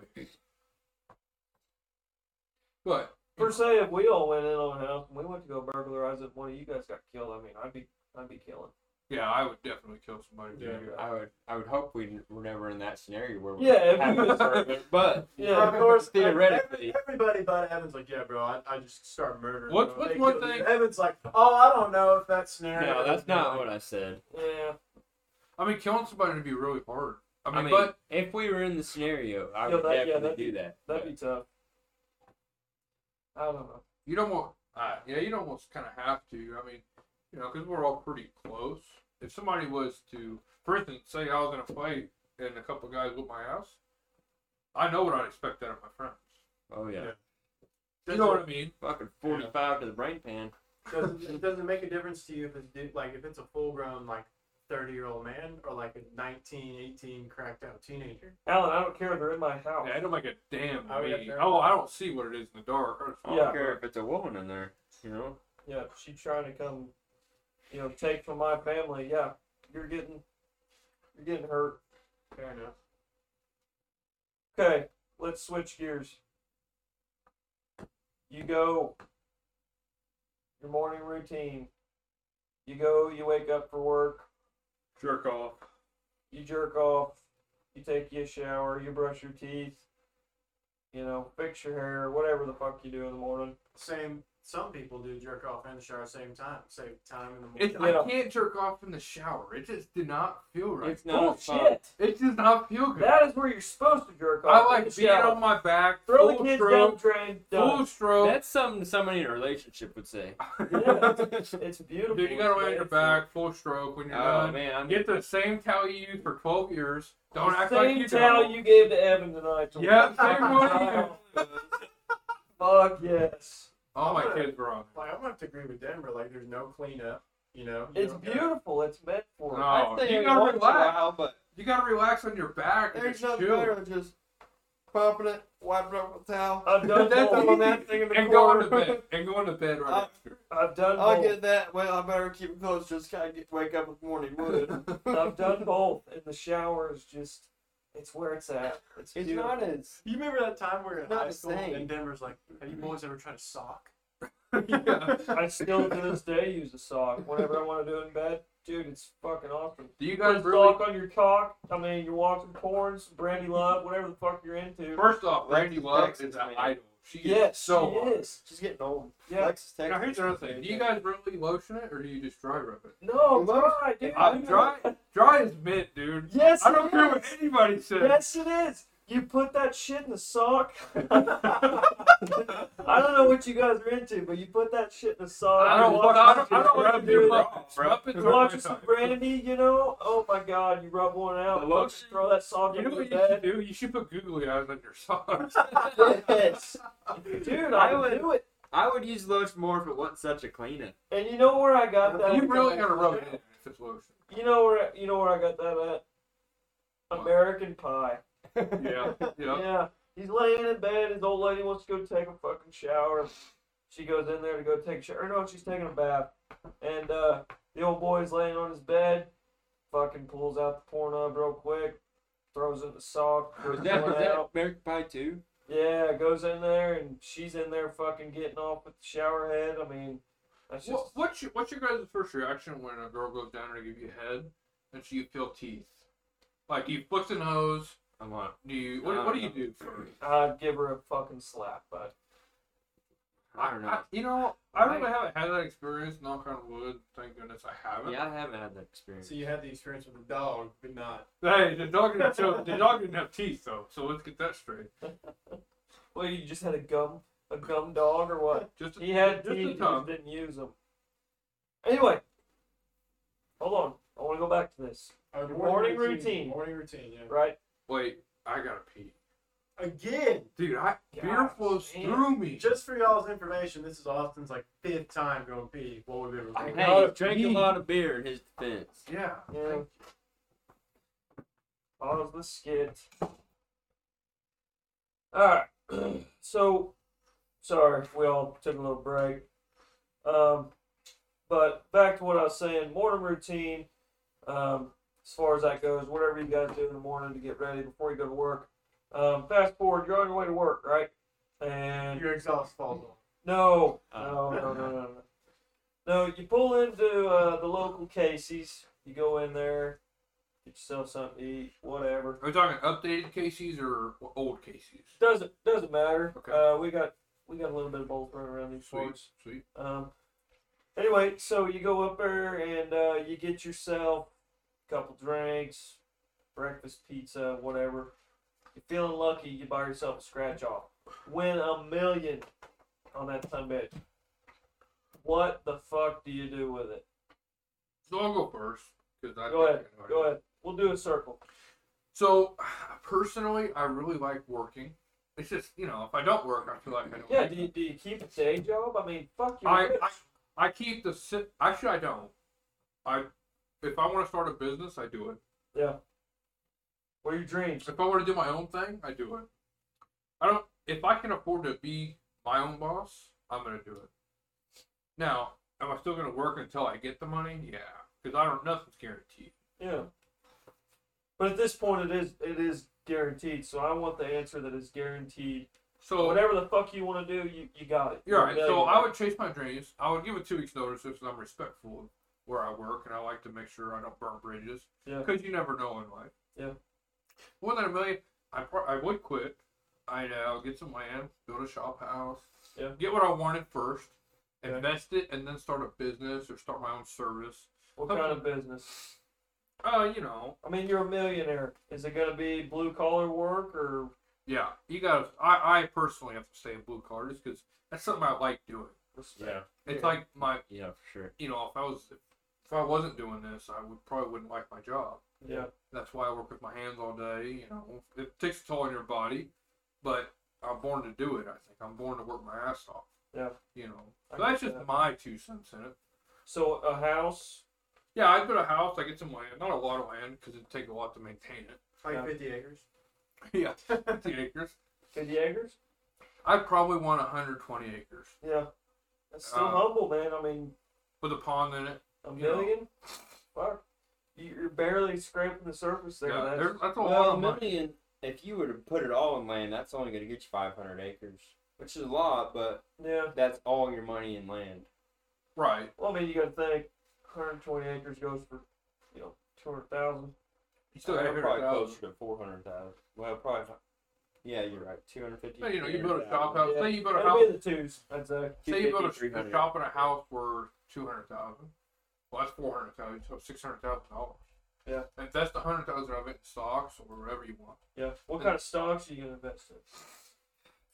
S2: But
S4: Per se, if we all went in on a house and we went to go burglarize it, one of you guys got killed. I mean, I'd be, I'd be killing.
S2: yeah, I would definitely kill somebody. to do
S1: Yeah.
S2: that.
S3: I would, I would hope we n- were never in that scenario where we
S4: Yeah, if
S3: have
S4: we-
S3: this argument, but
S4: Yeah,
S1: of course.
S3: Theoretically.
S1: [LAUGHS] every- everybody but Evan's like, yeah, bro, I, I just start murdering.
S2: What's-
S1: bro.
S2: what's
S1: They
S2: one
S1: killed me."
S2: thing-
S1: Evan's like, oh, I don't know if that's scenario.
S3: no, that's not what I said.
S4: Yeah.
S2: I mean, killing somebody would be really hard. I mean,
S3: I mean,
S2: but
S3: if we were in the scenario, I
S4: Yeah,
S3: would
S4: that- yeah,
S3: definitely
S4: that'd
S3: do that.
S4: That'd be tough. I don't know.
S2: you don't want. Uh, yeah, you don't almost kind of have to. I mean, you know, because we're all pretty close. If somebody was to, for instance, say I was in a fight and a couple guys with my house, I know what I'd expect out of my friends.
S3: oh yeah,
S1: Yeah.
S2: You
S1: Does
S2: know
S1: it-
S2: what I mean?
S3: fucking forty-five to the brain pan.
S1: Doesn't it doesn't make a difference to you if it's du- like if it's a full grown like thirty year old man or like a 19, 18 cracked out teenager.
S4: Alan, I don't care if they're in my house.
S2: Yeah, I don't make a damn.
S1: Oh, yeah,
S2: me.
S1: fair.
S2: oh, I don't see what it is in the dark.
S3: I don't
S4: Yeah.
S3: care if it's a woman in there, you know.
S4: Yeah, she trying to come, you know, take from my family. Yeah, you're getting, you're getting hurt.
S1: Fair enough.
S4: Okay, let's switch gears. You go. Your morning routine. You go. You wake up for work.
S2: Jerk off.
S4: You jerk off. You take you a shower. You brush your teeth. You know, fix your hair. Whatever the fuck you do in the morning.
S1: Same. Some people do jerk off and the shower at the same time. Save time in the morning.
S2: It,
S4: Yeah.
S2: I can't jerk off in the shower. It just did not feel right.
S3: It's not fun.
S4: Bullshit.
S2: It does not feel good.
S4: That is where you're supposed to jerk
S2: I
S4: off.
S2: like
S4: being
S2: being on my back,
S4: Throw
S2: full
S4: the kids down the
S2: stroke,
S4: drain. Done.
S2: full stroke.
S3: That's something somebody in a relationship would say.
S4: [LAUGHS] It's beautiful.
S2: Dude, you gotta lay on
S4: man.
S2: your back, full stroke when you're
S3: [LAUGHS] oh
S2: done.
S3: man, I'm
S2: Get the same towel you used for 12 years. Don't
S4: the
S2: act
S4: same
S2: like you
S4: towel
S2: don't.
S4: you gave to Evan tonight. to-
S2: Yeah, same
S4: [LAUGHS]
S2: one.
S4: Fuck yes.
S2: All Oh, my kids were on.
S1: Like I'm gonna have to agree with Denver. Like there's no cleanup. You know. You
S4: It's
S1: don't gotta-
S4: beautiful. It's meant for.
S2: No. Oh,
S3: I'd say
S2: you
S3: every
S2: gotta
S3: once in a
S2: relax.
S3: while, but
S2: You gotta relax on your back. and
S3: there's
S2: just
S3: nothing
S2: chill.
S3: better than just popping it, wiping it with a towel. [LAUGHS]
S4: I've done
S2: That's
S4: both.
S2: all-
S3: throwing that thing in the
S2: And
S3: corner.
S2: going to bed. And going to bed right
S3: Uh,
S2: after.
S4: I've done
S3: [LAUGHS] I'll
S4: both.
S3: get that. Well, I better keep it close. Just gotta get, wake up with morning wood. [LAUGHS]
S4: I've done both. And the shower is just. It's where it's at. It's,
S3: It's
S4: beautiful.
S3: not as
S1: You remember that time we were in
S3: Not
S1: high
S3: the
S1: school
S3: same.
S1: and Denver's like, "Have you boys ever tried to sock?"
S2: [LAUGHS] Yeah.
S4: [LAUGHS] I still to this day use a sock whenever I want to do it in bed. Dude, it's fucking awesome.
S2: Do you
S4: Put a
S2: guys really?
S4: sock on your cock. I mean, you're watching porn, some Brandy Love, whatever the fuck you're into.
S2: First off,
S3: Like
S2: Randy
S3: the
S2: Love is
S3: Texans,
S2: an
S3: man.
S2: idol. She is
S4: yes,
S2: so
S4: she
S2: hot.
S4: is.
S3: she's getting old.
S4: Yeah.
S3: Lex is
S2: Now here's
S3: texting.
S2: another thing. Do you guys really lotion it or do you just dry rub it?
S4: No,
S3: Love-
S4: dry, dude.
S2: I, dry, dry is mint, dude.
S4: Yes,
S2: I don't
S4: it
S2: care what
S4: is.
S2: anybody says.
S4: Yes, it is. You put that shit in the sock. [LAUGHS] I don't know what you guys are into, but you put that shit in the sock.
S2: I don't
S4: you
S2: want.
S4: watch
S2: I don't,
S4: some
S2: I don't want to
S4: Brandy
S2: do
S4: Love,
S2: bro. bro. Up and
S4: you
S2: throw
S4: Watch
S2: my
S4: some
S2: time.
S4: brandy, you know? Oh my god, you rub one out,
S3: The
S4: fucking
S3: lotion-
S4: throw that sock
S2: You
S4: in
S2: know
S4: your
S2: what you should
S4: bed.
S2: do? You should put googly eyes on your
S4: [LAUGHS]
S2: socks.
S4: Yes. Dude, I
S3: I
S4: would
S3: would-
S4: do it.
S3: I would use lotion more if it wasn't such a cleanup.
S4: And you know where I got that?
S2: you really gotta rub it in if it's lotion.
S4: You know where you know where I got that at? American Pie.
S2: Yeah, yeah.
S4: Yeah. He's laying in bed. His old lady wants to go take a fucking shower. She goes in there to go take a shower. No, she's taking a bath. And uh, the old boy's laying on his bed. Fucking pulls out the porn up real quick. Throws it in
S3: [LAUGHS]
S4: the sock.
S3: Was
S4: Goes
S3: that, was
S4: out.
S3: that American Pie too?
S4: Yeah, goes in there and she's in there fucking getting off with the shower head. I mean, that's just.
S2: What, what's your what's your guys' first reaction when a girl goes down to give you head and she you feel teeth? Like do you flick the nose?
S3: I'm on.
S2: Do you what, what do you
S4: Uh,
S2: do first?
S4: I'd give her a fucking slap, but
S3: I don't know.
S2: you know, I really haven't had that experience. Knock on wood. Thank goodness I haven't.
S3: Yeah, I haven't had that experience.
S1: So you had the experience with the dog, but not.
S2: Hey, the dog
S4: [LAUGHS]
S2: didn't show, the dog didn't have teeth though, so let's get that straight.
S4: well, you just had a gum, a gum dog or what?
S2: Just
S4: He had
S2: just
S4: teeth, he
S2: a
S4: just
S2: tongue.
S4: didn't use them. Anyway, hold on. I want to go back to this,
S1: Uh,
S4: Morning routine.
S1: Morning routine. Yeah.
S4: right?
S2: Wait, I gotta pee.
S1: Again,
S2: Dude, I, beer
S4: God,
S2: flows
S4: man.
S2: through me.
S1: just for y'all's information, this is Austin's like fifth time going pee while we've been recording.
S3: Hey, he
S2: Not
S3: drank a
S2: me.
S3: lot of beer in his defense.
S2: yeah.
S1: Yeah.
S4: Pause the skit. Alright. [CLEARS THROAT] so sorry if we all took a little break. Um but back to what I was saying, morning routine, um, as far as that goes, whatever you guys do in the morning to get ready before you go to work. Um, fast forward, you're on your way to work, right? And
S1: Your exhaust falls off.
S4: no, no,
S3: Oh.
S4: no, no, no, no. No, you pull into uh, the local Casey's. You go in there, get yourself something to eat, whatever.
S2: Are we talking updated Casey's or old Casey's?
S4: Doesn't doesn't matter.
S2: Okay.
S4: Uh, we got we got a little bit of both running around these
S2: Sweet,
S4: parts.
S2: sweet.
S4: Um. Anyway, so you go up there and uh, you get yourself a couple drinks, breakfast pizza, whatever. You're feeling lucky, you buy yourself a scratch off. Win a million on that time bet. What the fuck do you do with it?
S2: So I'll go first. 'cause I
S4: Go
S2: think
S4: ahead.
S2: I know how to
S4: Go ahead. We'll do a circle.
S2: So [SIGHS] personally, I really like working. It's just you know, if I don't work, I feel like I don't.
S4: Yeah,
S2: like
S4: do
S2: it.
S4: you, do you keep a day job? I mean, fuck you.
S2: I, I I keep the si- actually I don't. I if I want to start a business, I do it.
S4: What are your dreams?
S2: If I want to do my own thing, I do it. I don't. If I can afford to be my own boss, I'm gonna do it. Now, am I still gonna work until I get the money? Yeah, because I don't. Nothing's guaranteed.
S4: Yeah. But at this point, it is it is guaranteed. So I want the answer that is guaranteed.
S2: So
S4: Whatever the fuck you want to do, you, you got it.
S2: You're
S4: You're
S2: right.
S4: a
S2: So
S4: millionaire.
S2: I would chase my dreams. I would give it two weeks notice if I'm respectful of where I work, and I like to make sure I don't burn bridges.
S4: Yeah.
S2: Because you never know in life.
S4: Yeah.
S2: More than a million, I pro- I would quit. I know. Get some land, build a shop house.
S4: Yeah.
S2: Get what I wanted first,
S4: Yeah.
S2: invest it, and then start a business or start my own service.
S4: What kind of business?
S2: Uh, you know,
S4: I mean, you're a millionaire. Is it gonna be blue collar work or?
S2: yeah. You got. to I I personally have to stay in blue collar just because that's something I like doing. It's
S4: Yeah.
S2: like my
S3: yeah, for sure.
S2: you know, if I was if I wasn't doing this, I would probably wouldn't like my job.
S4: Yeah.
S2: That's why I work with my hands all day. You know, it takes a toll on your body, but I'm born to do it. I think I'm born to work my ass off.
S4: Yeah.
S2: You know,
S4: I
S2: so that's
S4: get
S2: just
S4: that.
S2: my two cents in it.
S4: So a house.
S2: Yeah, I put a house. I get some land, not a lot of land, because it'd take a lot to maintain it. [LAUGHS]
S1: Like
S4: Yeah.
S1: 50 acres.
S2: yeah,
S4: [LAUGHS]
S2: 50 acres.
S4: Fifty acres.
S2: I probably want 120 acres
S4: Yeah. That's still
S2: Uh,
S4: humble, man. I mean,
S2: with a pond in it.
S4: a
S2: you know.
S4: million. Fuck. You- You're barely scraping the surface there.
S2: yeah,
S4: That's,
S2: there's- that's a lot
S3: Well, a
S2: of money.
S3: million, if you were to put it all in land, that's only going to get you 500 acres, which is a lot, but
S4: yeah.
S3: that's all your money in land.
S2: Right.
S4: Well, I mean, you got to think 120 acres goes for, you know, 200,000.
S2: You still got
S3: Uh, probably
S2: 100,000.
S3: closer to 400,000. Well, probably. not- Yeah, you're right. 250.
S2: Yeah, You know, you build a shop
S3: 300,000.
S2: house.
S4: Yeah.
S2: Say you build a house.
S4: That'd be the twos, I'd say.
S2: Say you build
S3: 250,
S2: a,
S3: 300.
S2: a shop and a house for two hundred thousand. Well, that's four hundred thousand. So six hundred thousand dollars.
S4: Yeah.
S2: Invest a hundred thousand of it in stocks or wherever you want.
S4: Yeah. What kind of stocks are you going to invest in?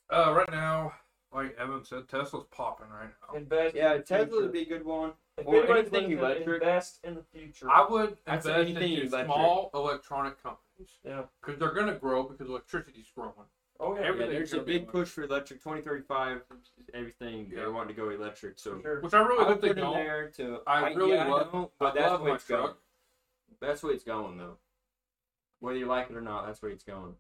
S2: Uh, right now, like Evan said, Tesla's popping right now.
S4: Invest
S3: Yeah,
S4: in the
S3: Tesla
S4: future.
S3: would be a good one.
S4: If
S3: or
S4: anybody's
S3: anything
S4: looking to
S3: electric.
S4: Invest in the future.
S2: I would
S3: That's
S2: invest
S3: anything
S2: in
S3: electric.
S2: small electronic companies.
S4: Yeah.
S2: Because they're gonna grow because electricity's growing.
S4: oh,
S2: every-
S4: yeah.
S3: Yeah,
S2: Everything's
S3: there's a
S2: gonna be
S3: big push for electric 2035. Everything
S2: Yeah.
S3: they want to go electric, so
S4: for
S2: [LAUGHS]
S4: sure.
S2: Which I really
S3: I
S2: hope
S3: would
S2: they
S3: put in
S2: don't.
S3: there to.
S2: I really
S3: yeah,
S2: love-
S3: don't,
S2: I
S3: but that's
S2: love
S3: where
S2: my
S3: it's going.
S2: truck.
S3: That's where it's going though. Whether you like it or not, that's where it's going.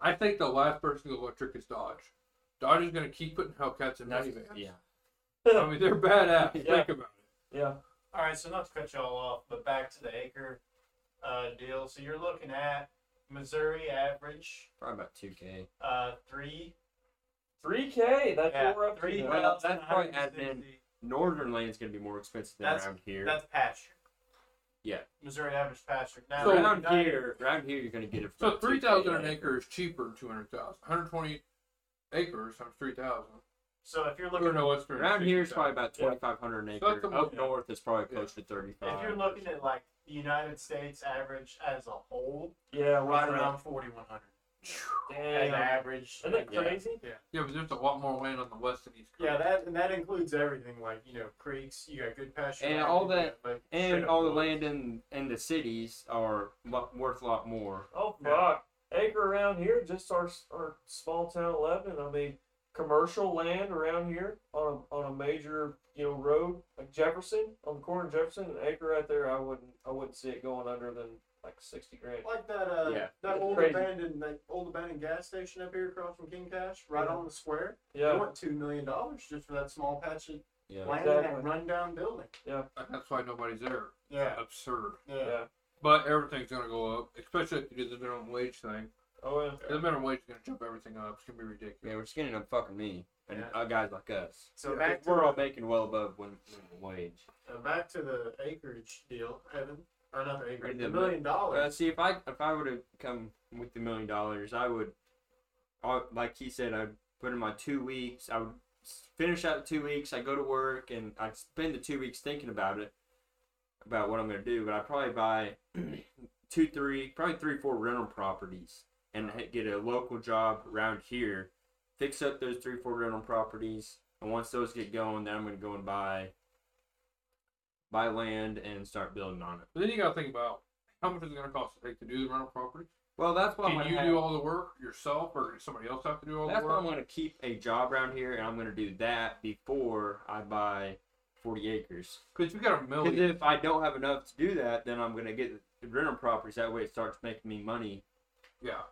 S2: I think the last person to go electric is Dodge. Dodge is gonna keep putting Hellcats in
S3: That's-
S2: minivans.
S3: yeah.
S2: I mean, they're badass.
S4: Yeah.
S2: Think about it.
S4: [LAUGHS] Yeah.
S1: All right, so not to cut y'all off, but back to the acre uh, deal. So you're looking at Missouri average
S3: Probably about 2K.
S1: uh, three.
S4: 3K. That's
S1: yeah,
S4: what we're up
S1: three
S4: to.
S3: Well,
S4: now.
S1: thousand
S3: that's probably
S1: one hundred and
S3: admin.
S1: sixty.
S3: Northern land's gonna be more expensive than
S1: That's-
S3: around here.
S1: That's pasture.
S3: Yeah.
S1: Missouri average pasture. Now,
S2: So-
S3: around
S1: now-
S3: here, around here, you're gonna get it. For
S2: So
S3: about
S2: three thousand
S3: 2K.
S2: an acre is cheaper than two hundred thousand. One hundred twenty acres times three thousand.
S1: So if you're
S2: Or
S1: looking,
S2: no, it's
S3: Around here is probably about
S4: Yeah.
S3: 2,500 an
S2: So that's
S3: acre.
S2: the-
S3: Up
S1: yeah.
S3: north is probably close to 35.
S1: if you're looking at like the United States average as a whole,
S4: Yeah. What's
S1: right
S4: that?
S1: around 4100 as an
S4: Damn.
S1: average.
S4: Isn't that
S3: Yeah.
S4: crazy?
S2: Yeah, but there's a lot more land on the west and east coast.
S1: Yeah, that and that includes everything like you know creeks. You got good pasture
S3: And
S1: land,
S3: all
S1: you
S3: that-
S1: got, like, straight
S3: and
S1: up
S3: all the
S1: woods.
S3: land in in the cities are lo- worth a lot more.
S4: Oh,
S1: Yeah.
S4: fuck. acre around here, just our our small town eleven. I mean, commercial land around here on a, on a major you know road like Jefferson on the corner of Jefferson, an acre right there. I wouldn't I wouldn't see it going under than like sixty grand.
S1: Like that uh
S3: Yeah.
S1: that
S4: It's
S1: old
S4: crazy.
S1: abandoned that old abandoned gas station up here across from King Cash, right
S4: Yeah.
S1: on the square. They
S4: Yeah,
S1: want two million dollars just for that small patch of
S3: Yeah.
S1: land in
S4: Exactly.
S1: that rundown building.
S2: That's why nobody's there.
S1: Yeah.
S2: Absurd.
S4: yeah.
S2: But everything's gonna go up, especially if you do the minimum wage thing.
S4: Oh yeah.
S2: The minimum wage is gonna jump everything up. It's gonna be ridiculous.
S3: Yeah, we're skinning up fucking me and
S1: Yeah.
S3: uh, guys like us.
S1: So
S2: Yeah.
S1: back to
S3: We're all
S1: the,
S3: making well above minimum wage.
S1: uh, back to the acreage deal, Evan. Or not the acreage,
S3: Right,
S1: the
S3: the
S1: million
S3: Uh,
S1: dollars.
S3: see, if I if I would have come with the million dollars, I would, I, like he said, I'd put in my two weeks. I would s- finish out the two weeks. I go to work and I'd spend the two weeks thinking about it, about what I'm gonna do. But I'd probably buy [CLEARS THROAT] two, three, probably three, four rental properties and ha- get a local job around here, fix up those three, four rental properties. And once those get going, then I'm gonna go and buy buy land and start building on it.
S2: But then you gotta think about how much is it gonna cost to take to do the rental property?
S3: Well, that's why
S2: Can
S3: I'm
S2: you
S3: gonna have-
S2: do all the work yourself, or does somebody else have to do all
S3: That's
S2: the
S3: why I'm
S2: work?
S3: going to keep a job around here, and I'm going to do that before I buy 40 acres.
S2: Because you got a
S3: Because
S2: million.
S3: if I don't have enough to do that, then I'm going to get the rental properties. That way, it starts making me money.
S2: Yeah.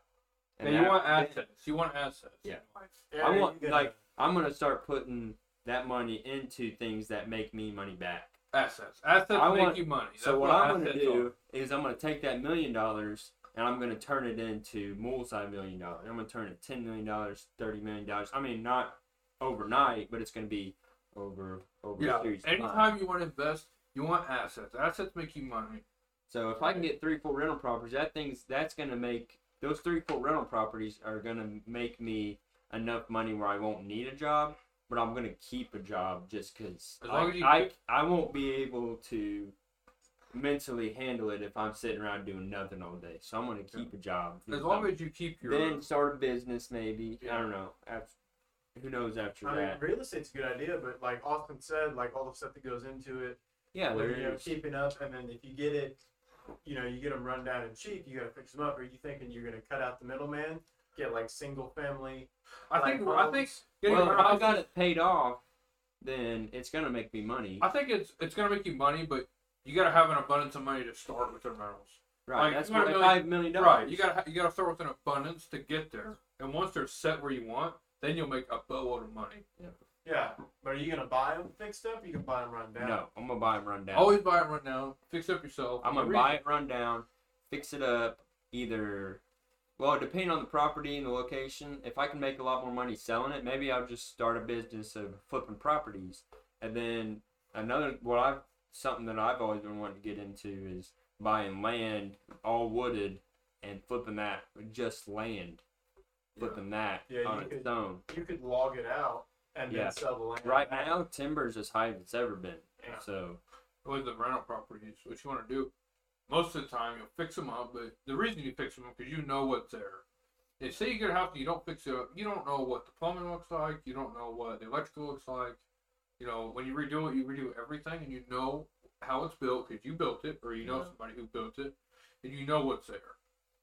S3: And
S2: And you
S3: that-
S2: want assets. You want assets.
S3: Yeah.
S1: Yeah,
S3: I
S1: you
S3: want
S1: gotta-
S3: like I'm going to start putting that money into things that make me money back.
S2: Assets. Assets
S3: I
S2: make
S3: want-
S2: you money.
S3: So
S2: That's
S3: what I'm going to
S2: assets
S3: do is I'm going to take that million dollars and I'm going to turn it into multi-million dollars. I'm going to turn it ten million dollars, thirty million dollars. I mean, not overnight, but it's going to be over over
S2: Yeah.
S3: a series of time.
S2: Anytime you want to invest, you want assets. Assets make you money.
S3: So if I can get three, four rental properties, that thing's that's gonna make those three, four rental properties are gonna make me enough money where I won't need a job, but I'm gonna keep a job just because
S2: As long
S3: I,
S2: as you
S3: I I won't be able to mentally handle it if I'm sitting around doing nothing all day. So I'm gonna keep a job.
S2: As long as you keep your.
S3: then start a business maybe. I
S2: Yeah.
S3: don't know. After, who knows after
S1: I mean,
S3: that?
S1: real estate's a good idea, but like Austin said, like all the stuff that goes into it,
S3: Yeah,
S1: like,
S3: there
S1: you know,
S3: is.
S1: keeping up, and then if you get it, you know, you get them run down and cheap, you gotta fix them up. Are you thinking you're gonna cut out the middleman, get like single family?
S2: I
S1: like,
S2: think. I
S1: homes?
S2: think. getting
S3: um, Well, if
S2: around-
S3: I got it paid off, then it's gonna make me money.
S2: I think it's it's gonna make you money, but you gotta have an abundance of money to start with the rentals.
S3: Right,
S2: Like,
S3: that's
S2: you want
S3: what
S2: a
S3: five million dollars.
S2: Right. You gotta ha- you gotta start with an abundance to get there, and once they're set where you want, then you'll make a boatload of money.
S1: Yeah, but are you gonna buy them fixed up? You can buy them run down.
S3: No, I'm gonna buy them run
S1: Oh,
S3: down.
S2: Always buy it right now. Fix up yourself.
S3: I'm gonna
S2: Re-
S3: buy it run down, fix it up, either. Well, depending on the property and the location, if I can make a lot more money selling it, maybe I'll just start a business of flipping properties. And then another, what I've something that I've always been wanting to get into is buying land, all wooded, and flipping that just land, flipping that
S1: Yeah, you
S3: on its
S1: could-
S3: own.
S1: You could log it out and
S3: Yeah.
S1: then sell the land.
S3: Right
S1: back.
S3: now, timber's as high as it's ever been.
S1: Yeah.
S3: So
S2: with the rental properties, what you want to do, most of the time you'll fix them up. But the reason you fix them up because you know what's there. If say you get a house and you don't fix it up, you don't know what the plumbing looks like. You don't know what the electrical looks like. You know when you redo it, you redo everything, and you know how it's built because you built it, or you know
S4: Yeah.
S2: somebody who built it, and you know what's there.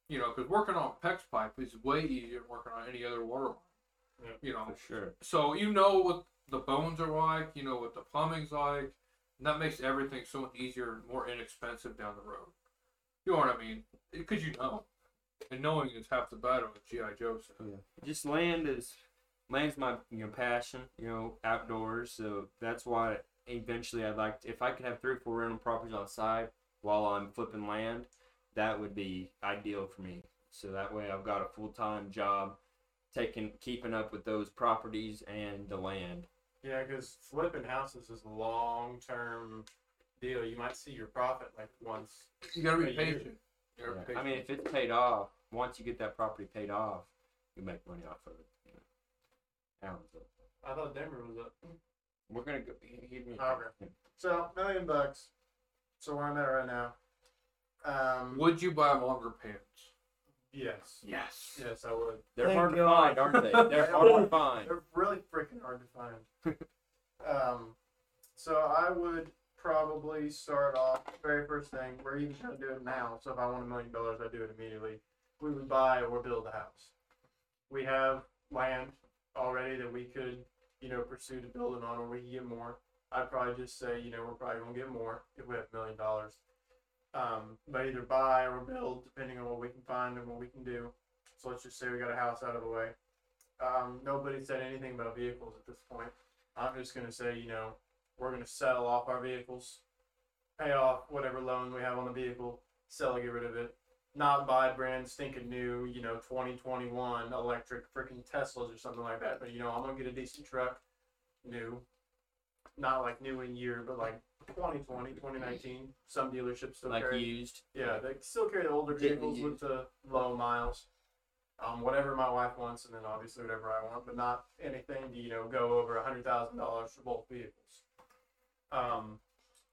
S2: You know because working on PEX pipe is way easier than working on any other water line.
S1: Yeah.
S2: You know
S3: for sure,
S2: so you know what the bones are like, you know what the plumbing's like, and that makes everything so much easier and more inexpensive down the road. You know what I mean? Because you know, and knowing is half the battle with GI Joe. said.
S3: just land is land's my you know passion you know outdoors so that's why eventually i'd like to, if i could have three or four rental properties on the side while i'm flipping land that would be ideal for me so that way i've got a full-time job taking keeping up with those properties and the land
S1: Yeah, because flipping houses is a long term deal. You might see your profit like once.
S2: You gotta
S1: Yeah,
S2: be
S1: you do.
S2: patient. You gotta be
S3: i
S2: patient.
S3: mean if it's paid off once you get that property paid off you make money off of it you know. Hounds up.
S1: I thought Denver was up.
S3: we're gonna go he- he- he-
S1: Okay. So million bucks. So where I'm at right now. Um.
S2: would you buy longer pants?
S1: Yes.
S2: Yes.
S1: Yes, I would.
S3: they're
S4: Thank
S3: hard
S4: God.
S3: to find aren't they they're hard to find
S1: They're really freaking hard to find. [LAUGHS] um, so I would probably start off very first thing. We're even gonna do it now. So if I want a million dollars, I do it immediately. we would buy or build a house. We have land already that we could, you know, pursue to build it on, or we can get more. I'd probably just say, you know, we're probably gonna get more if we have a million dollars. Um, but either buy or build, depending on what we can find and what we can do. So let's just say we got a house out of the way. Um, nobody said anything about vehicles at this point. I'm just gonna say, you know, we're gonna sell off our vehicles, pay off whatever loan we have on the vehicle, sell, get rid of it. Not buy brand stinking new, you know, 2021 electric freaking Teslas or something like that. But you know, I'm gonna get a decent truck, new, not like new in year, but like 2020, 2019. Some dealerships still
S3: like
S1: carry
S3: used.
S1: yeah, they still carry the older
S3: Didn't
S1: vehicles with the low miles. Um, whatever my wife wants, and then obviously whatever I want, but not anything to you know go over a hundred thousand dollars for both vehicles. Um,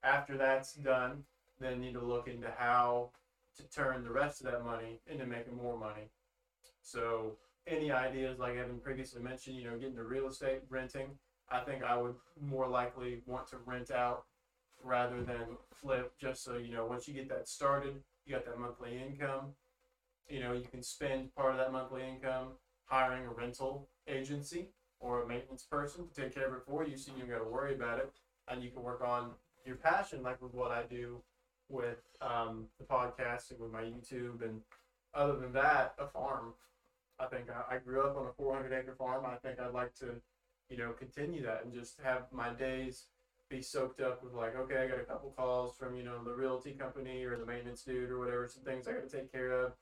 S1: after that's done, then need to look into how to turn the rest of that money into making more money. So any ideas like Evan previously mentioned, you know, getting to real estate, renting. I think I would more likely want to rent out rather than flip just so you know once you get that started you got that monthly income you know you can spend part of that monthly income hiring a rental agency or a maintenance person to take care of it for you so you don't got to worry about it and you can work on your passion like with what i do with um, the podcast and with my youtube and other than that a farm i think I, I grew up on a 400 acre farm i think i'd like to you know continue that and just have my days be soaked up with like, okay, I got a couple calls from you know the realty company or the maintenance dude or whatever, some things I got to take care of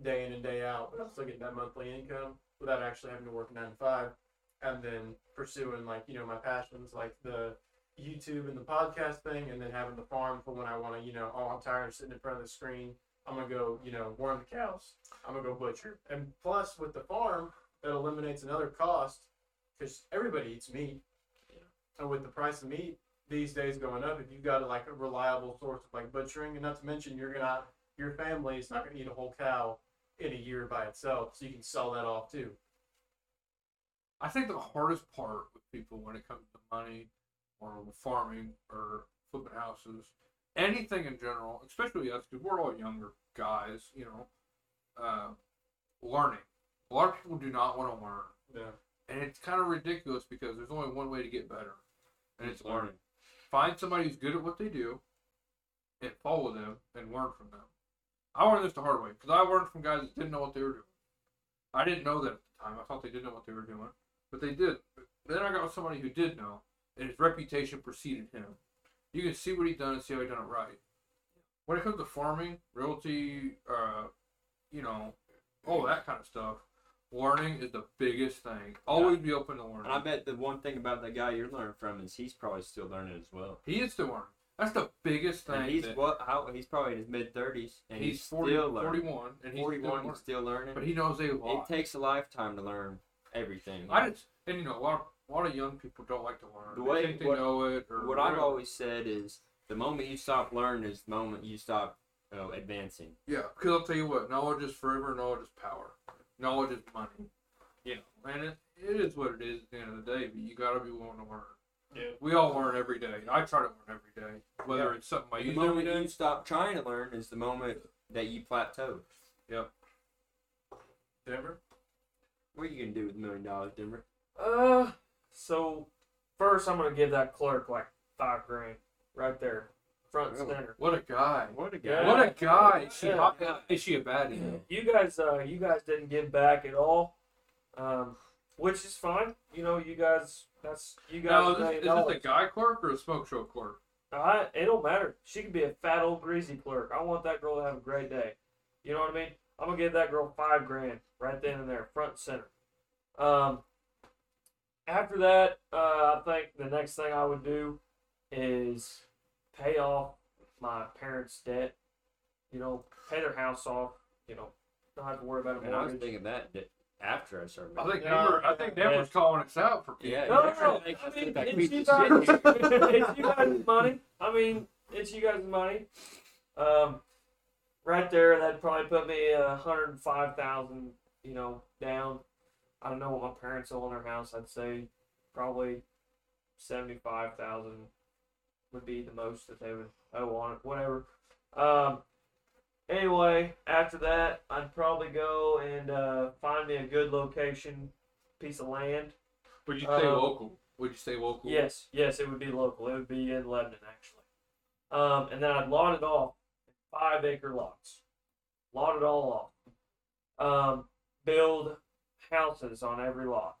S1: day in and day out, but I'm still getting that monthly income without actually having to work nine to five, and then pursuing like you know my passions like the YouTube and the podcast thing, and then having the farm for when I want to you know, oh, I'm tired of sitting in front of the screen. I'm gonna go, you know, warm the cows. I'm gonna go butcher, and plus with the farm, that eliminates another cost because everybody eats meat. And with the price of meat, these days going up if you got like a reliable source of like butchering and not to mention you're gonna your family is not gonna eat a whole cow in a year by itself so you can sell that off too
S2: I think the hardest part with people when it comes to money or farming or flipping houses, anything in general, especially us, because we're all younger guys, you know, uh, learning. A lot of people do not want to learn.
S1: yeah
S2: And it's kind of ridiculous because there's only one way to get better, and it's
S3: Keep learning.
S2: learning. Find somebody who's good at what they do and follow them and learn from them. I learned this the hard way because I learned from guys that didn't know what they were doing. I didn't know that at the time. I thought they didn't know what they were doing, but they did. But then I got with somebody who did know, and his reputation preceded him. You can see what he done and see how he done it right. When it comes to farming, realty, uh, you know, all that kind of stuff, learning is the biggest thing. Always be open to learning.
S3: And I bet the one thing about that guy you're learning from is he's probably still learning as well.
S2: He is still learning. That's the biggest thing.
S3: And he's
S2: that-
S3: what? How? He's probably in his mid thirties, and he's,
S2: he's 40,
S3: still learning.
S2: 41, and he's still
S3: Forty-one,
S2: learning.
S3: he's still learning.
S2: But he knows a
S3: it
S2: lot.
S3: takes a lifetime to learn everything.
S2: I just, and you know, a lot, of, a lot of young people don't like to learn.
S3: The
S2: they
S3: way-
S2: think they
S3: what-
S2: know it. Or
S3: what I've
S2: whatever.
S3: always said is the moment you stop learning is the moment you stop uh, advancing.
S2: Yeah, because I'll tell you what, knowledge is forever, knowledge is power, knowledge is money. You know, and it, it is what it is at the end of the day. But you got to be willing to learn.
S1: Yeah.
S2: We all learn every day. I try to learn every day, whether it's something I
S3: the
S2: use every
S3: moment
S2: day.
S3: you stop trying to learn is the moment that you plateau.
S1: denver
S3: What are you gonna do with a million dollars, Denver?
S4: Uh, so first I'm gonna give that clerk like five grand right there, front and
S3: Really?
S4: center.
S2: What a guy!
S3: What a
S4: guy.
S2: What a guy! Is she
S4: Yeah.
S2: hot? Is she a baddie?
S4: You guys, uh, you guys didn't give back at all, um, which is fine. You know, you guys, that's you guys.
S2: Now,
S4: a
S2: is this,
S4: million
S2: is this
S4: dollars.
S2: a guy clerk or a smoke show clerk?
S4: I, it don't matter. She could be a fat old greasy clerk. I want that girl to have a great day. You know what I mean? I'm gonna give that girl five grand right then and there, front and center. Um, after that, uh, I think the next thing I would do is pay off my parents' debt. You know, pay their house off. You know, not have to worry about a
S3: And I was
S4: mortgage.
S3: thinking that di- after I started.
S2: I think
S1: Yeah.
S2: Denver, I think Denver's calling us out for people.
S3: Yeah.
S4: No, no,
S3: yeah.
S4: no.
S3: Like,
S4: I
S3: that's
S4: mean,
S3: like
S4: it's
S3: we
S4: you
S3: just
S4: guys.
S3: did.
S4: it's you guys' money. I mean, it's you guys' money. Um, right there, that'd probably put me a hundred and five thousand. You know, down. I don't know what my parents owe on their house. I'd say probably seventy-five thousand would be the most that they would owe on it. Whatever. Um, Anyway, after that, I'd probably go and uh, find me a good location, piece of land.
S2: Would you stay
S4: Um,
S2: local? Would you stay local?
S4: Yes, yes, it would be local. It would be in Lebanon, actually. Um, and then I'd lot it off in five acre lots. Lot it all off. Um, build houses on every lot.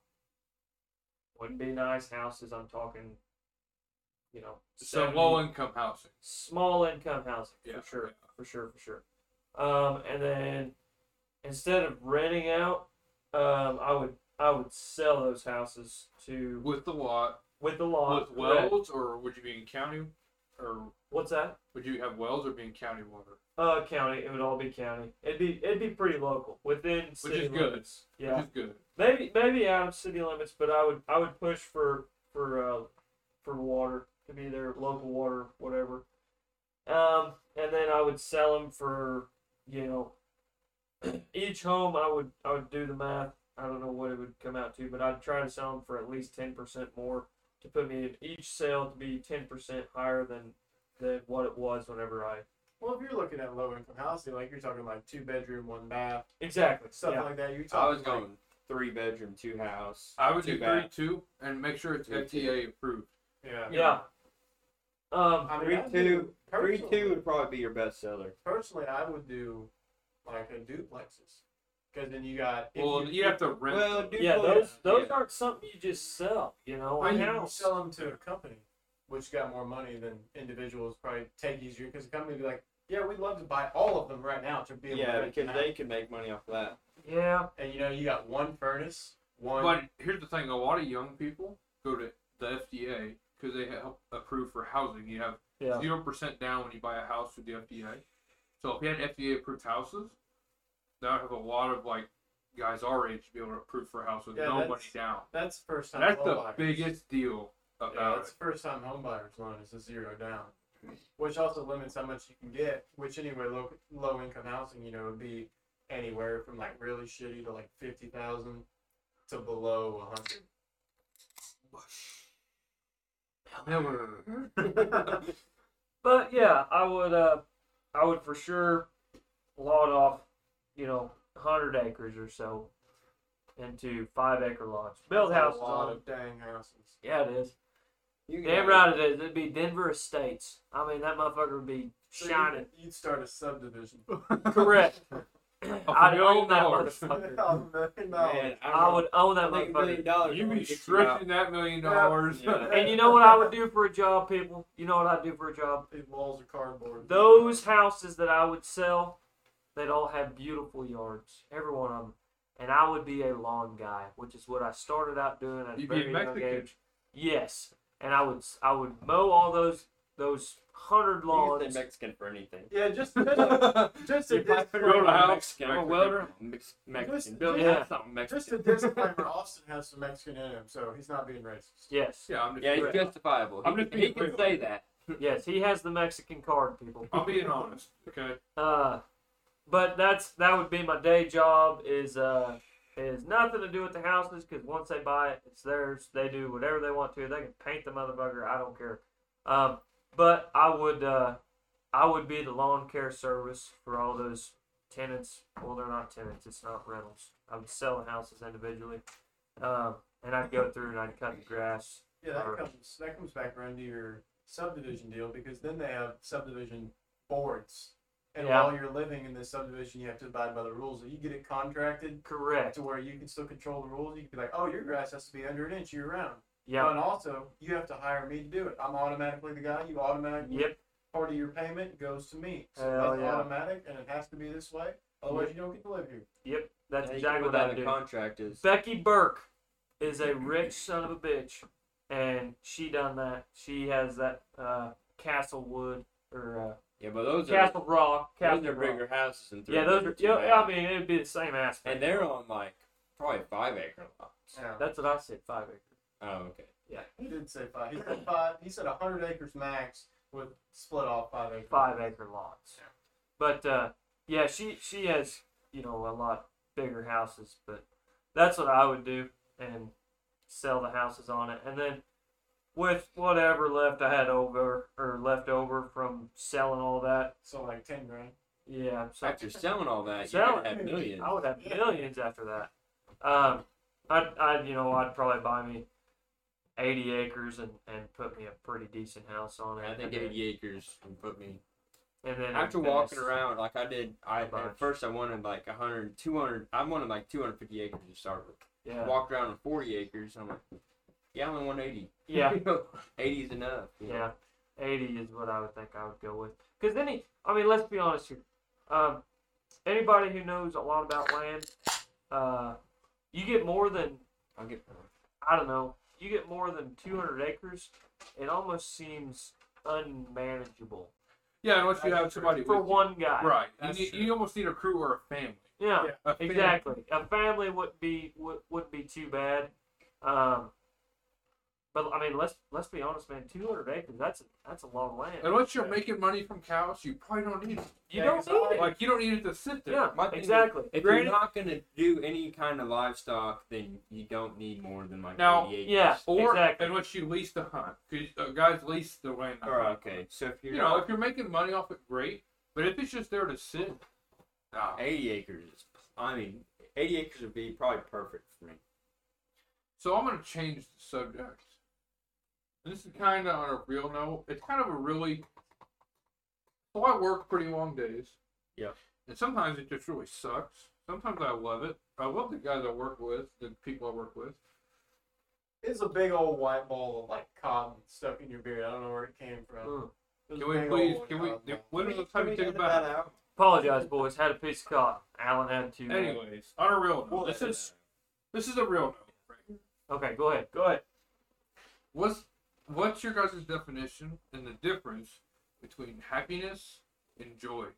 S4: Wouldn't be nice houses. I'm talking, you know,
S2: So
S4: 70
S2: low income housing.
S4: small income housing
S2: Yeah,
S4: for sure, for sure, for sure. Um, and then instead of renting out, um, I would I would sell those houses to
S2: With the lot,
S4: with the lot.
S2: with
S4: correct.
S2: wells, or would you be in county, or
S4: What's that?
S2: would you have wells or be in county water?
S4: Uh, county. It would all be county. It'd be it'd be pretty local within
S2: Which
S4: city
S2: is good.
S4: limits. Yeah,
S2: Which is good.
S4: maybe maybe out of city limits, but I would I would push for for uh, for water to be their local water, whatever. Um, and then I would sell them for you know [CLEARS THROAT] each home. I would I would do the math. I don't know what it would come out to, but I'd try to sell them for at least ten percent more to put me in each sale to be ten percent higher than than what it was whenever I
S1: Well, if you're looking at low income housing, like you're talking like two bedroom, one bath,
S4: exactly
S1: stuff
S4: yeah.
S1: like that, you're talking
S3: I was
S1: like,
S3: going three bedroom, two house.
S4: Uh,
S2: I would
S3: two
S2: do
S3: bath.
S2: 32 and make sure it's
S3: Me too.
S2: FTA approved.
S1: yeah.
S4: yeah. Um,
S1: I mean,
S3: Three
S1: I'd
S3: two,
S1: do- personally,
S3: three two would probably be your best seller.
S1: Personally, I would do like a duplexes, because then you got if
S2: Well, you have to rent.
S3: Well,
S2: them.
S3: dude,
S4: yeah, those those
S2: Yeah.
S4: aren't something you just sell. You know,
S1: Or
S4: I
S1: you
S4: know.
S1: can sell them to a company, which got more money than individuals probably take easier because the company would be like, yeah, we'd love to buy all of them right now to be able to
S3: Yeah,
S1: rent
S3: because
S1: them
S3: they can make money off of that.
S4: Yeah,
S1: out. And you know, you got one furnace, one.
S2: But here's the thing: a lot of young people go to the FDA because they help approve for housing. You have
S4: yeah,
S2: zero percent down when you buy a house with the FDA. So if you had FDA approved houses, that would have a lot of like guys our age to be able to approve for a house with
S1: Yeah,
S2: no
S1: that's-
S2: money down.
S1: that's first time.
S2: That's the
S1: homebuyers.
S2: biggest deal
S1: Yeah,
S2: about
S1: that's first time home buyers loan is a zero down, which also limits how much you can get. Which anyway, low low income housing, you know, would be anywhere from like really shitty to like fifty thousand to below a hundred.
S2: it. No, no, no, no, no.
S4: but yeah, I would uh, I would for sure lot off, you know, hundred acres or so into five acre lots, build
S1: That's
S4: houses
S1: A lot
S4: on.
S1: of dang houses.
S4: yeah, it is.
S3: You can
S4: Damn
S3: go-
S4: right it is. It'd be Denver Estates. I mean, that motherfucker would be
S1: So [CLEARS THROAT]
S4: shining.
S1: You'd, you'd start a subdivision.
S2: [LAUGHS]
S1: [LAUGHS]
S4: Correct. I'd
S2: million
S4: own that
S2: dollars.
S4: motherfucker.
S3: Man,
S1: Man,
S3: I,
S4: I would own that
S3: make a million
S4: motherfucker.
S3: dollars.
S2: You'd be
S3: and get you out.
S2: stretching that million
S1: Yeah.
S2: dollars. [LAUGHS]
S3: Yeah.
S4: And you know what I would do for a job, people? You know what I'd do for a job?
S1: These walls are cardboard.
S4: those houses that I would sell, they'd all have beautiful yards, every one of them. And I would be a lawn guy, which is what I started out doing at a
S2: You'd be
S4: very
S2: a
S4: young
S2: Mexican.
S4: age. Yes, and I would I would mow all those those hundred
S3: You can
S4: lawns.
S3: say Mexican for anything.
S4: [LAUGHS]
S3: [LAUGHS]
S1: Yeah, just just, just a
S3: If I put it
S1: disclaimer.
S2: Build
S3: on
S2: a house.
S3: Mexican,
S4: I'm a
S3: Mexican.
S4: welder.
S3: Mex- Mexican.
S1: Just-
S3: Build
S4: yeah.
S3: yeah. something Mexican.
S1: Just a disclaimer. Austin has some Mexican in him, so he's not being racist.
S4: Yes,
S2: [LAUGHS] Yeah, I'm just.
S3: yeah, he's
S4: Right.
S3: justifiable. He,
S2: I'm just
S3: can-
S2: being
S3: he can
S2: real.
S3: say that.
S4: yes, he has the Mexican card, people.
S2: I'm being honest. Okay.
S4: Uh, but that's that would be my day job. Is uh is nothing to do with the houses because once they buy it, it's theirs. They do whatever they want to. They can paint the motherfucker. I don't care. Um, but I would uh, I would be the lawn care service for all those tenants. Well, they're not tenants. It's not rentals. I'm selling houses individually. Um, and I'd go through and I'd cut the grass.
S1: Yeah, that
S4: Alright.
S1: comes that comes back around to your subdivision deal because then they have subdivision boards, and
S4: Yeah.
S1: while you're living in this subdivision, you have to abide by the rules. If you get it contracted
S4: Correct.
S1: to where you can still control the rules, you can be like, oh, your grass has to be under an inch year round.
S4: Yeah.
S1: But also, you have to hire me to do it. I'm automatically the guy. You automatically
S4: Yep.
S1: part of your payment goes to me. So
S4: Hell
S1: that's
S4: yeah.
S1: automatic, and it has to be this way. Otherwise, you don't get to live here.
S4: Yep. That's
S3: Yeah, you can
S4: exactly
S3: put
S4: what
S3: that
S4: I
S3: in
S4: do.
S3: contract is.
S4: Becky Burke is a rich son of a bitch, and she done that. She has that uh, Castlewood or
S3: Yeah, but
S4: uh,
S3: those are
S4: Castle Rock. Castle
S3: those are
S4: Rock.
S3: bigger houses than three.
S4: Yeah, those are.
S3: bedroom, two
S4: Yeah, I
S3: bath.
S4: mean, it'd be the same aspect.
S3: and they're on like probably five acre lots.
S1: Yeah.
S4: That's what I said. Five acre.
S3: Oh, okay.
S1: He did say five. He said five. He said 100 acres max with split off five acres.
S4: Five acre lots. But uh, yeah, she she has you know a lot bigger houses, but that's what I would do and sell the houses on it, and then with whatever left I had over or left over from selling all that,
S1: So like 10 grand.
S4: Yeah. So
S3: After selling all that, you
S4: Selling-
S3: would have millions.
S4: I would have millions after that. Um, I'd, I'd, you know, I'd probably buy me 80 acres and, and put me a pretty decent house on it.
S3: I think
S4: and then,
S3: 80 acres would put me.
S4: and then
S3: After
S4: and then
S3: walking
S4: s-
S3: around, like I did, I
S4: bunch.
S3: at first I wanted like 100, 200. I wanted like 250 acres to start with.
S4: Yeah.
S3: Walked around with 40 acres, and I'm like, yeah, I only want 80.
S4: [LAUGHS]
S3: [LAUGHS]
S4: Yeah.
S3: 80 is enough. you know?
S4: Yeah, eighty is what I would think I would go with. Because any, I mean, let's be honest here. Um, anybody who knows a lot about land, uh, you get more than
S3: I'll get.
S4: I don't know. You get more than two hundred acres. It almost seems unmanageable
S2: Yeah, unless you have somebody
S4: for
S2: with
S4: one guy.
S2: you. right. You,
S3: That's
S2: need,
S3: true.
S2: you almost need a crew or a family.
S4: Yeah,
S1: Yeah,
S2: A family.
S4: exactly. A family would be would would be too bad. Um, but I mean, let's let's be honest, man. Two hundred acres. That's that's a lot of land.
S2: Unless you're making money from cows, you probably don't need it.
S4: You don't need it.
S2: Like you don't need it to sit there.
S4: Yeah,
S3: My thing is-
S4: exactly.
S3: If
S4: Granted-
S3: you're not gonna do any kind of livestock, then you don't need more than like
S2: Now-
S3: 80 acres.
S4: Yeah.
S2: Or
S4: Exactly.
S2: unless you lease the hunt, 'Cause, uh, guys lease the land. to
S3: All right,
S2: hunt.
S3: okay. So if you're
S2: You know,
S3: not-
S2: if you're making money off it, great. But if it's just there to sit, nah.
S3: 80 acres, is- I mean, 80 acres would be probably perfect for me.
S2: So I'm gonna change the subject. This is kind of on a real note. It's kind of a really. So I work pretty long days.
S3: Yeah.
S2: And sometimes it just really sucks. Sometimes I love it. I love the guys I work with, the people I work with.
S1: It's a big old white ball of like cotton stuck in your beard. I don't know where it came from.
S4: Mm.
S1: It's
S2: Can
S1: a
S2: we
S1: big
S2: please?
S1: old
S2: Can we?
S1: cotton ball.
S2: When was the time you think about?
S3: out?
S4: Apologize, boys. Had a piece of cotton. Alan had two.
S2: Anyways, on a real
S1: Well,
S2: note, this is this is a real note. Right?
S4: Okay, go ahead. Go ahead.
S2: What's what's your guys' definition and the difference between happiness and joy?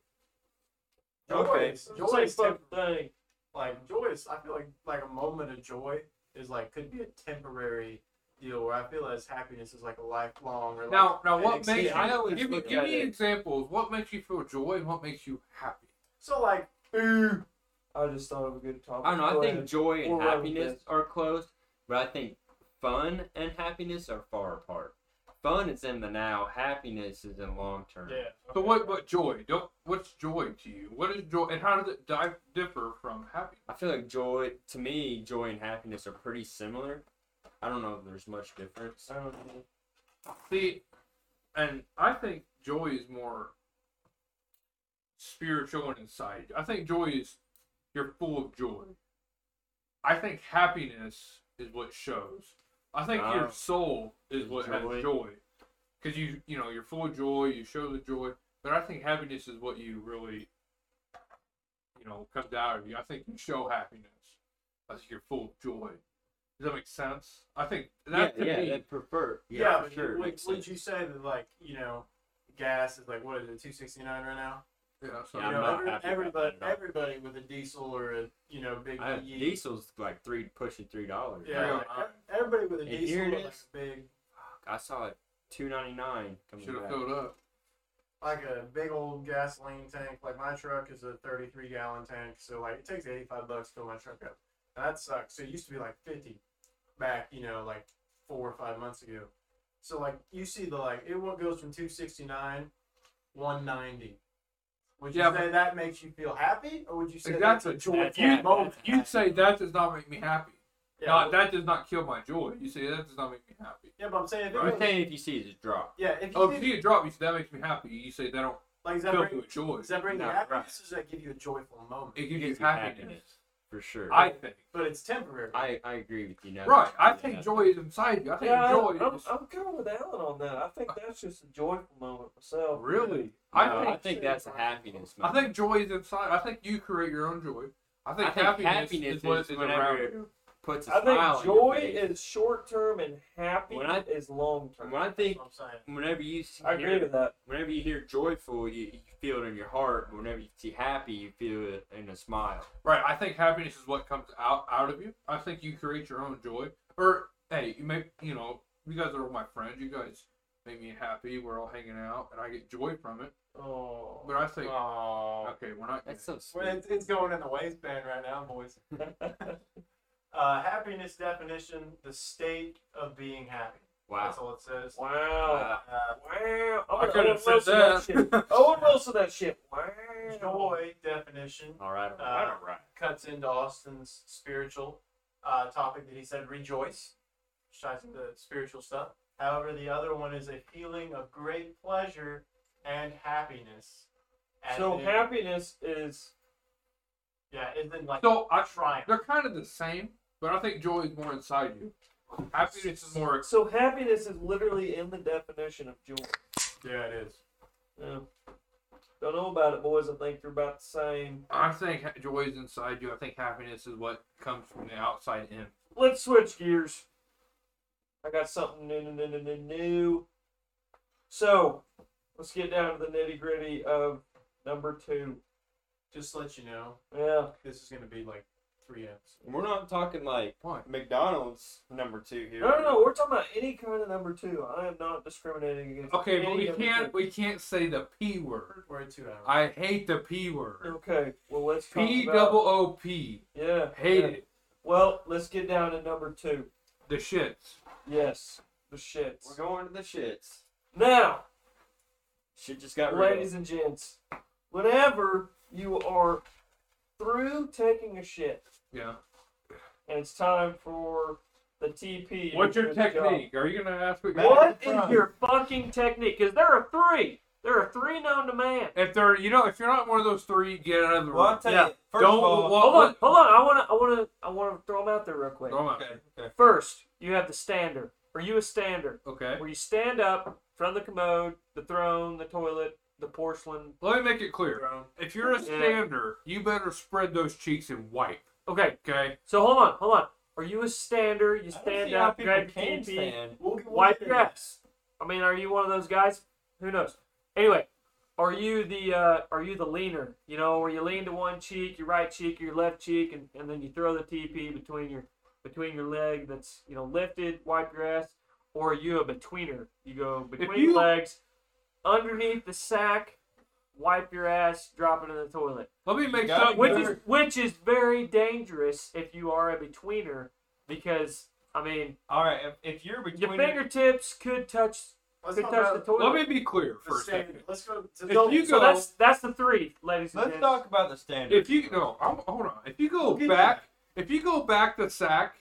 S3: Okay.
S1: Joyous.
S4: It's like
S1: Joyous
S4: fucking
S1: temp-
S4: thing.
S1: like joyous. I feel like like a moment of joy is like could be a temporary deal where I feel as happiness is like a lifelong. Or like,
S2: Now, now,
S1: an
S2: what makes
S1: exceeding-
S3: I always
S2: give me,
S3: look
S2: give
S3: at
S2: me
S3: it.
S2: examples? What makes you feel joy and what makes you happy?
S1: so like ooh
S4: I just thought of a good topic.
S3: I don't know. I
S4: Go
S3: think
S4: ahead.
S3: joy and
S4: We'll run with
S3: happiness are close, but I think fun and happiness are far apart. Fun is in the now. Happiness is in long term.
S1: yeah.
S2: So what? What joy? Don't, what's joy to you? What is joy, and how does it di- differ from happiness?
S3: I feel like joy, to me, joy and happiness are pretty similar. I don't know if there's much difference.
S4: I don't know.
S2: See, and I think joy is more spiritual and inside. I think joy is you're full of joy. I think happiness is what shows. I think
S3: Ah.
S2: your soul is what
S3: Joy.
S2: has joy, because you you know you're full of joy. You show the joy, but I think happiness is what you really you know comes out of you. I think you show happiness. I think you're full of joy. Does that make sense? I think that
S3: yeah,
S2: to
S3: yeah,
S2: me,
S3: that prefer.
S1: Yeah,
S3: Yeah, for
S1: but
S3: sure.
S1: would,
S3: makes
S1: would
S3: sense.
S1: you say that like you know, gas is like what is it two sixty nine right now?
S2: yeah, so-
S1: You
S3: I'm
S1: know,
S3: not
S1: every-
S3: happy about
S1: everybody,
S3: that at all.
S1: everybody with a diesel or a you know big
S3: I,
S1: E.
S3: diesel's like three pushing three dollars.
S1: Yeah, like,
S2: Yeah.
S1: e- everybody with a
S3: And
S1: diesel
S3: here
S1: or
S3: it
S1: like
S3: is.
S1: a big
S3: I saw it two ninety nine coming
S2: Should have
S3: back.
S2: filled up.
S1: like a big old gasoline tank. Like my truck is a 33 gallon tank, so like it takes 85 bucks to fill my truck up, and that sucks. So it used to be like 50 back, you know, like four or five months ago. So like you see the like it what goes from 269, 190. Would you
S2: Yeah,
S1: say that makes you feel happy, or would you say
S2: Exactly.
S1: that's a joyful
S3: That's- yeah,
S1: moment?
S3: that's-
S2: You say that does not make me happy.
S1: Yeah,
S2: Not-
S1: but-
S2: that does not kill my joy. You say that does not make me happy.
S1: yeah, but I'm saying if it
S2: Right.
S3: I'm
S1: was,
S3: saying if you see it, just drop.
S1: yeah, if you
S2: Oh, if
S1: did-
S2: you see a drop, you say that makes me happy. You say that don't
S1: like does that
S2: kill me
S1: bring
S2: with joy.
S1: does that bring you
S3: No,
S1: happiness,
S3: right.
S1: or does that give you a joyful moment?
S2: It gives
S3: Gives
S2: you
S3: you
S2: happiness.
S3: happiness, for sure.
S2: I think.
S1: But it's temporary.
S3: I, I agree with you now.
S2: Right.
S3: that you
S2: I
S3: said
S2: think
S3: that.
S2: joy is inside you. I think
S4: Yeah, I-
S2: joy
S4: I'm,
S2: is
S4: I'm kind of with Alan on that. I think that's just a joyful moment myself.
S2: really.
S3: No,
S2: I think.
S3: I think that's a happiness.
S2: I
S3: moment.
S2: think joy is inside. I think you create your own joy. I think,
S3: I think
S2: happiness,
S3: happiness
S2: is what
S3: is
S2: is
S3: whenever
S2: around
S3: it-
S2: you.
S3: puts a
S4: I
S3: smile
S4: think
S3: on your
S4: joy
S3: face.
S4: is short term and happy
S3: When I-
S4: is long term.
S3: When I
S1: That's
S3: think,
S1: what I'm saying.
S3: whenever you see,
S4: I agree with that.
S3: whenever you hear joyful, you, you feel it in your heart. Whenever you see happy, you feel it in a smile.
S2: Right. I think happiness is what comes out out of you. I think you create your own joy. Or hey, you make you know you guys are all my friends. You guys make me happy. We're all hanging out, and I get joy from it.
S1: Oh.
S3: [LAUGHS]
S2: But I think
S1: Aw.
S2: okay, we're not.
S3: That's so sweet.
S1: Well, it's, it's going in the waistband right now, boys. Uh, happiness definition: the state of being happy.
S3: wow.
S1: That's all it says.
S4: Wow.
S1: Uh,
S4: Wow.
S2: I
S4: I'm
S2: couldn't
S4: gonna Owen
S2: have
S4: Wilson
S2: said
S4: that shit.
S2: that.
S4: Owen Wilson that shit. Wow.
S1: joy definition
S3: All right.
S1: Uh, cuts into Austin's spiritual uh, topic that he said rejoice, which ties into spiritual stuff. However, the other one is a feeling of great pleasure and happiness. And
S4: So
S1: it-
S4: happiness is
S1: Yeah, and then like
S2: [LAUGHS] So I
S1: triumph.
S2: They're kind of the same, but I think joy is more inside you. Happiness is more.
S4: so happiness is literally in the definition of joy.
S1: Yeah, it is.
S4: Yeah. Don't know about it, boys. I think they're about the same.
S2: I think ha- joy is inside you. I think happiness is what comes from the outside in.
S4: Let's switch gears. I got something new, new, new, new, new. So let's get down to the nitty gritty of number two.
S1: Just to let you know,
S4: Yeah.
S1: this is gonna be like three episodes.
S3: We're not talking like
S2: Why?
S3: McDonald's number two here.
S4: No, no, no. We're talking about any kind of number two. I am not discriminating against.
S2: Okay, but
S4: any
S2: we
S4: number
S2: can't
S4: two.
S2: we can't say the p word.
S1: We're at two hours.
S2: I hate the p word.
S4: Okay. Well, let's talk
S2: P
S4: about-
S2: double O P.
S4: Yeah.
S2: Hate
S4: yeah.
S2: it.
S4: Well, let's get down to number two.
S2: The shits.
S4: Yes, the shits.
S3: We're going to the shits.
S4: Now,
S3: Shit just got real.
S4: ladies and gents, whenever you are through taking a shit
S2: Yeah.
S4: and it's time for the TP, to
S2: What's
S4: do
S2: your
S4: its job,
S2: technique? Are you gonna ask what? your-
S4: What is your fucking technique? Because there are three. There are three known to man.
S2: If they're you know if you're not one of those three, get out of the room.
S5: Well, I'll tell
S4: Yeah.
S5: you. First
S2: Don't
S5: of all,
S2: walk-
S4: Hold on, hold on. I wanna, I wanna, I wanna throw them out there real quick.
S2: Throw 'em out.
S5: okay, okay.
S4: First, you have the stander. Are you a stander?
S2: Okay.
S4: Where you stand up from the commode, the throne, the toilet, the porcelain.
S2: Let me make it clear.
S5: Throne.
S2: If you're a
S4: Yeah.
S2: stander, you better spread those cheeks and wipe.
S4: Okay,
S2: Okay.
S4: So hold on, hold on. Are you a stander? You
S3: I don't
S4: stand
S3: see how
S4: up,
S3: people
S4: grab your
S3: can
S4: TP,
S3: stand.
S1: We'll, we'll
S4: wipe
S1: get
S4: your
S1: there.
S4: ass. I mean, are you one of those guys? Who knows? Anyway, are you the uh, are you the leaner? You know, where you lean to one cheek, your right cheek, your left cheek, and, and then you throw the TP between your between your leg that's you know lifted, wipe your ass. Or are you a betweener? You go between
S2: you-
S4: legs, underneath the sack, wipe your ass, drop it in the toilet.
S2: Let me make
S5: gotta
S2: something.
S5: go-
S4: Which is which is very dangerous if you are a betweener because I mean
S5: All right. If, if you're
S4: your
S5: between
S4: fingertips could touch
S1: Let's
S4: could
S1: talk
S4: touch the
S1: about
S4: toilet.
S2: Let me be clear
S1: the
S2: for a second.
S1: standard. Let's go. To
S2: If you
S4: so
S2: go-
S4: that's that's the three, ladies and
S5: let's
S4: gents.
S5: talk about the standard.
S2: If you no, I'm, hold on. If you go
S1: We'll get
S2: back, if you go back to sack,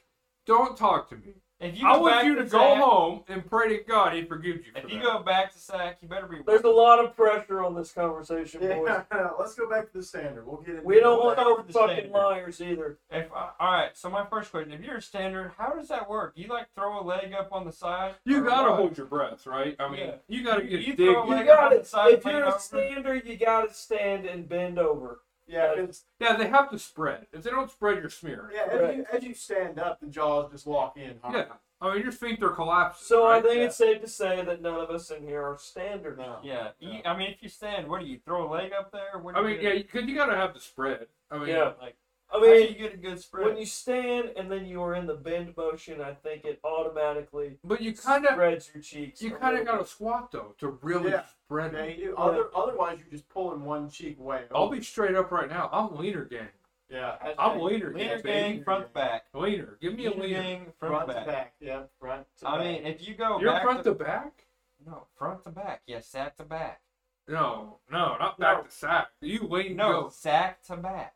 S2: don't talk to me.
S5: if you
S2: I
S5: go
S2: want
S5: back
S2: you to go
S5: sack,
S2: home and pray to God He forgives you. for
S5: If you
S2: that.
S5: go back to sack, you better be.
S4: There's a lot of pressure on this conversation, boys.
S5: [LAUGHS]
S1: Yeah, [LAUGHS] let's go back to the standard. We'll get it.
S4: We don't
S5: We'll
S4: want
S5: cover
S4: no
S5: the
S4: fucking
S5: standard.
S4: liars either.
S5: If uh, all right. So my first question: If you're a standard, how does that work? You like throw a leg up on the side?
S2: You
S5: or
S2: gotta
S5: what?
S2: hold your breath, right? I mean,
S5: Yeah.
S2: you gotta get
S5: You
S2: dig.
S5: throw
S4: You
S5: Leg
S4: got
S5: up on
S4: to
S5: the side,
S4: If
S5: leg
S4: you're
S5: over.
S4: a stander, you got to stand and bend over.
S1: Yeah, if it's,
S2: Yeah, they have to spread. If they don't spread, you're smeared.
S1: yeah. As you, as you stand up, the jaws just lock in.
S2: Yeah.
S1: hard.
S2: I mean, your sphincter collapses.
S4: So I
S2: right?
S4: think it's safe to say that none of us in here are standard.
S1: No.
S5: Yeah. You, I mean, if you stand, what do you throw a leg up there? What do
S2: I
S5: you
S2: mean,
S5: do?
S2: yeah, because you gotta have the spread. I mean,
S4: Yeah.
S5: Like,
S4: I
S5: how
S4: mean,
S5: do you get a good spread?
S4: When you stand and then you are in the bend motion, I think it automatically
S2: but you kind of
S4: spreads your cheeks.
S2: you
S4: a
S2: kind of
S4: little
S2: gotta
S4: bit.
S2: squat though to really
S1: Yeah.
S2: spread.
S1: Yeah,
S2: it.
S1: you do. Other, otherwise, you're just pulling one cheek way.
S2: I'll
S1: over.
S2: be straight up right now. I'm leaner gang.
S1: Yeah.
S2: I'm leaner gang.
S5: Leader
S2: baby.
S5: gang, front to back.
S2: Leaner. Give me a
S5: Leader
S2: leaner.
S5: gang,
S1: front
S5: front to
S1: to
S5: back.
S1: back. Yeah, front. To
S5: I
S1: back.
S5: mean, if you go
S2: You're
S5: back
S2: front
S5: to
S2: to back?
S5: no front to back, yeah, sack to back.
S2: No, no, not back
S1: No.
S2: to sack. You lean
S5: No,
S2: go.
S5: sack to back.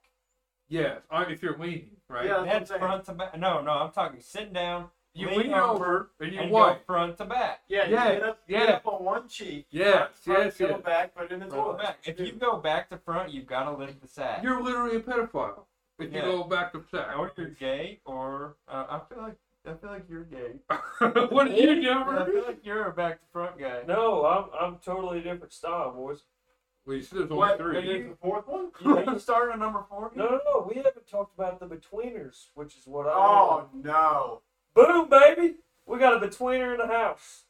S2: Yes, I- if you're leaning, right?
S1: Yeah. That's what I'm
S5: That's
S1: saying.
S5: front to back. No, no, I'm talking sitting down.
S2: You
S5: lean
S2: lean, over and you
S5: and
S2: what?
S5: go front to back.
S1: yeah, you
S2: yeah,
S1: get up, you
S2: yeah.
S1: get up on one cheek.
S2: Yes,
S1: front,
S2: yes,
S1: go
S2: yes.
S1: back, but in the
S5: Front
S1: toilet.
S5: to back. If you go back to front, you've got to lift the sack.
S2: You're literally a pedophile if
S5: Yeah.
S2: you go back to sack.
S5: or you're gay, or uh, I feel like I feel like you're
S2: [LAUGHS]
S5: gay.
S2: what did you
S5: I
S2: do?
S5: feel like you're a back to front guy.
S4: No, I'm I'm totally different style, boys.
S5: [LAUGHS]
S2: We said there's only
S1: What? And
S2: three.
S1: then the fourth one?
S5: You, you started on number four.
S4: No, no, no. We haven't talked about the betweeners, which is what I.
S1: Oh no!
S4: Boom, baby! We got a betweener in the house.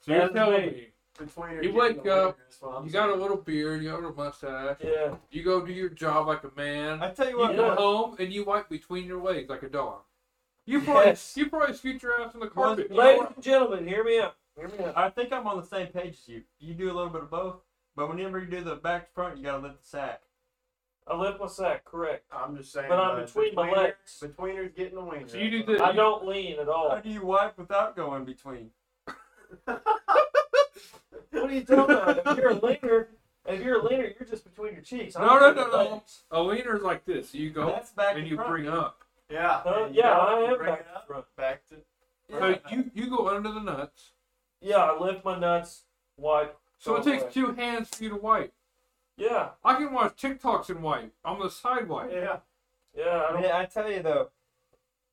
S2: So you're
S4: That's
S2: telling
S4: me.
S2: me
S1: Between her
S2: You
S1: getting
S2: wake
S1: the leader,
S2: up,
S1: that's what I'm
S2: you got a
S1: saying.
S2: little beard, you got a little mustache,
S4: Yeah.
S2: you go do your job like a man,
S5: I tell you
S2: you
S5: what,
S2: go
S4: Yeah.
S2: home and you wipe between your legs like a dog. You probably
S4: Yes.
S2: you probably scoot your ass on the
S5: Was-
S2: carpet.
S5: You know
S4: Ladies
S5: what?
S4: and gentlemen, hear me out. Hear me out.
S5: I think I'm on the same page as you. You do a little bit of both, but whenever you do the back to front, you gotta lift the sack.
S4: I lift my sack, correct?
S1: I'm just saying.
S4: But I'm
S1: uh,
S4: between my
S1: between her-
S4: legs.
S1: Between her getting the wiener.
S2: So you do this-
S4: I don't lean at
S2: Oh.
S5: How
S3: [LAUGHS]
S4: all.
S5: do you wipe without going between?
S4: What are you talking about? If you're a leaner, if you're a leaner, you're just between your cheeks. I
S2: No, no,
S4: don't
S2: no,
S4: do the
S2: no.
S4: legs.
S2: A wiener's like this. You go
S3: That's back
S2: and
S3: to
S2: you
S3: front.
S2: bring up.
S1: Yeah.
S4: Uh,
S1: and you
S4: yeah,
S1: gotta
S4: I am
S1: bring
S4: back
S1: it
S4: to
S1: up,
S4: front.
S1: back to
S2: So you, you go under the nuts.
S4: Yeah, I lift my nuts, wipe.
S2: So
S4: go
S2: it takes
S4: away.
S2: two hands for you to wipe.
S4: Yeah,
S2: I can watch TikToks and wipe. I'm the side wipe.
S1: yeah.
S4: yeah. I don't,
S3: Yeah, I tell you though,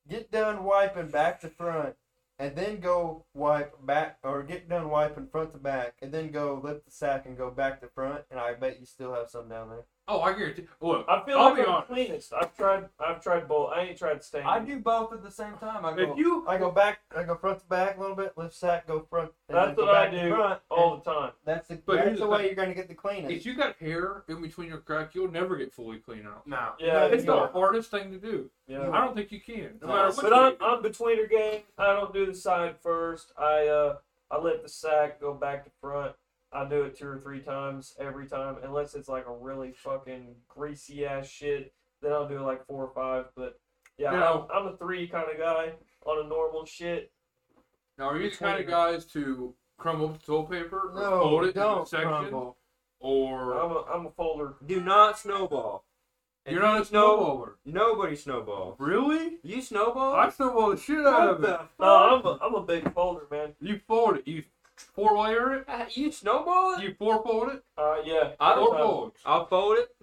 S3: get done wiping back to front, and then go wipe back, or get done wiping front to back, and then go lift the sack and go back to front, and I bet you still have some down there.
S2: Oh, I guarantee. Look,
S4: I feel
S2: I'll
S4: like
S2: be
S4: I'm
S2: honest.
S4: the cleanest. I've tried. I've tried both. I ain't tried staining.
S3: I do both at the same time. I go,
S2: if you
S3: I go back, I go front to back a little bit, lift sack, go front. And
S4: That's
S3: then go
S4: what I
S3: back to
S4: do
S3: Front,
S4: all
S3: and
S4: the time.
S3: that's the
S2: But here's
S3: that's the
S2: the
S3: way
S2: thing.
S3: you're gonna get the
S2: if
S3: cleanest.
S2: you got hair in between your crack, you'll never get fully clean out.
S1: No.
S4: Yeah,
S2: It's
S4: yeah.
S2: the hardest thing to do.
S4: yeah.
S2: I don't think you can. No matter
S4: Uh,
S2: what
S4: but
S2: you
S4: I'm,
S2: do.
S4: I'm betweener game. I don't do the side first. I uh I let the sack go back to front. I do it two or three times every time, unless it's like a really fucking greasy ass shit. Then I'll do like four or five. But yeah,
S2: Now-
S4: I'm, I'm a three kind of guy on a normal shit.
S2: Now, are you the
S4: Between
S2: kind of
S4: your-
S2: guys to crumble up the toilet paper, or fold
S3: no,
S2: it into
S3: don't
S2: sections,
S3: crumble.
S2: or
S4: I'm a, I'm a folder.
S6: Do not snowball. If
S2: you're not a
S6: you snow-
S2: snowballer?
S6: Nobody snowballs.
S2: Really?
S6: You snowball?
S2: I snowball the shit out
S6: What
S2: of it.
S6: the
S4: No, I'm a, I'm a big folder, man.
S2: You fold it. You four layer it.
S6: fuck? You snowball it?
S2: You four fold it.
S4: Uh, yeah.
S6: I don't
S2: Four
S4: every time.
S2: folds.
S6: I'll fold it,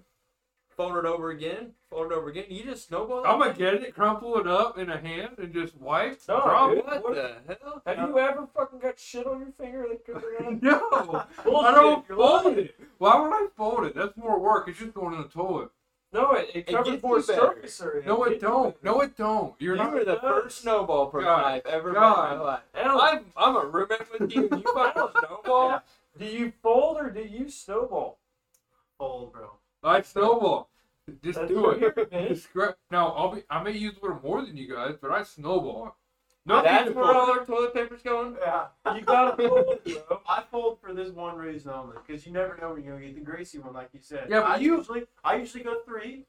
S6: fold it over again, fold it over again. You just snowball it?
S2: I'm gonna get it, crumple it up in a hand, and just wipe.
S4: No,
S2: drop
S4: dude.
S2: it.
S6: What the hell?
S4: Have you ever fucking got shit on your finger that could
S2: [LAUGHS]
S4: around?
S2: No,
S4: Bullshit,
S2: I don't
S4: you're
S2: fold
S4: lying.
S2: it. Why would I fold it? That's more work. It's just going in the toilet.
S4: No, it, it
S6: It
S4: covers
S6: gets
S4: more
S6: you better.
S4: surface area.
S2: No, it
S4: gets you
S2: don't.
S4: better.
S2: No, it don't. You're
S6: You
S2: not.
S6: were the
S4: God.
S6: first snowball person
S2: God.
S6: I've ever met in my
S2: God.
S6: life.
S4: I don't-
S6: I'm, I'm a roommate with you. You fucking
S4: [LAUGHS]
S6: snowball?
S4: Do you fold or do you snowball?
S1: Fold, bro.
S2: Like snowball. Just
S4: That's
S2: do
S4: what
S2: it.
S4: you're doing.
S2: Just scra- now I'll be. I may use a little more than you guys, but I snowball. No,
S6: That's where all our toilet paper's going?
S1: [LAUGHS] Yeah.
S4: You gotta fold, bro.
S1: I fold for this one reason only, because you never know when you're gonna get the greasy one, like you said.
S2: Yeah, but
S1: I
S2: you-
S1: usually I usually go three.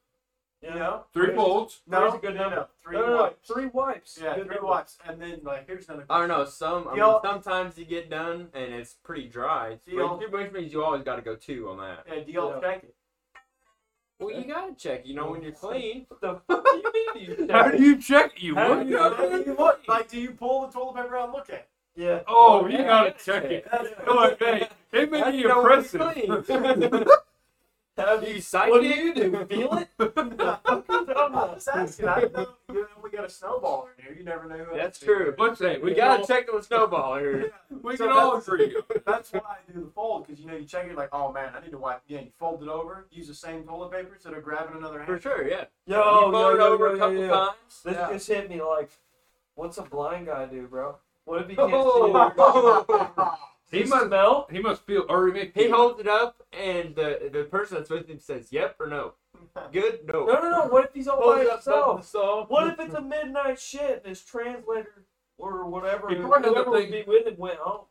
S1: You know,
S2: three
S1: There's-
S2: folds.
S1: No,
S4: Three's a good
S1: no,
S4: number.
S1: no, three
S4: no, no, no,
S1: wipes.
S4: Three wipes.
S1: Yeah,
S4: Good
S1: three
S4: number.
S1: wipes, and then like here's another.
S6: I don't know. Some, I mean,
S1: Y'all-
S6: sometimes you get done and it's pretty dry.
S1: Y'all-
S6: But it pretty much means you always got to go two on that.
S1: Yeah, do y'all
S4: Yeah.
S1: check it?
S6: Well, you got to check. You know, when you're clean.
S4: What the fuck do you mean
S2: [LAUGHS]
S4: you
S2: How
S4: check?
S2: do you check? You
S4: How
S2: what?
S4: do you-
S1: How do you look? Like, do you pull the toilet paper out and look at?
S4: Yeah.
S2: Oh,
S6: Well,
S2: you
S6: yeah,
S2: gotta
S6: that's
S2: check
S6: it.
S2: it.
S1: It?
S2: Look, hey, it may
S6: How do
S2: be
S6: you know when it's [LAUGHS]
S2: impressive.
S4: How
S6: Do
S4: do
S3: [LAUGHS]
S4: you
S6: you psych
S4: What do
S6: it?
S4: you do? Feel it?
S2: [LAUGHS]
S1: I'm just asking. I don't know. You know, we got a snowball in here. You never know who. else
S6: That's
S1: is.
S6: true.
S2: Let's say
S6: [LAUGHS] We
S2: we
S6: got
S2: got.
S6: to check on the snowball here.
S2: We
S1: So
S2: can all
S1: that's-
S2: agree.
S1: That's why I do the fold because you know you check it like, oh man, I need to wipe again. You fold it over, use the same toilet paper instead of grabbing another hand. [LAUGHS]
S6: For sure, yeah.
S4: Yo,
S2: Oh,
S6: you
S4: yo,
S6: fold it
S4: yo,
S6: over
S4: yo,
S6: a couple
S4: yo, yo.
S6: times.
S4: This
S2: Yeah.
S4: just hit me like, what's a blind guy do, bro? What if he can't
S6: Oh.
S4: see? you?
S2: He
S4: Does
S2: must-
S4: smell.
S2: He must feel, or he may
S6: He
S2: feel.
S6: holds it up, and the, the person that's with him says, yep or no. Good? No.
S4: No, no, no. What if he's all by
S6: Holds up something
S4: himself?
S6: to solve.
S4: What if it's a midnight shit? And his translator or whatever,
S2: He probably has a
S4: whoever would be
S2: thing-
S4: with him went home.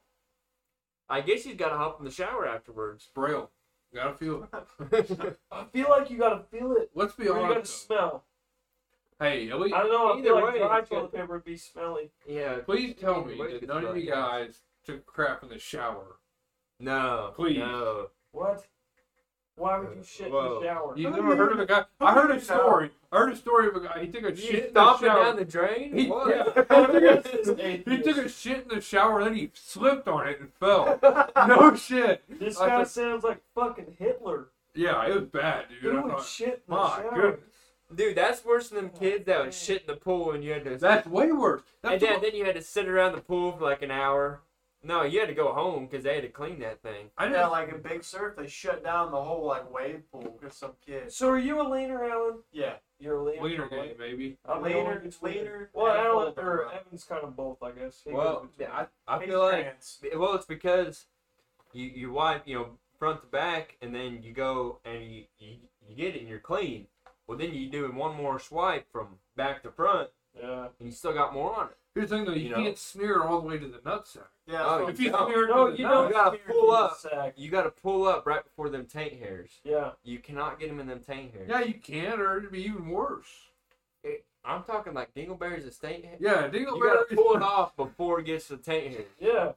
S6: I guess you've got to hop in the shower afterwards.
S2: Braille. Gotta feel. it.
S4: I feel like you gotta feel it.
S2: Let's be
S4: Or you gotta
S2: honest. though.
S4: smell.
S2: Hey, at least
S4: I don't know. I
S6: Either
S4: feel like
S6: way,
S4: dry
S6: it's
S4: toilet
S6: good.
S4: paper would be smelly.
S6: Yeah.
S2: Please tell me
S6: Wait,
S2: that
S6: it's
S2: none of
S6: not
S2: you
S6: gas.
S2: guys took crap in the shower.
S6: No.
S2: Please.
S6: No.
S4: What? Why would you shit in
S6: Whoa.
S4: the shower?
S2: You
S1: Who
S2: never heard of a guy? I heard a
S1: knows?
S2: story. I heard a story of a guy. He took a shit
S6: You
S2: in the
S6: stomping down
S2: shower.
S6: the drain?
S2: He-
S6: what? [LAUGHS]
S2: yeah.
S4: This is
S2: He took a
S4: atheist.
S2: shit in the shower, then he slipped on it and
S6: [LAUGHS]
S2: fell. no shit.
S4: This
S2: [LAUGHS] I
S4: guy
S2: just-
S4: sounds like fucking Hitler.
S2: Yeah, it was bad, dude.
S4: Who
S2: I
S4: would
S2: thought,
S4: shit in the
S2: my
S4: shower?
S2: goodness,
S6: Dude, that's worse than them kids that would shit in the pool and you had to.
S2: that's way worse.
S6: and
S2: That's
S6: then,
S2: what-
S6: then you had to sit around the pool for like an hour. No, you had to go home because they had to clean that thing.
S2: I
S1: Yeah,
S2: didn't.
S1: like in Big Surf, they shut down the whole like wave pool because some kids.
S4: So are you a leaner, Alan?
S1: Yeah,
S4: You're a leaner.
S2: Wiener game, baby.
S4: I'm
S1: Leaner-
S4: leaner.
S1: leaner
S4: Well,
S1: and
S4: Alan
S1: full,
S4: or
S1: bro.
S4: Evan's kind of both, I guess. He
S6: Well,
S4: goes between.
S6: I, I
S1: Big
S6: feel like.
S1: trans.
S6: Well, it's because you, you wipe, you know, front to back, and then you go and you, you, you get it and you're clean. Well, then you do one more swipe from back to front,
S4: yeah.
S6: and you still got more on it.
S2: Here's the thing though, you,
S6: You know?
S2: can't smear it all the way to the nutsack.
S1: Yeah,
S6: Oh,
S1: so-
S2: If you
S6: No.
S2: smear it
S4: No,
S2: to the
S4: you
S2: nut-
S4: don't
S6: You gotta
S4: smear
S6: pull
S4: it in the
S6: up.
S4: sack.
S6: You got to pull up right before them taint hairs.
S4: Yeah.
S6: You cannot get them in them taint hairs.
S2: Yeah, you can, or it'd be even worse.
S6: I'm talking like dingleberries and taint hairs.
S2: Yeah,
S6: You gotta pull it
S2: dingleberry.
S6: off before it gets to the taint hairs.
S4: Yeah.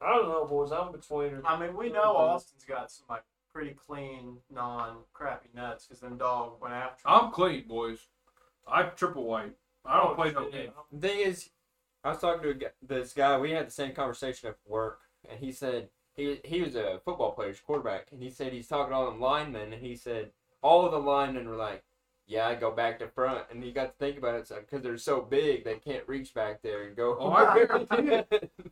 S4: I don't know, boys. I'm between her.
S1: I mean, we know Austin's got some like pretty clean, non crappy nuts because then dog went after him.
S2: I'm clean, boys. I'm triple white. I
S4: Oh,
S2: don't play no game.
S6: The thing is, I was talking to a, gu- this guy. We had the same conversation at work, and he said he he was a football player, he's a quarterback, and he said he's talking to all the linemen, and he said all of the linemen were like, "Yeah, I go back to front," and he [LAUGHS] got to think about it because they're so big they can't reach back there and go.
S2: Oh, I guarantee
S6: over.